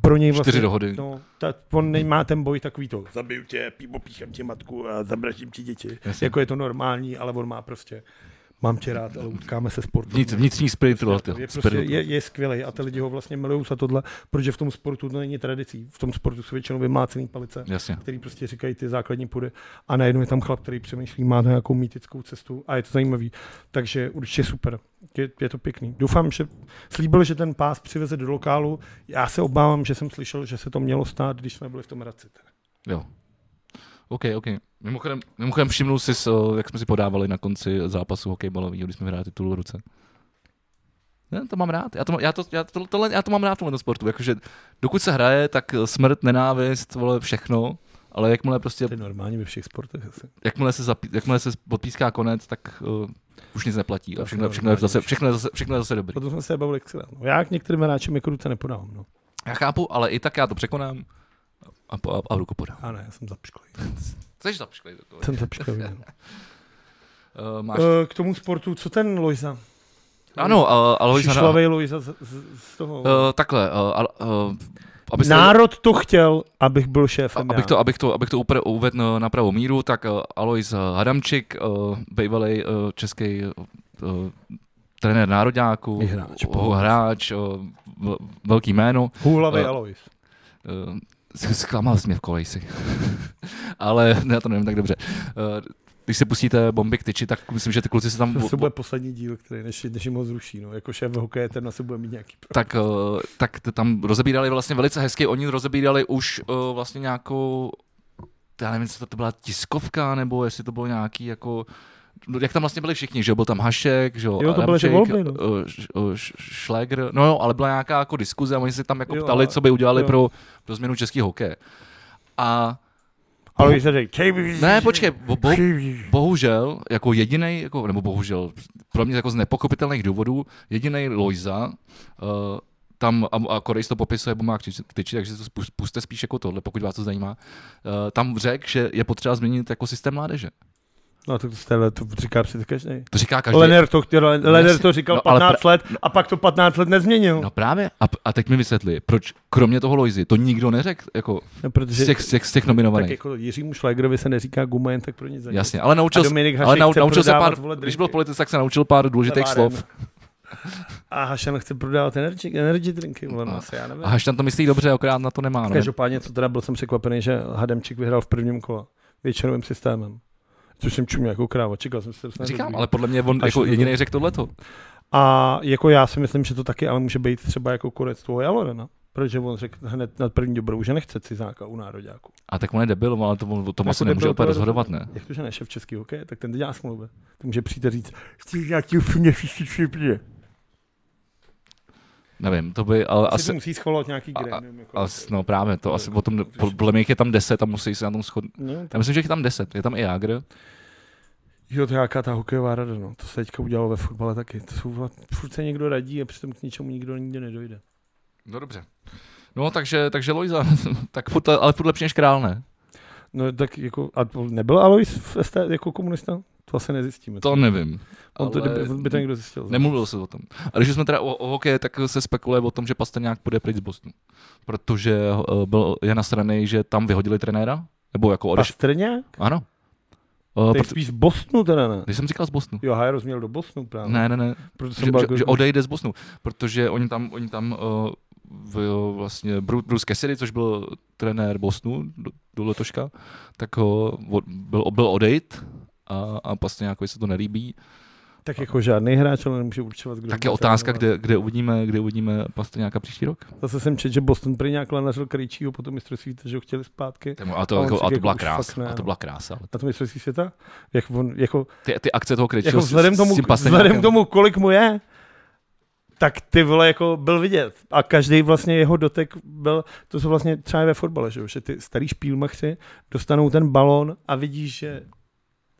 pro něj vlastně...
Čtyři dohody.
No, ta, on nemá ten boj takový to. Zabiju tě, pí- popíchám tě matku a zabražím ti děti.
Jasně.
Jako je to normální, ale on má prostě mám tě rád, ale utkáme se sportu.
Vnitř, vnitřní spiritualita.
Je, prostě,
spiritualita.
je, je skvělý a ty lidi ho vlastně milují za tohle, protože v tom sportu to není tradicí. V tom sportu jsou většinou vymlácený palice,
Jasně.
který prostě říkají ty základní pudy a najednou je tam chlap, který přemýšlí, má nějakou mýtickou cestu a je to zajímavý. Takže určitě super. Je, je to pěkný. Doufám, že slíbil, že ten pás přiveze do lokálu. Já se obávám, že jsem slyšel, že se to mělo stát, když jsme byli v tom Hradci. teda.
Jo. OK, OK. Mimochodem, mimochodem všimnul jsi, s, o, jak jsme si podávali na konci zápasu hokejbalového, když jsme vyhráli titul v ruce. Já to mám rád. Já to, má- já to, já to, tohle, já to mám rád v tomhle sportu. Jakože dokud se hraje, tak eh, smrt, nenávist, vole, všechno. Ale jakmile prostě,
To je normální ve všech sportech. Asi.
jakmile se, zapí, jakmile se podpíská konec, tak uh, už nic neplatí. A
To
všechno,
je
všechno, je
normální.
zase, všechno, je zase, všechno je zase dobrý.
Potom jsme se bavili, jak se dá. no, Já k některým hráčům jako ruce nepodávám. No.
Já chápu, ale i tak já to překonám a, po- a, a ruku podám.
A ne, já jsem zapšklý.
Chceš zapšklit do toho?
Jsem zapšklý. no.
Uh, máš...
Eh, K tomu sportu, co ten Lojza?
ano, uh, Alois Hanna.
Šišlavej Lojza z, z, z toho.
Uh, takhle, uh, al, uh, aby se,
Národ to chtěl, abych byl
a-
šéfem
abych
já.
to, abych to, abych to upra- uvedl na- na pravou míru, tak uh, Alois Hadamčik, uh, bývalý uh, český uh, trenér nároďáku,
I hráč,
uh, hráč uh, v- velký jméno,
Hůlavej
Eh,
Alois.
uh, zklamal jsi mě v kolejsi, ale já to nevím tak dobře. Uh, když se pustíte bomby k tyči, tak myslím, že ty kluci se tam
To se bude poslední díl, který než, než jim ho zruší. No. Jako šéf hokeje, ten asi bude mít nějaký problém.
tak, eh, tak t- tam rozebírali vlastně velice hezky, oni rozebírali už eh, vlastně nějakou, já nevím, jestli to byla tiskovka, nebo jestli to bylo nějaký jako, no, jak tam vlastně byli všichni, že jo, byl tam Hašek, že jo,
Jo, to byly ty
Adamčík,
volby, no.
eh, š- eh, š- Šlégr, no jo, ale byla nějaká jako diskuze a oni se tam jako
Jo,
ptali,
a-
co by udělali
jo.
pro, pro změnu český hokej. A
Alois řekl,
ne, počkej, bo, bo, bohužel, jako jediný, jako, nebo bohužel, pro mě jako z nepochopitelných důvodů, jediný Lojza, uh, tam, a, a Korejs to popisuje, bo má křič- tyči, takže to spus- puste spíš jako tohle, pokud vás to zajímá, uh, tam řekl, že je potřeba změnit jako systém mládeže.
No tak to, z téhle to říká přece každý.
To říká každý.
Lener to, chtěl, Lener to říkal
No, ale
15 let a pak to 15 let nezměnil.
No právě. A, p- a teď mi vysvětli, proč kromě toho Lojzy to nikdo neřekl, jako
No, protože
z těch, z těch, z těch
tak
nominovaných.
jako Jiřímu Šlagerovi se neříká guma jen tak pro nic za nic.
Jasně, ale
A
naučil, s-
Dominik
ale
Hašek
nau,
chce
naučil se
prodávat,
pár,
vole,
když byl
drinky.
politice, tak se naučil pár důležitých
Bevárem.
slov.
A Hašan chce prodávat energy, energy drinky, vole, no,
No.
asi já nevím.
A Haštan to myslí dobře, akorát na to nemá. No.
Každopádně, co teda byl jsem překvapený, že Hademčík vyhrál v prvním kole většinovým systémem. Což jsem čuměl jako kráva, čekal jsem se. že se
Říkám,
nedozví.
ale podle mě on
Až
jako
to
jediný
bylo.
řekl tohleto.
A jako já si myslím, že to taky ale může být třeba jako konec toho Jalorena. Protože on řekl hned na první dobrou, že nechce cizáka u nároďáku.
A tak on je debil, ale to, o tom
Jako
asi nemůže
debil, to
úplně
je
rozhodovat, ne?
Jak to, že ne šef český hokej, tak ten dělá smlouvy. To může přijít a říct, chci nějaký úplně všichni
Nevím, to by, ale
Asi
asi,
to musí schvalovat nějaký
a-
grémium. Jako
asi, no právě, to asi
To-
o tom, podle mě jich je tam 10 a musí se na tom shodnout.
no,
Já
tak,
myslím, že jich je tam 10, je tam i Jágr.
jo, to je nějaká ta hokejová rada, no. To se teďka udělalo ve fotbale taky. To jsou, vole- furt se někdo radí a přitom k ničemu nikdo nikdy nedojde.
No dobře. No takže, takže Lojza, tak furt, ale furt lepší než král, ne?
No tak jako, a to nebyl Alois v ST jako komunista? To asi nezjistíme.
To nevím.
On to,
ale
kdyby, by to někdo zjistil.
Nemluvilo se o tom. A když jsme teda o, o hokeji, tak se spekuluje o tom, že Pastrňák půjde pryč z Bostonu. Protože eh, byl, je nasraný, že tam vyhodili trenéra? Nebo jako odeš...
Pastrňák?
Ano. O,
Ty
proto,
spíš z Bostonu teda ne.
když jsem říkal z Bosnu.
Jo, já rozuměl do Bostonu právě.
Ne, ne, ne.
Proto
Že,
jsem byl
že,
jako-
že odejde z Bosnu, protože oni tam, oni tam uh, v, vlastně Bru- Bruce Cassidy, což byl trenér Bosnu do, do letoška, tak ho od- byl, byl odejít a, a vlastně jako se to nelíbí.
Tak jako žádný hráč, ale nemůže určovat, kdo
Tak
bude
je otázka,
trénovat.
kde, kde uvidíme, kde uvidíme vlastně nějaká příští rok.
Zase jsem četl, že Boston prý nějak lanařil Krejčího po tom mistrovství, takže ho chtěli zpátky.
Temu- A
A
to,
on
jako,
si
a to
jako
byla
už fakt
krása.
ne,
A to
no.
byla krása. ale
Na tom mistrovství světa? Jak on, jako,
Ty, ty akce toho Krejčího
jako
s-
vzhledem,
s-
tomu,
s tím Pastrňákem.
vzhledem tomu, kolik mu je, tak ty vole jako byl vidět. A každý vlastně jeho dotek byl, to jsou vlastně třeba i ve fotbale, že, jo, že ty starý špílmachři dostanou ten balón a vidíš, že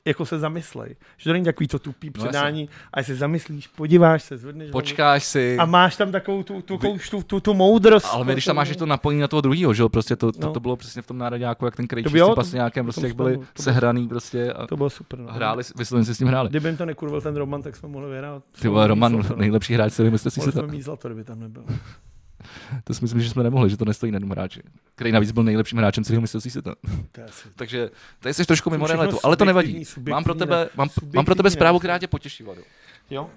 jako se zamyslej. Že to není takový to tupý
No jasně.
předání, ale se zamyslíš, podíváš se, zvedneš hlavu
Počkáš si.
a máš tam takovou tu, tu, tu, tu, tu, tu moudrost.
Ale my, když tam máš že to napojení na toho druhého, že jo, prostě to, to,
No.
to bylo přesně v tom národňáku, jak ten
To
Krejčí
by
s
jo,
tím
to-
Pastrňákem, prostě
tom
jak byli
spadlo, to by-
sehraný prostě a
To bylo super. No.
a hráli, si- vysloveně si s ním hráli.
Kdyby jim to nekurvil ten Roman, tak jsme mohli vyhrát.
Ty vole, Roman,
Zlato, no.
nejlepší hráč se vymyslel si
Mohli
to.
jsme mít zlato, kdyby tam nebyl.
To si myslím, že jsme nemohli, že to nestojí na jednom hráči. Který navíc byl nejlepším hráčem celého mistrovství světa.
To je asi-
Takže tady jsi trošku mimo
Jsou všechno
realitu, ale to nevadí.
subjektivní, subjektivní,
Mám pro
ne?
tebe, mám, mám pro
subjektivní
tebe zprávu,
reakce.
která tě potěší, Vado.
Jo?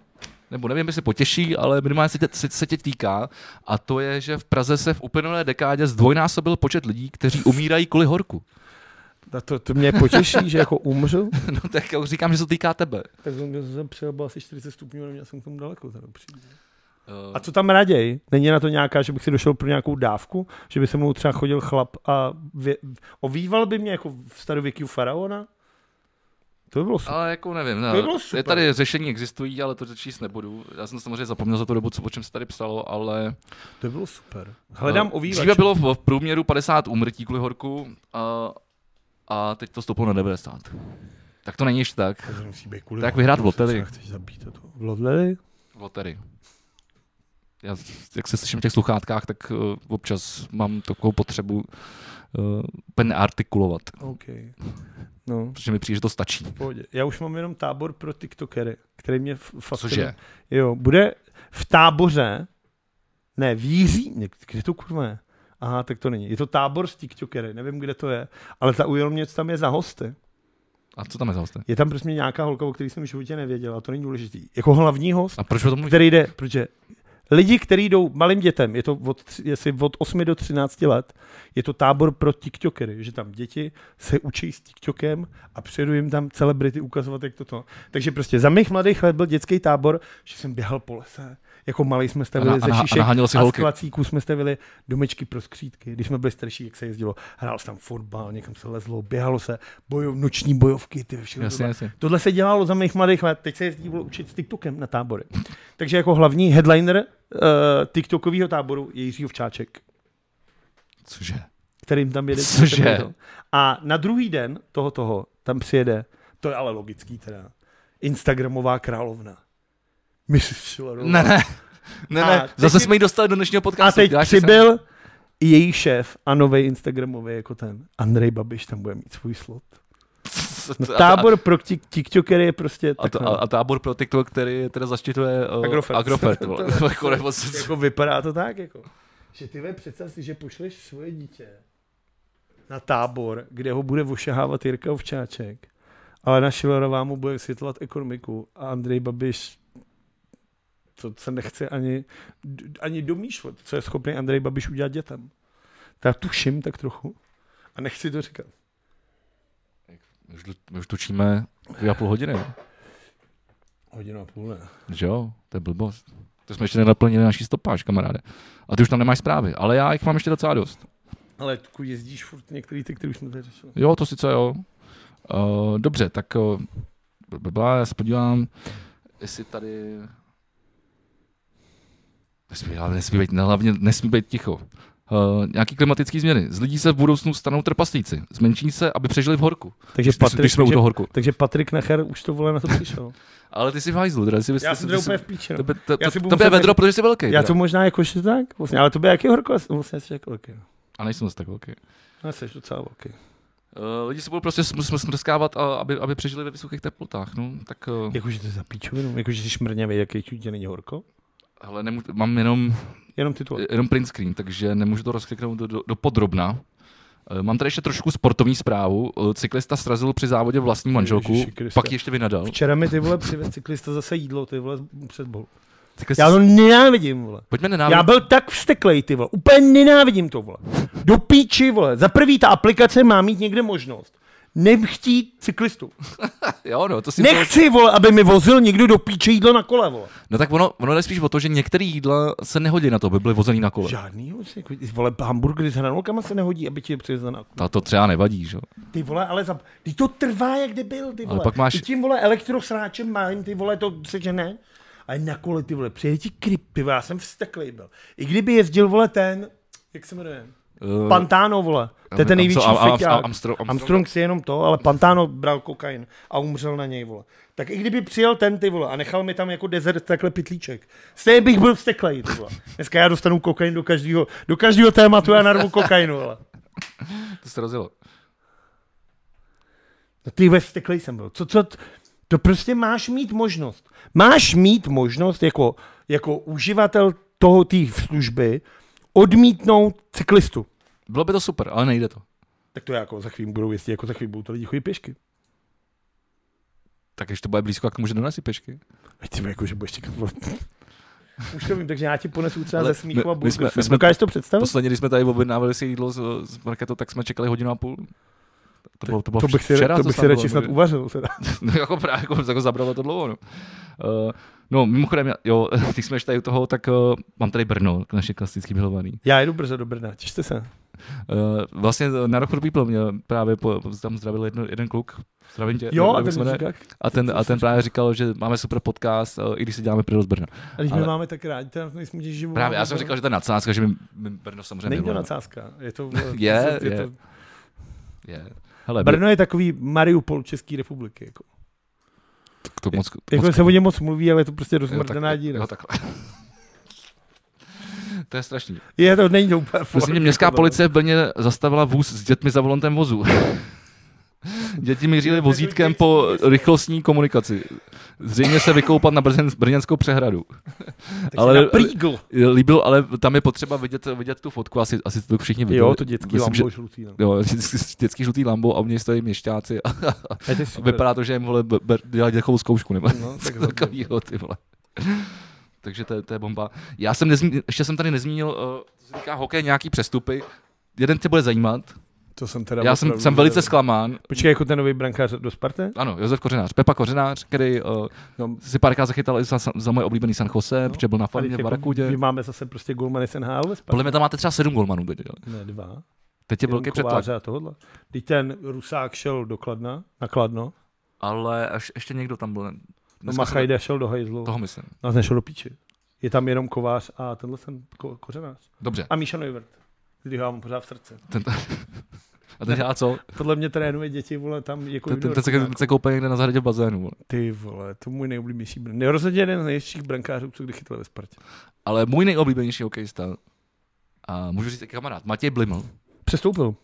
Nebo nevím, jestli potěší, ale minimálně se tě, se, se tě týká. A to je, že v Praze se v uplynulé dekádě zdvojnásobil počet lidí, kteří umírají kvůli horku.
A to, to mě potěší, že jako umřu.
No tak já už říkám, že se to týká tebe.
Tak jsem, já jsem přijel, byl asi 40 stupňů, nevím, já jsem k tomu daleko. Teda upřímně.
Eh,
a co tam raději? Není na to nějaká, že bych si došel pro nějakou dávku? Že by se mnou třeba chodil chlap a vě, ovýval by mě jako v starověký faraona? To by bylo super.
Ale jako nevím,
To by
ne.
bylo
je
super.
tady řešení existují, ale to číst nebudu. Já jsem samozřejmě zapomněl za tu dobu, co, o čem se tady psalo, ale...
To by bylo super. Hledám
eh,
ovývač.
Dříve bylo v, v průměru 50 úmrtí kvůli horku a, a teď to stouplo na 90. Tak to není ještě tak.
To musí být kvůli
Tak
tomu,
vyhrát v
že se
loterii.
třeba Chceš zabít a to. V loterii?
V loterii. Já, jak se slyším v těch sluchátkách, tak uh, občas mám takovou potřebu uh, pen artikulovat,
OK. No.
protože mi přijde, že to stačí.
V pohodě. Já už mám jenom tábor pro TikTokery, který mě f- fascinuje.
Cože?
Jo, bude v táboře, ne, v Jiříně, kde to kurva je? Aha, tak to není. Je to tábor s TikTokery, nevím, kde to je, ale zaujalo mě, co tam je za hosty.
A co tam je za hosty?
Je tam prostě nějaká holka, o který jsem v životě nevěděl, a to není důležitý. Jako hlavní host,
A proč o tom mluvíš?
který jde, protože lidi, kteří jdou malým dětem, je to od, tři- jestli od 8 do 13 let, je to tábor pro tiktokery, že tam děti se učí s tiktokem a přijedu jim tam celebrity ukazovat, jak toto. Takže prostě za mých mladých let byl dětský tábor, že jsem běhal po lese, jako malý jsme
A
stavili
na-
ze
a na- a
šíšek
naháněl si
a z
holky.
klacíků jsme stavili domečky pro skřítky. Když jsme byli starší, jak se jezdilo, hrál se tam fotbal, někam se lezlo, běhalo se, bojov, noční bojovky, ty všechno.
Jasně, jasně.
Tohle se dělalo za mých mladých let, teď se jezdí vole učit s TikTokem na tábory. Takže jako hlavní headliner uh, TikTokového táboru je Jiří Ovčáček,
Cože?
kterým tam jede.
Cože?
kterým to- A na druhý den toho toho tam přijede, to je ale logický teda, Instagramová královna. Mrs. Schillerová.
Ne, ne. Ne,
A
ne.
teď
Zase
ti-
jsme ji dostali do dnešního
A
podcastu.
teď
Děláš si srandu?
přibyl i její šéf a nový Instagramový jako ten Andrej Babiš tam bude mít svůj slot. No,
A- a-
tábor pro tik- TikTokery je prostě
A,
tak.
to, a, a tábor pro TikTok, který teda zaštituje uh,
Agrofert.
Agrofert vole.
To-
Jako nebo se-
jako vypadá to tak, jako. Že ty ve představ si, že pošleš svoje dítě na tábor, kde ho bude ošahávat Jirka Ovčáček, ale na Šilerová mu bude vysvětlovat ekonomiku a Andrej Babiš to se nechce ani, ani domýšlet, co je schopný Andrej Babiš udělat dětem. To já tuším tak trochu a nechci to říkat.
My už tu- my už tučíme dvě a půl hodiny,
Hodinu a půl, ne.
že jo? To je blbost. To jsme ještě nenaplnili naší stopáž, kamaráde. A ty už tam nemáš zprávy, ale já jich mám ještě docela dost.
Ale tu jezdíš furt některý ty, který už jsme tady řešili.
Jo, to sice jo. Uh, dobře, tak uh, blbla, já se podívám, jestli tady... Nesmí, ale nesmí být, ne, hlavně nesmí být ticho. Uh, nějaký klimatické změny. Z lidí se v budoucnu stanou trpaslíci. Zmenší se, aby přežili v horku.
Takže
Když- když jsme u toho horku.
takže Patrik Nacher už to vole na to přišel.
Ale ty jsi v hajzlu, teda. Ty jsi,
Já
ty
jsem
jsi-
teda
ty jsi-
úplně v píči. no.
Tebe, to,
Já
to,
si budu
to, to je
muset
vedro, protože jsi velký.
Já
teda.
to možná jakože tak, vlastně, ale to by jaký horko, asi- vlastně jsi jako velký.
A nejsem zase tak velký.
No, jsi docela velký.
Uh, lidi se budou prostě sm- sm- smrskávat, a- aby, aby přežili ve vysokých teplotách. No, tak, uh,
Jakože to je za píčovinu, jakože jsi šmrňavý, jaký ti tě není horko.
hele, nemů- mám jenom,
Jenom ty to.
Jako, e, jenom print screen, takže nemůžu to rozkliknout do, do, do podrobna. Eh, Mám tady ještě trošku sportovní zprávu. Eh, Cyklista srazil při závodě vlastní manželku,
Ježiši Kriste.
pak ji ještě vynadal.
Včera mi ty vole přivez cyklista zase jídlo, ty vole, před bol.
Cyklista...
Já to nenávidím, vole.
Pojďme
Já
nenávidět.
byl tak vsteklej, ty vole. Úplně nenávidím to, vole. Do píči, vole. Za prvý ta aplikace má mít někde možnost. Nechtí cyklistu.
Jo, no, to si
Nechci, vole, aby mi vozil někdo do píče jídlo na kole, vole.
No tak ono, ono jde spíš o to, že některé jídla se nehodí na to, aby byly vozený na kole.
Žádnýho si, vole, hamburgery s hranolkama se nehodí, aby ti je přivezl na
Ta to třeba nevadí, že? jo.
Ty vole, ale za... Ty to trvá, jak debil, ty vole.
pak máš-
Ty tím, vole, elektrosráčem malým, ty vole, to se že ne. A na kole, ty vole, přijede ti kryp, ty vole, já jsem vsteklej byl. I kdyby jezdil, vole, ten, jak se jmenuje?
Eh,
Pantano, vole. To je
Am-
ten největší
Am- Am-
feťák.
Am- Amstro- Amstro-
Armstrong si jenom to, ale Pantano bral kokain a umřel na něj, vole. Tak i kdyby přijel ten, ty vole, a nechal mi tam jako desert takhle pitlíček, stejně bych byl vsteklej, ty vole. Dneska já dostanu kokain do každého, do každého tématu, já narvu kokainu, vole.
To se rozjelo.
No ty ve steklej jsem byl. Co, co, t- to prostě máš mít možnost. Máš mít možnost jako, jako uživatel toho té služby odmítnout cyklistu.
Bylo by to super, ale nejde to.
Tak to já jako za chvíli budou jezdit, jako za chvíli budou to lidi chodit pěšky.
Tak když to bude blízko, jak může donesí pěšky.
Ať ty jako, že budeš čekat. vole. Už to vím, takže já ti ponesu třeba
Ale
ze smíchu
my-
a
my jsme-
burgeru.
my jsme-
Dokážeš to představit?
Posledně, když jsme tady objednávali si jídlo z, z marketu, tak jsme čekali hodinu a půl. To bylo, to bylo
To bych si,
včera,
to
co
bych
snad
si
bylo,
radši snad
nebo-
uvařil. Teda.
No jako právě, jako, jako zabralo to dlouho, no. Uh, no, mimochodem, já- jo, když jsme ještě tady u toho, tak uh, mám tady Brno, naše klasický milovaný.
Já jedu brzo do Brna, těšte se.
Uh, vlastně eh, na roku People mě právě po, tam zdravil jedno, jeden kluk. Zdravím tě.
Jo,
nebo
a
jak
ten
se jmenuje.
říká,
a ten, a ten právě říkal, že máme super podcast, eh, i když si děláme prdo z Brna.
a když my
Ale-
máme tak rádi, teda nejsme ti živou.
Právě, já jsem říkal, že to je nadsázka, že my, my Brno samozřejmě
no, Není to
milujeme.
nadsázka. Je to,
Je,
je,
je.
to
Je. Hele, Brno,
Brno je takový Mariupol České republiky. Jako,
to moc, to moc
jako se o něm moc mluví, ale je to prostě
jo, tak-
rozmrdaná díra.
Jo, takhle. to je strašný.
Je to, není to úplně
Prosím mě,
fakt,
městská
jako,
policie v Brně zastavila vůz s dětmi za volantem vozu. Děti mířily vozítkem po rychlostní komunikaci. Zřejmě se vykoupat na Brzen- brněnskou přehradu.
Takže
ale-
na Prígl.
Líbil, ale tam je potřeba vidět, vidět tu fotku, asi, asi to všichni viděli.
Jo, to dětský
Myslím, že-
lambo žlutý. No.
Jo, dětský žlutý Lambo a u něj stojí měšťáci a
Je to super.
vypadá to, že jim vole, ber, dělají takovou zkoušku nebo
No, tak
něco takovýho, ty vole. Takže to, je- to je bomba. Já jsem nezmínil, ještě jsem tady nezmínil, eh, co se týká hokej, nějaký přestupy. Jeden tě bude zajímat.
To jsem teda
Já jsem,
opravdu
jsem velice
zvědavý.
zklamán.
Počkej, jako ten nový brankář do Sparty?
Ano, Josef Kořenář, Pepa Kořenář, který uh,
No,
si párkrát zachytal i za, za moje oblíbený San Jose,
No,
protože byl na farmě
tady
v
jako
Barakudě.
My máme zase prostě golmany z NHL ve Spartě.
Podle mě tam máte třeba sedm golmanů. teď, jo.
Ne, dva.
Teď je
Jenom
velký
Kováře
přetlak.
A tohodle. Když ten Rusák šel do Kladna, na Kladno,
Ale až, ještě někdo tam byl.
no
Dneska jsem-
Machajda šel do Hajzlu, No,
Toho myslím.
a nešel do píči. Je tam jenom Kovář a tenhle ten ko- kořenář.
Dobře.
A Míša Neuvert, který ho mám pořád v srdci.
A ten dělá co?
Podle mě trénuje děti, vole, tam jako
Ten, ten, ten,
juniorky
se- ten se koupil někde na zahradě v bazénu. vole.
Ty vole, to je můj nejoblíbenější brankář. Ne, Rozhodně jeden z nejlepších brankářů, co kdy chytil ve Spartě.
Ale můj nejoblíbenější hokejista, a můžu říct i kamarád, Matěj Bliml,
Přestoupil.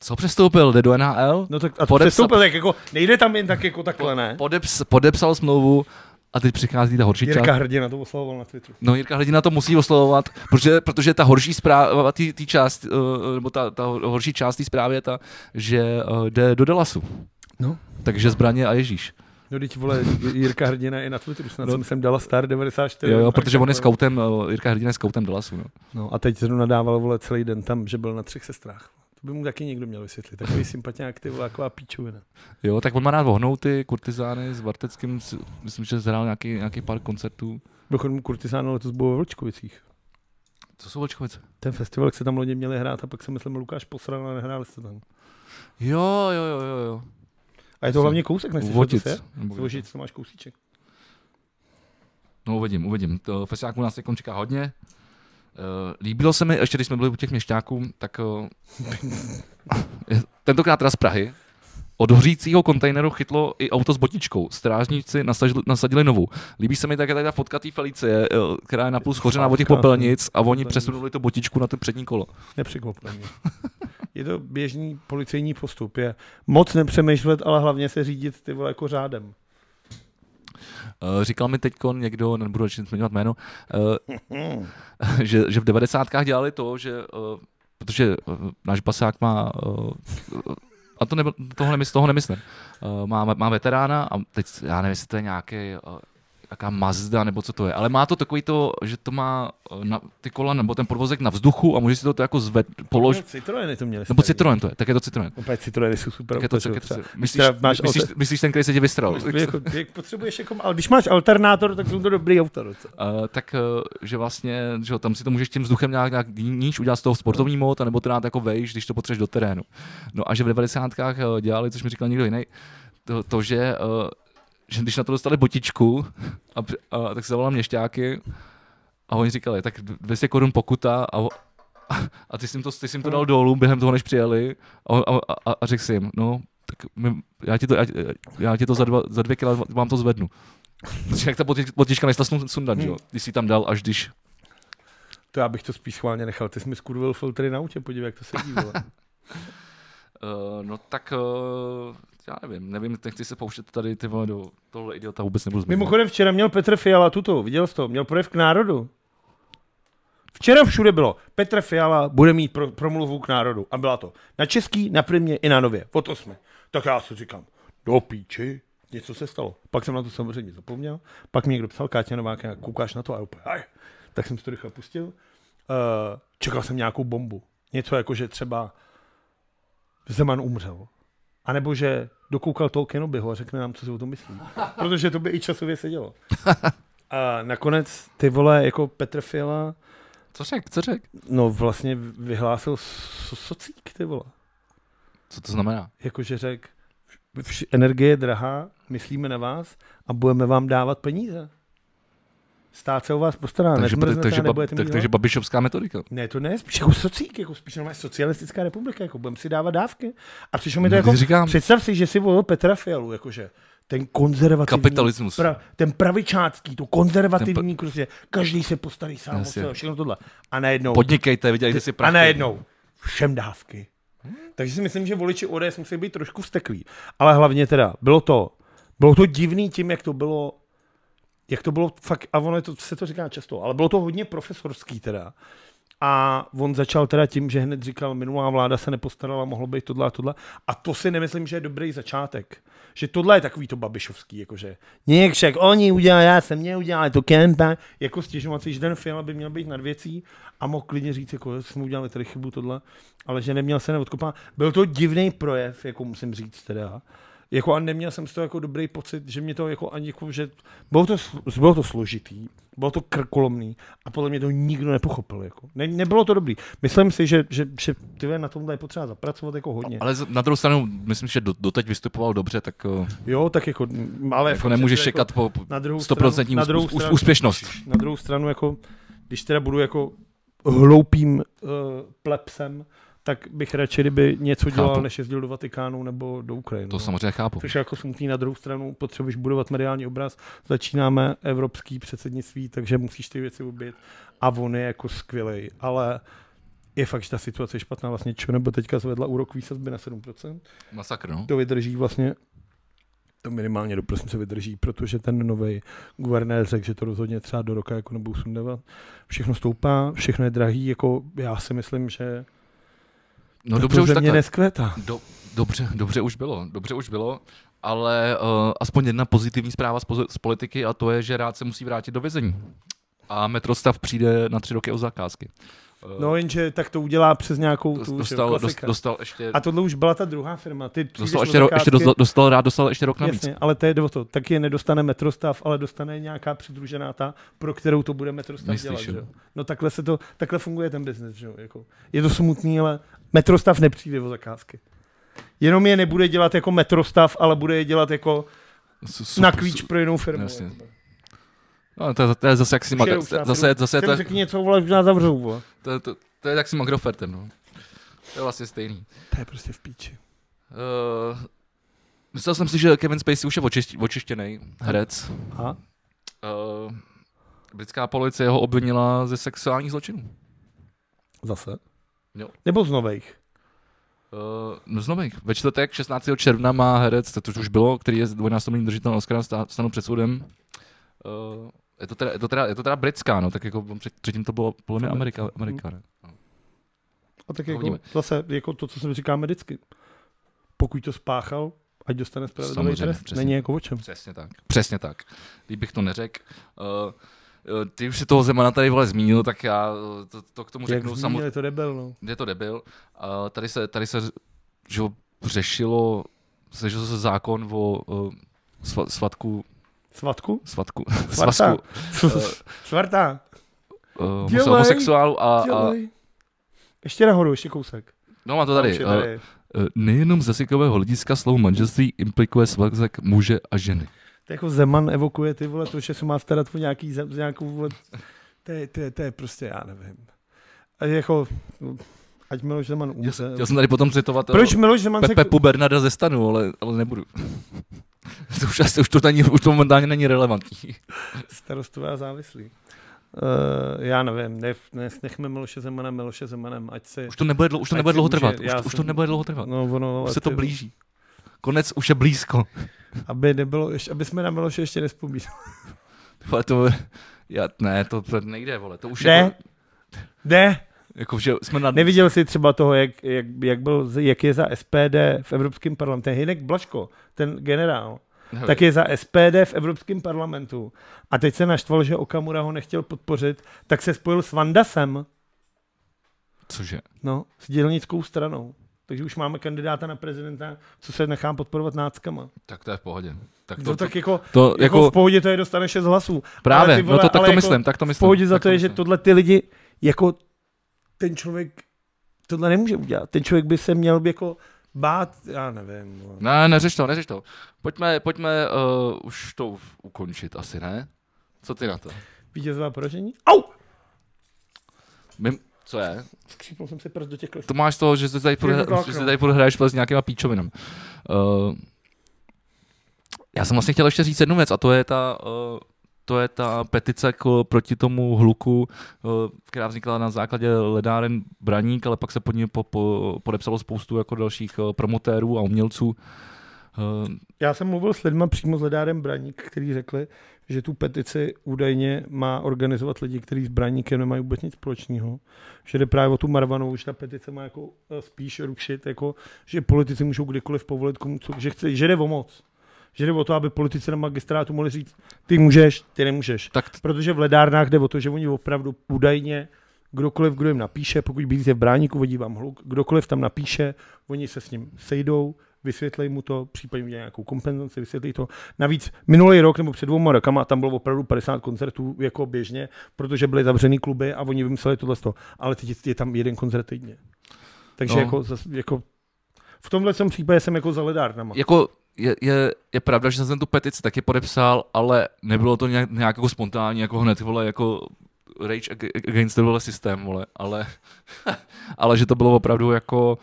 co přestoupil, jde do NHL,
No tak a
Podepsal-
Podepsa... přestoupil, tak jako nejde tam jen tak jako takhle, ne?
podeps, podepsal smlouvu a teď přichází ta horší
Jirka
část.
Hrdina to oslavoval na Twitteru.
No Jirka Hrdina to musí oslovovat, protože, protože ta horší zpráva, tý, tý část, eh, nebo ta, ta horší část té zprávy je ta, že eh, jde do Dallasu.
No.
Takže zbraně a Ježíš.
No teď vole, Jirka Hrdina je na Twitteru, snad
No.
no. jsem sem dala star 94.
Jo, jo, protože on je scoutem, eh, Jirka Hrdina je scoutem Dallasu. No.
No a teď zrovna dával vole celý den tam, že byl na třech sestrách. To by mu taky někdo měl vysvětlit. Takový sympatňák, ty vole, taková píčovina.
Jo, tak on má rád vohnout ty kurtizány s Varteckým, s- myslím, že zhrál nějaký, nějaký pár koncertů.
Dochodem kurtizánu letos bylo ve Vlčkovicích.
Co jsou Vlčkovice?
Ten festival, jak se tam loni měli hrát a pak se myslím Lukáš posral a nehráli se tam.
Jo, jo, jo, jo, jo.
A je to hlavně kousek, nechci
Votic.
se
Nebo-
Zložit, to máš kousíček.
No uvidím, uvidím. To Festiáků nás teď čeká hodně. Uh, líbilo se mi, ještě když jsme byli u těch měšťáků, tak uh, tentokrát teda z Prahy, od hořícího kontejneru chytlo i auto s botičkou. Strážníci nasadili, nasadili novou. Líbí se mi také tady ta fotka té Felicie, eh, která je napůl schořená od těch
Krásný.
popelnic a oni přesunuli tu botičku na to přední kolo.
Nepřekvapuje mě. Je to běžný policejní postup. Je moc nepřemýšlet, ale hlavně se řídit ty vole jako řádem.
Eh, Říkal mi teď někdo, nebudu radši zmiňovat jméno, eh, že, že v devadesátkách dělali to, že eh, protože uh, náš basák má uh, a to nebyl, toho nemysl, toho nemyslím. Uh, má, má veterána a teď, já nevím, jestli to je nějaký, uh, jaká Mazda nebo co to je, ale má to takový to, že to má uh, na, ty kola nebo ten podvozek na vzduchu a může si to, to jako zved, polož,
Citroeny to měli.
nebo Citroen to je, tak je to Citroen.
Opět Citroeny jsou super.
Tak je to,
úplně,
tak je to,
že jo, třeba.
myslíš,
Teda máš
myslíš,
alter-
myslíš, ten, který se ti vystral?
Vy jako, jak potřebuješ jako, ale když máš alternátor, tak jsou to dobrý auta. docela.
Uh, tak, uh, že vlastně, že jo, tam si to můžeš tím vzduchem nějak, nějak níž udělat z toho sportovní mod, anebo to dát jako vejš, když to potřebuješ do terénu. No a že v 90. uh, dělali, což mi říkal někdo jiný, to, to že, uh, že když na to dostali botičku, a, při- a, tak se zavolal měšťáky a oni říkali, tak 200 korun pokuta a, o- a ty jsi jim to, ty jsi jim to dal dolů během toho, než přijeli a, a, a, a řekl jsi jim, no, tak my, já, ti to, já, já ti to za, dva, za dvě kila vám to zvednu. Protože jak ta potič- potička nesla sun- sundat, že jo?
Hmm.
Ty jsi ji tam dal, až když...
To já bych to spíš schválně nechal. Ty jsi mi skurvil filtry na autě, podívej, jak to sedí. vole.
Uh, no tak... Uh, já nevím, nevím, nechci se pouštět tady ty vole, do tohle idiota vůbec nebudu zmiňovat.
Mimochodem včera měl Petr Fiala tuto, viděl jsi to, měl projev k národu. Včera všude bylo, Petr Fiala bude mít pro, promluvu k národu. A byla to na český, na primě i na nově. O to jsme. Tak já si říkám, do píči, něco se stalo. Pak jsem na to samozřejmě zapomněl, pak mi někdo psal, Káťa Novák, jak koukáš na to a já úplně, aj. tak jsem si to rychle pustil. Uh, čekal jsem nějakou bombu. Něco jako, že třeba Zeman umřel. A nebo že dokoukal toho Kenobiho a řekne nám, co si o tom myslí. Protože to by i časově sedělo. A nakonec ty vole, jako Petr Fiala,
Co řek, co řek?
no vlastně vyhlásil so- socík, ty vole.
Co to znamená?
Jakože řekl, vš- energie je drahá, myslíme na vás a budeme vám dávat peníze. Stát se o vás postará,
Takže,
nezmrznete
takže,
takže,
ba,
nebudete
tak,
mít
takže
hlad.
babišovská metodika.
Ne, to ne, spíš jako socík, jako spíš normálně socialistická republika, jako budeme si dávat dávky. A přišlo mi to
No,
jako,
teď říkám-
představ si, že si volil Petra Fialu, jakože ten konzervativní,
Kapitalismus.
Pra, ten pravičácký, to konzervativní, ten... prostě, každý se postarí sám o
Jasně.
sebe, všechno tohle. A najednou,
Podnikejte, vydělejte si
a
prachy.
najednou, všem dávky. Takže si myslím, že voliči ODS musí být trošku vzteklí. Ale hlavně teda, bylo to, bylo to divný tím, jak to bylo jak to bylo fakt, a ono je to, se to říká často, ale bylo to hodně profesorský teda. A on začal teda tím, že hned říkal, minulá vláda se nepostarala, mohlo být tohle a tohle. A to si nemyslím, že je dobrý začátek. Že tohle je takový to babišovský, jakože nějak však oni udělali, já jsem neudělal, to kempa. Jako stěžovací, že ten film by měl být nad věcí a mohl klidně říct, jako jsme udělali tady chybu tohle, ale že neměl se neodkopat. Byl to divný projev, jako musím říct teda. Jako a neměl jsem z toho jako dobrý pocit, že mě to jako ani jako, že bylo to, sl- bylo to složitý, bylo to krkolomný a podle mě to nikdo nepochopil. Jako. Ne, nebylo to dobrý. Myslím si, že, že, že ty vole, na tomhle je potřeba zapracovat jako hodně.
Ale z- na druhou stranu, myslím, že do, doteď vystupoval dobře, tak uh,
Jo, tak jako, m, ale
jako
fakt, že
nemůžeš
to
čekat po po
na druhou
100%
stranu- na druhou
ús- ús-
stranu-
úspěšnost.
Na druhou stranu, jako, když teda budu jako hloupým uh, plebsem, tak bych radši, kdyby něco dělal,
Chápu.
než jezdil do Vatikánu nebo do Ukrajiny.
To
no.
samozřejmě chápu.
Což je jako smutný na druhou stranu, potřebuješ budovat mediální obraz, začínáme evropský předsednictví, takže musíš ty věci obět a on je jako skvělej, ale je fakt, že ta situace je špatná. Vlastně čo nebo teďka zvedla úrokový sazby na 7%,
Masakr, no.
to vydrží vlastně to minimálně do prosince vydrží, protože ten nový guvernér řekl, že to rozhodně třeba do roka jako nebudou sundávat. Všechno stoupá, všechno je drahý, jako já si myslím, že
No dobře už
země
takhle.
neskvětá.
Do, dobře, dobře už bylo, dobře už bylo, ale uh, aspoň jedna pozitivní zpráva z, poz- z politiky a to je, že rád se musí vrátit do vězení. A metrostav přijde na tři roky o zakázky. Eh,
No jenže tak to udělá přes nějakou
Dost-
tu že jo,
dostal, dost,
klasika.
dostal ještě,
A tohle už byla ta druhá firma. Ty přijdeš
dostal,
o
ještě, ro, ještě
zakázky,
dostal, dostal, rád dostal ještě rok navíc.
Jasně, ale to je jde o to. Tak je nedostane metrostav, ale dostane nějaká přidružená ta, pro kterou to bude metrostav
Myslíš,
dělat.
jo?
Že? jo? No takhle, se to, takhle funguje ten biznes. Že? jo, Jako, je to smutný, ale metrostav nepřijde o zakázky. Jenom je nebude dělat jako metrostav, ale bude je dělat jako
S-
na
sup-
klíč
su-
pro jinou firmu.
jasně.
Jako.
No, to, je- to je zase jak s tím,
Už jedou
Magra-
třeba
zase,
firmu.
zase to,
Jsem
je-
řekni něco, vole, už nás zavřou. Vole.
to, je- to, to je jak s tím Agrofertem, no. To je vlastně stejný.
To je prostě v píči.
Uh, myslel jsem si, že Kevin Spacey už je očišť, očištěný herec.
A?
Uh, britská policie ho obvinila ze sexuálních zločinů.
Zase?
Jo.
Nebo z nových?
Uh, no z nových. Ve čtvrtek 16. června má herec, to už bylo, který je dvojnásobný držitel Oscara, stá- stanu před soudem. Uh, je, to teda, je, to teda, je to teda britská, no, tak jako před- předtím to bylo podle mě Amerika, Amerika ne?
A tak jako,
Uvidíme.
zase jako to, co jsem říkáme vždycky. Pokud to spáchal, ať dostane spravedlivý
Samozřejmě,
trest.
přesně.
Není jako o čem.
Přesně tak. Přesně tak. Kdybych to neřekl. Uh, uh, ty už si toho Zemana tady vole zmínil, tak já uh, to, to k tomu
Jak
řeknu samozřejmě.
zmínil, je to debil, no.
Kde to debil? Uh, tady se, tady se že jo, řešilo, řešil se zákon o uh, sva, svatku,
Svatku?
svatku,
Svarta.
svazku eh,
Svarta.
uh,
Dělej,
homosexuálu a, a,
Dělej. Ještě nahoru, ještě kousek.
no má to tady.
Už je
Uh, uh, nejenom z jazykového hlediska slovo manželství implikuje svazek muže a ženy.
To jako Zeman evokuje ty vole, to, že se má starat o nějaký zem, nějakou vole, to je, to, je, to je prostě, já nevím. A jako, ať Miloš Zeman
Já jsem-
umře.
Chtěl jsem tady potom citovat eh,
Proč Miloš Zeman se...
Pepe Bernarda ze stanu, ale, ale nebudu. to už, asi, už, to není, už to momentálně není relevantní.
Starostové a závislí. Uh, já nevím, ne, ne, nechme Miloše Zemanem, Miloše Zemanem, ať si...
Už to nebude, dlou- už to
Ať
nebude
si
dlouho
může-
trvat. Už,
já
to- už to
jsem-
nebude dlouho trvat.
No, ono, ale
Už se to
ty-
blíží. Konec už je blízko.
Aby, nebylo, ještě, aby jsme na Miloše ještě nespomínali.
Ale to, já, ne, to, to nejde, vole. To už
Ne,
jako,
ne,
jako, že jsme na...
Neviděl jsi třeba toho, jak, jak, jak, byl, jak je za SPD v Evropském parlamentu. Ten Hinek Blaško, ten generál,
nevím.
tak je za SPD v Evropském parlamentu. A teď se naštval, že Okamura ho nechtěl podpořit, tak se spojil s Vandasem,
Cože?
no, s dělnickou stranou. Takže už máme kandidáta na prezidenta, co se nechá podporovat náckama.
Tak to je v pohodě. Tak
To,
to, to,
tak jako,
to
jako,
jako,
v pohodě to je dostane 6 hlasů.
právě,
ale ty
no
vole,
to, tak
ale
to
jako
myslím, tak to
V
myslím.
pohodě za
tak
to je, že
myslím.
tohle ty lidi, jako ten člověk tohle nemůže udělat. Ten člověk by se měl by jako bát, já nevím. vole.
Ne, neřeš to, neřeš to. Pojďme, pojďme uh, už to ukončit asi, ne? Co ty na to?
Vítězová poražení? Au!
Mim, co je?
Skřípnul jsem si prst do těch kleštů.
To máš to, že se tady,
Je
furt,
to tak,
že
no.
se tady furt hraješ s nějakýma píčovinami. Uh, já jsem vlastně chtěl ještě říct jednu věc a to je ta, uh, to je ta petice k, proti tomu hluku, uh, která vznikla na základě ledáren Braník, ale pak se pod ní po, po, podepsalo spoustu jako dalších uh, promotérů a umělců. Uh,
Já jsem mluvil s lidma přímo s Ledárem Braník, který řekli, že tu petici údajně má organizovat lidi, kteří s Braníkem nemají vůbec nic společného. Že jde právě o tu Marvanou, že ta petice má jako eh, spíš rušit, jako, že politici můžou kdykoliv povolit komu, co, že, chce, že jde o moc. Že jde o to, aby politici na magistrátu mohli říct, ty můžeš, ty nemůžeš.
tak t-
Protože v ledárnách jde o to, že oni opravdu údajně kdokoliv, kdo jim napíše, pokud bydlíte v bráníku, vodí vám hluk, kdokoliv tam napíše, oni se s ním sejdou, vysvětlej mu to, případně udělají nějakou kompenzaci, vysvětlí to. Navíc minulý rok nebo před dvouma rokama tam bylo opravdu 50 koncertů jako běžně, protože byly zavřený kluby a oni vymysleli tohle z toho. Ale teď je- je tam jeden koncert týdně. Takže
No.
no. jako, zas- jako, v tomhle případě jsem jako za ledárnama.
jako je, je, je, pravda, že jsem tu petici taky podepsal, ale nebylo to nějak, nějak jako spontánní, jako hned, vole, jako Rage ag- Against the vole, systém, vole, ale, ale že to bylo opravdu jako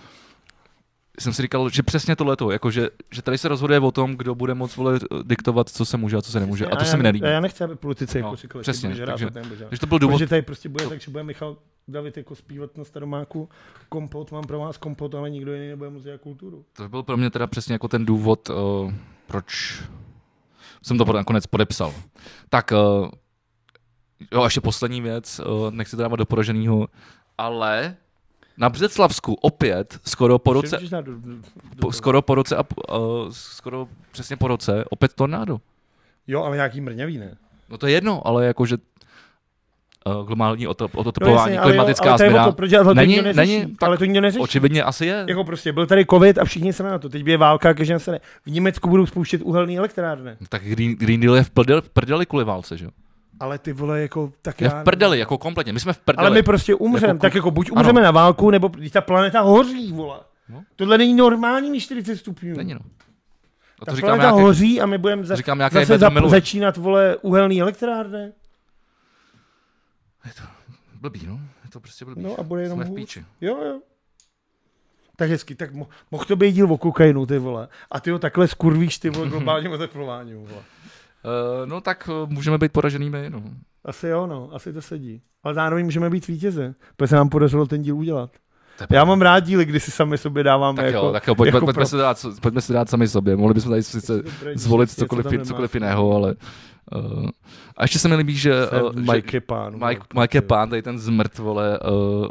jsem si říkal, že přesně tohleto, jako že, že tady se rozhoduje o tom, kdo bude moc vole, diktovat, co se může a co se nemůže. A to
já
se mi
ne-
nelíbí.
a Já nechci, aby politici
No,
jako říkali,
přesně,
že rád,
takže-
nebo že
Takže to byl důvod,
Protože tady prostě bude, takže bude Michal David jako zpívat na staromáku kompot, mám pro vás kompot, ale nikdo jiný nebude moc dělat kulturu.
To byl pro mě teda přesně jako ten důvod, uh, proč jsem to pod- nakonec podepsal. Tak, uh, jo, ještě poslední věc, uh, nechci to dávat do poraženého, ale na Břeclavsku opět skoro po roce,
Že můžeš dát do- do- do
po,
toho.
skoro po roce a p- uh, skoro přesně po roce, opět tornádo.
Jo, ale nějaký mrňavý, ne?
No to je jedno, ale jakože uh, globální otop,
No,
otoplování,
jasně,
klimatická
ale, jo, ale to je o
změna,
to, protože ale to
Není-
nikdo neřeší.
není, tak
ale to nikdo neřeší.
očividně asi je.
Jako prostě, byl tady covid a všichni se na to. Teď je válka, každý se ne. V Německu budou spouštět uhelné elektrárny.
Tak Green, Green Deal je v prdeli, v prdeli kvůli válce, že jo?
Ale ty vole, jako tak
Je
já
v prdeli, jako kompletně, my jsme v prdeli.
Ale my prostě umřeme.
Jako
Jako
ku-
tak jako buď
Ano.
umřeme na válku, nebo ta planeta hoří, vole.
No.
Tohle není normální mít 40 stupňů.
Není no. A
Ta
to říkám
planeta
nějaké,
hoří a my budeme za,
říkám nějaké
Zase
zase
zap,
za,
začínat, vole, uhelný elektrárny.
Blbý, no. Je to prostě blbý.
No a bude jenom
Jsme v
hůř.
píči.
Jo, jo. Tak hezky, tak mo- mohl to být díl o kokainu, ty vole. A ty ho takhle skurvíš, ty vole, globálně oteplování, vole.
Uh, no tak eh, můžeme být poraženými, no.
Asi jo, no, asi to sedí. Ale zároveň můžeme být vítěze, protože se nám podařilo ten díl udělat.
To je
Já mám rád díly, kdy si sami sobě dáváme
tak
jako...
jo, tak jo, pojďme,
jako
pojďme,
pro-
se dát, pojďme se dát sami sobě. Mohli bychom tady sice
Dobré,
zvolit
díky, co
cokoliv,
tam nemá.
cokoliv jiného, ale... Uh, a ještě se mi líbí, že...
To je
eh, že-
Mike je pán.
Mike,
vole,
Mike je
ty.
pán, tady ten zmrt, vole, uh,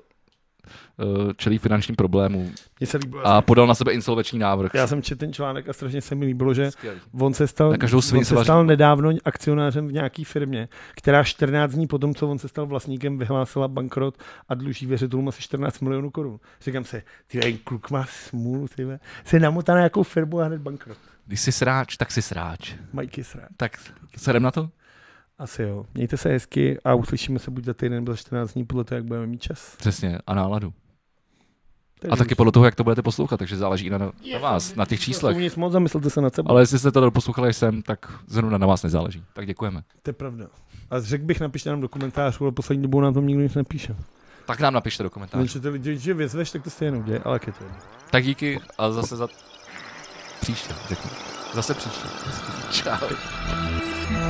eh, čelí finančním problémům
Mně se líbilo.
a podal na sebe insolveční návrh.
Já jsem četl ten článek a strašně se mi líbilo, že
Skvělý.
on se stal,
Na každou
on
svin
se
se vaří.
stal nedávno akcionářem v nějaký firmě, která 14 dní po tom, co on se stal vlastníkem, vyhlásila bankrot a dluží věřitelům asi 14 milionů korun. Říkám se, ty ten kluk má smůlu, ty ve. se namotá na jakou firmu a hned bankrot.
Když jsi sráč, tak jsi sráč.
Majky srá.
Tak se jdem na to?
Asi jo. Mějte se hezky a uslyšíme se buď za týden nebo za 14 dní podle toho, jak budeme mít čas.
Přesně, a náladu.
Takže
A taky
už-
podle toho, jak to budete poslouchat, takže záleží i na, na vás, na těch číslech.
Nic moc, zamyslete se nad sebou.
Ale jestli jste to doposlouchali sem, tak zrovna na vás nezáleží. Tak děkujeme.
To je pravda. A řekl bych, napište nám do komentářů, ale poslední dobou nám tam nikdo nic nepíše.
Tak nám napište do komentářů.
Když ty lidi že vyzveš, tak to stejně uděje, ale jak je to jedno.
Tak díky a zase za příště. Řeknu. Zase příště. Čau.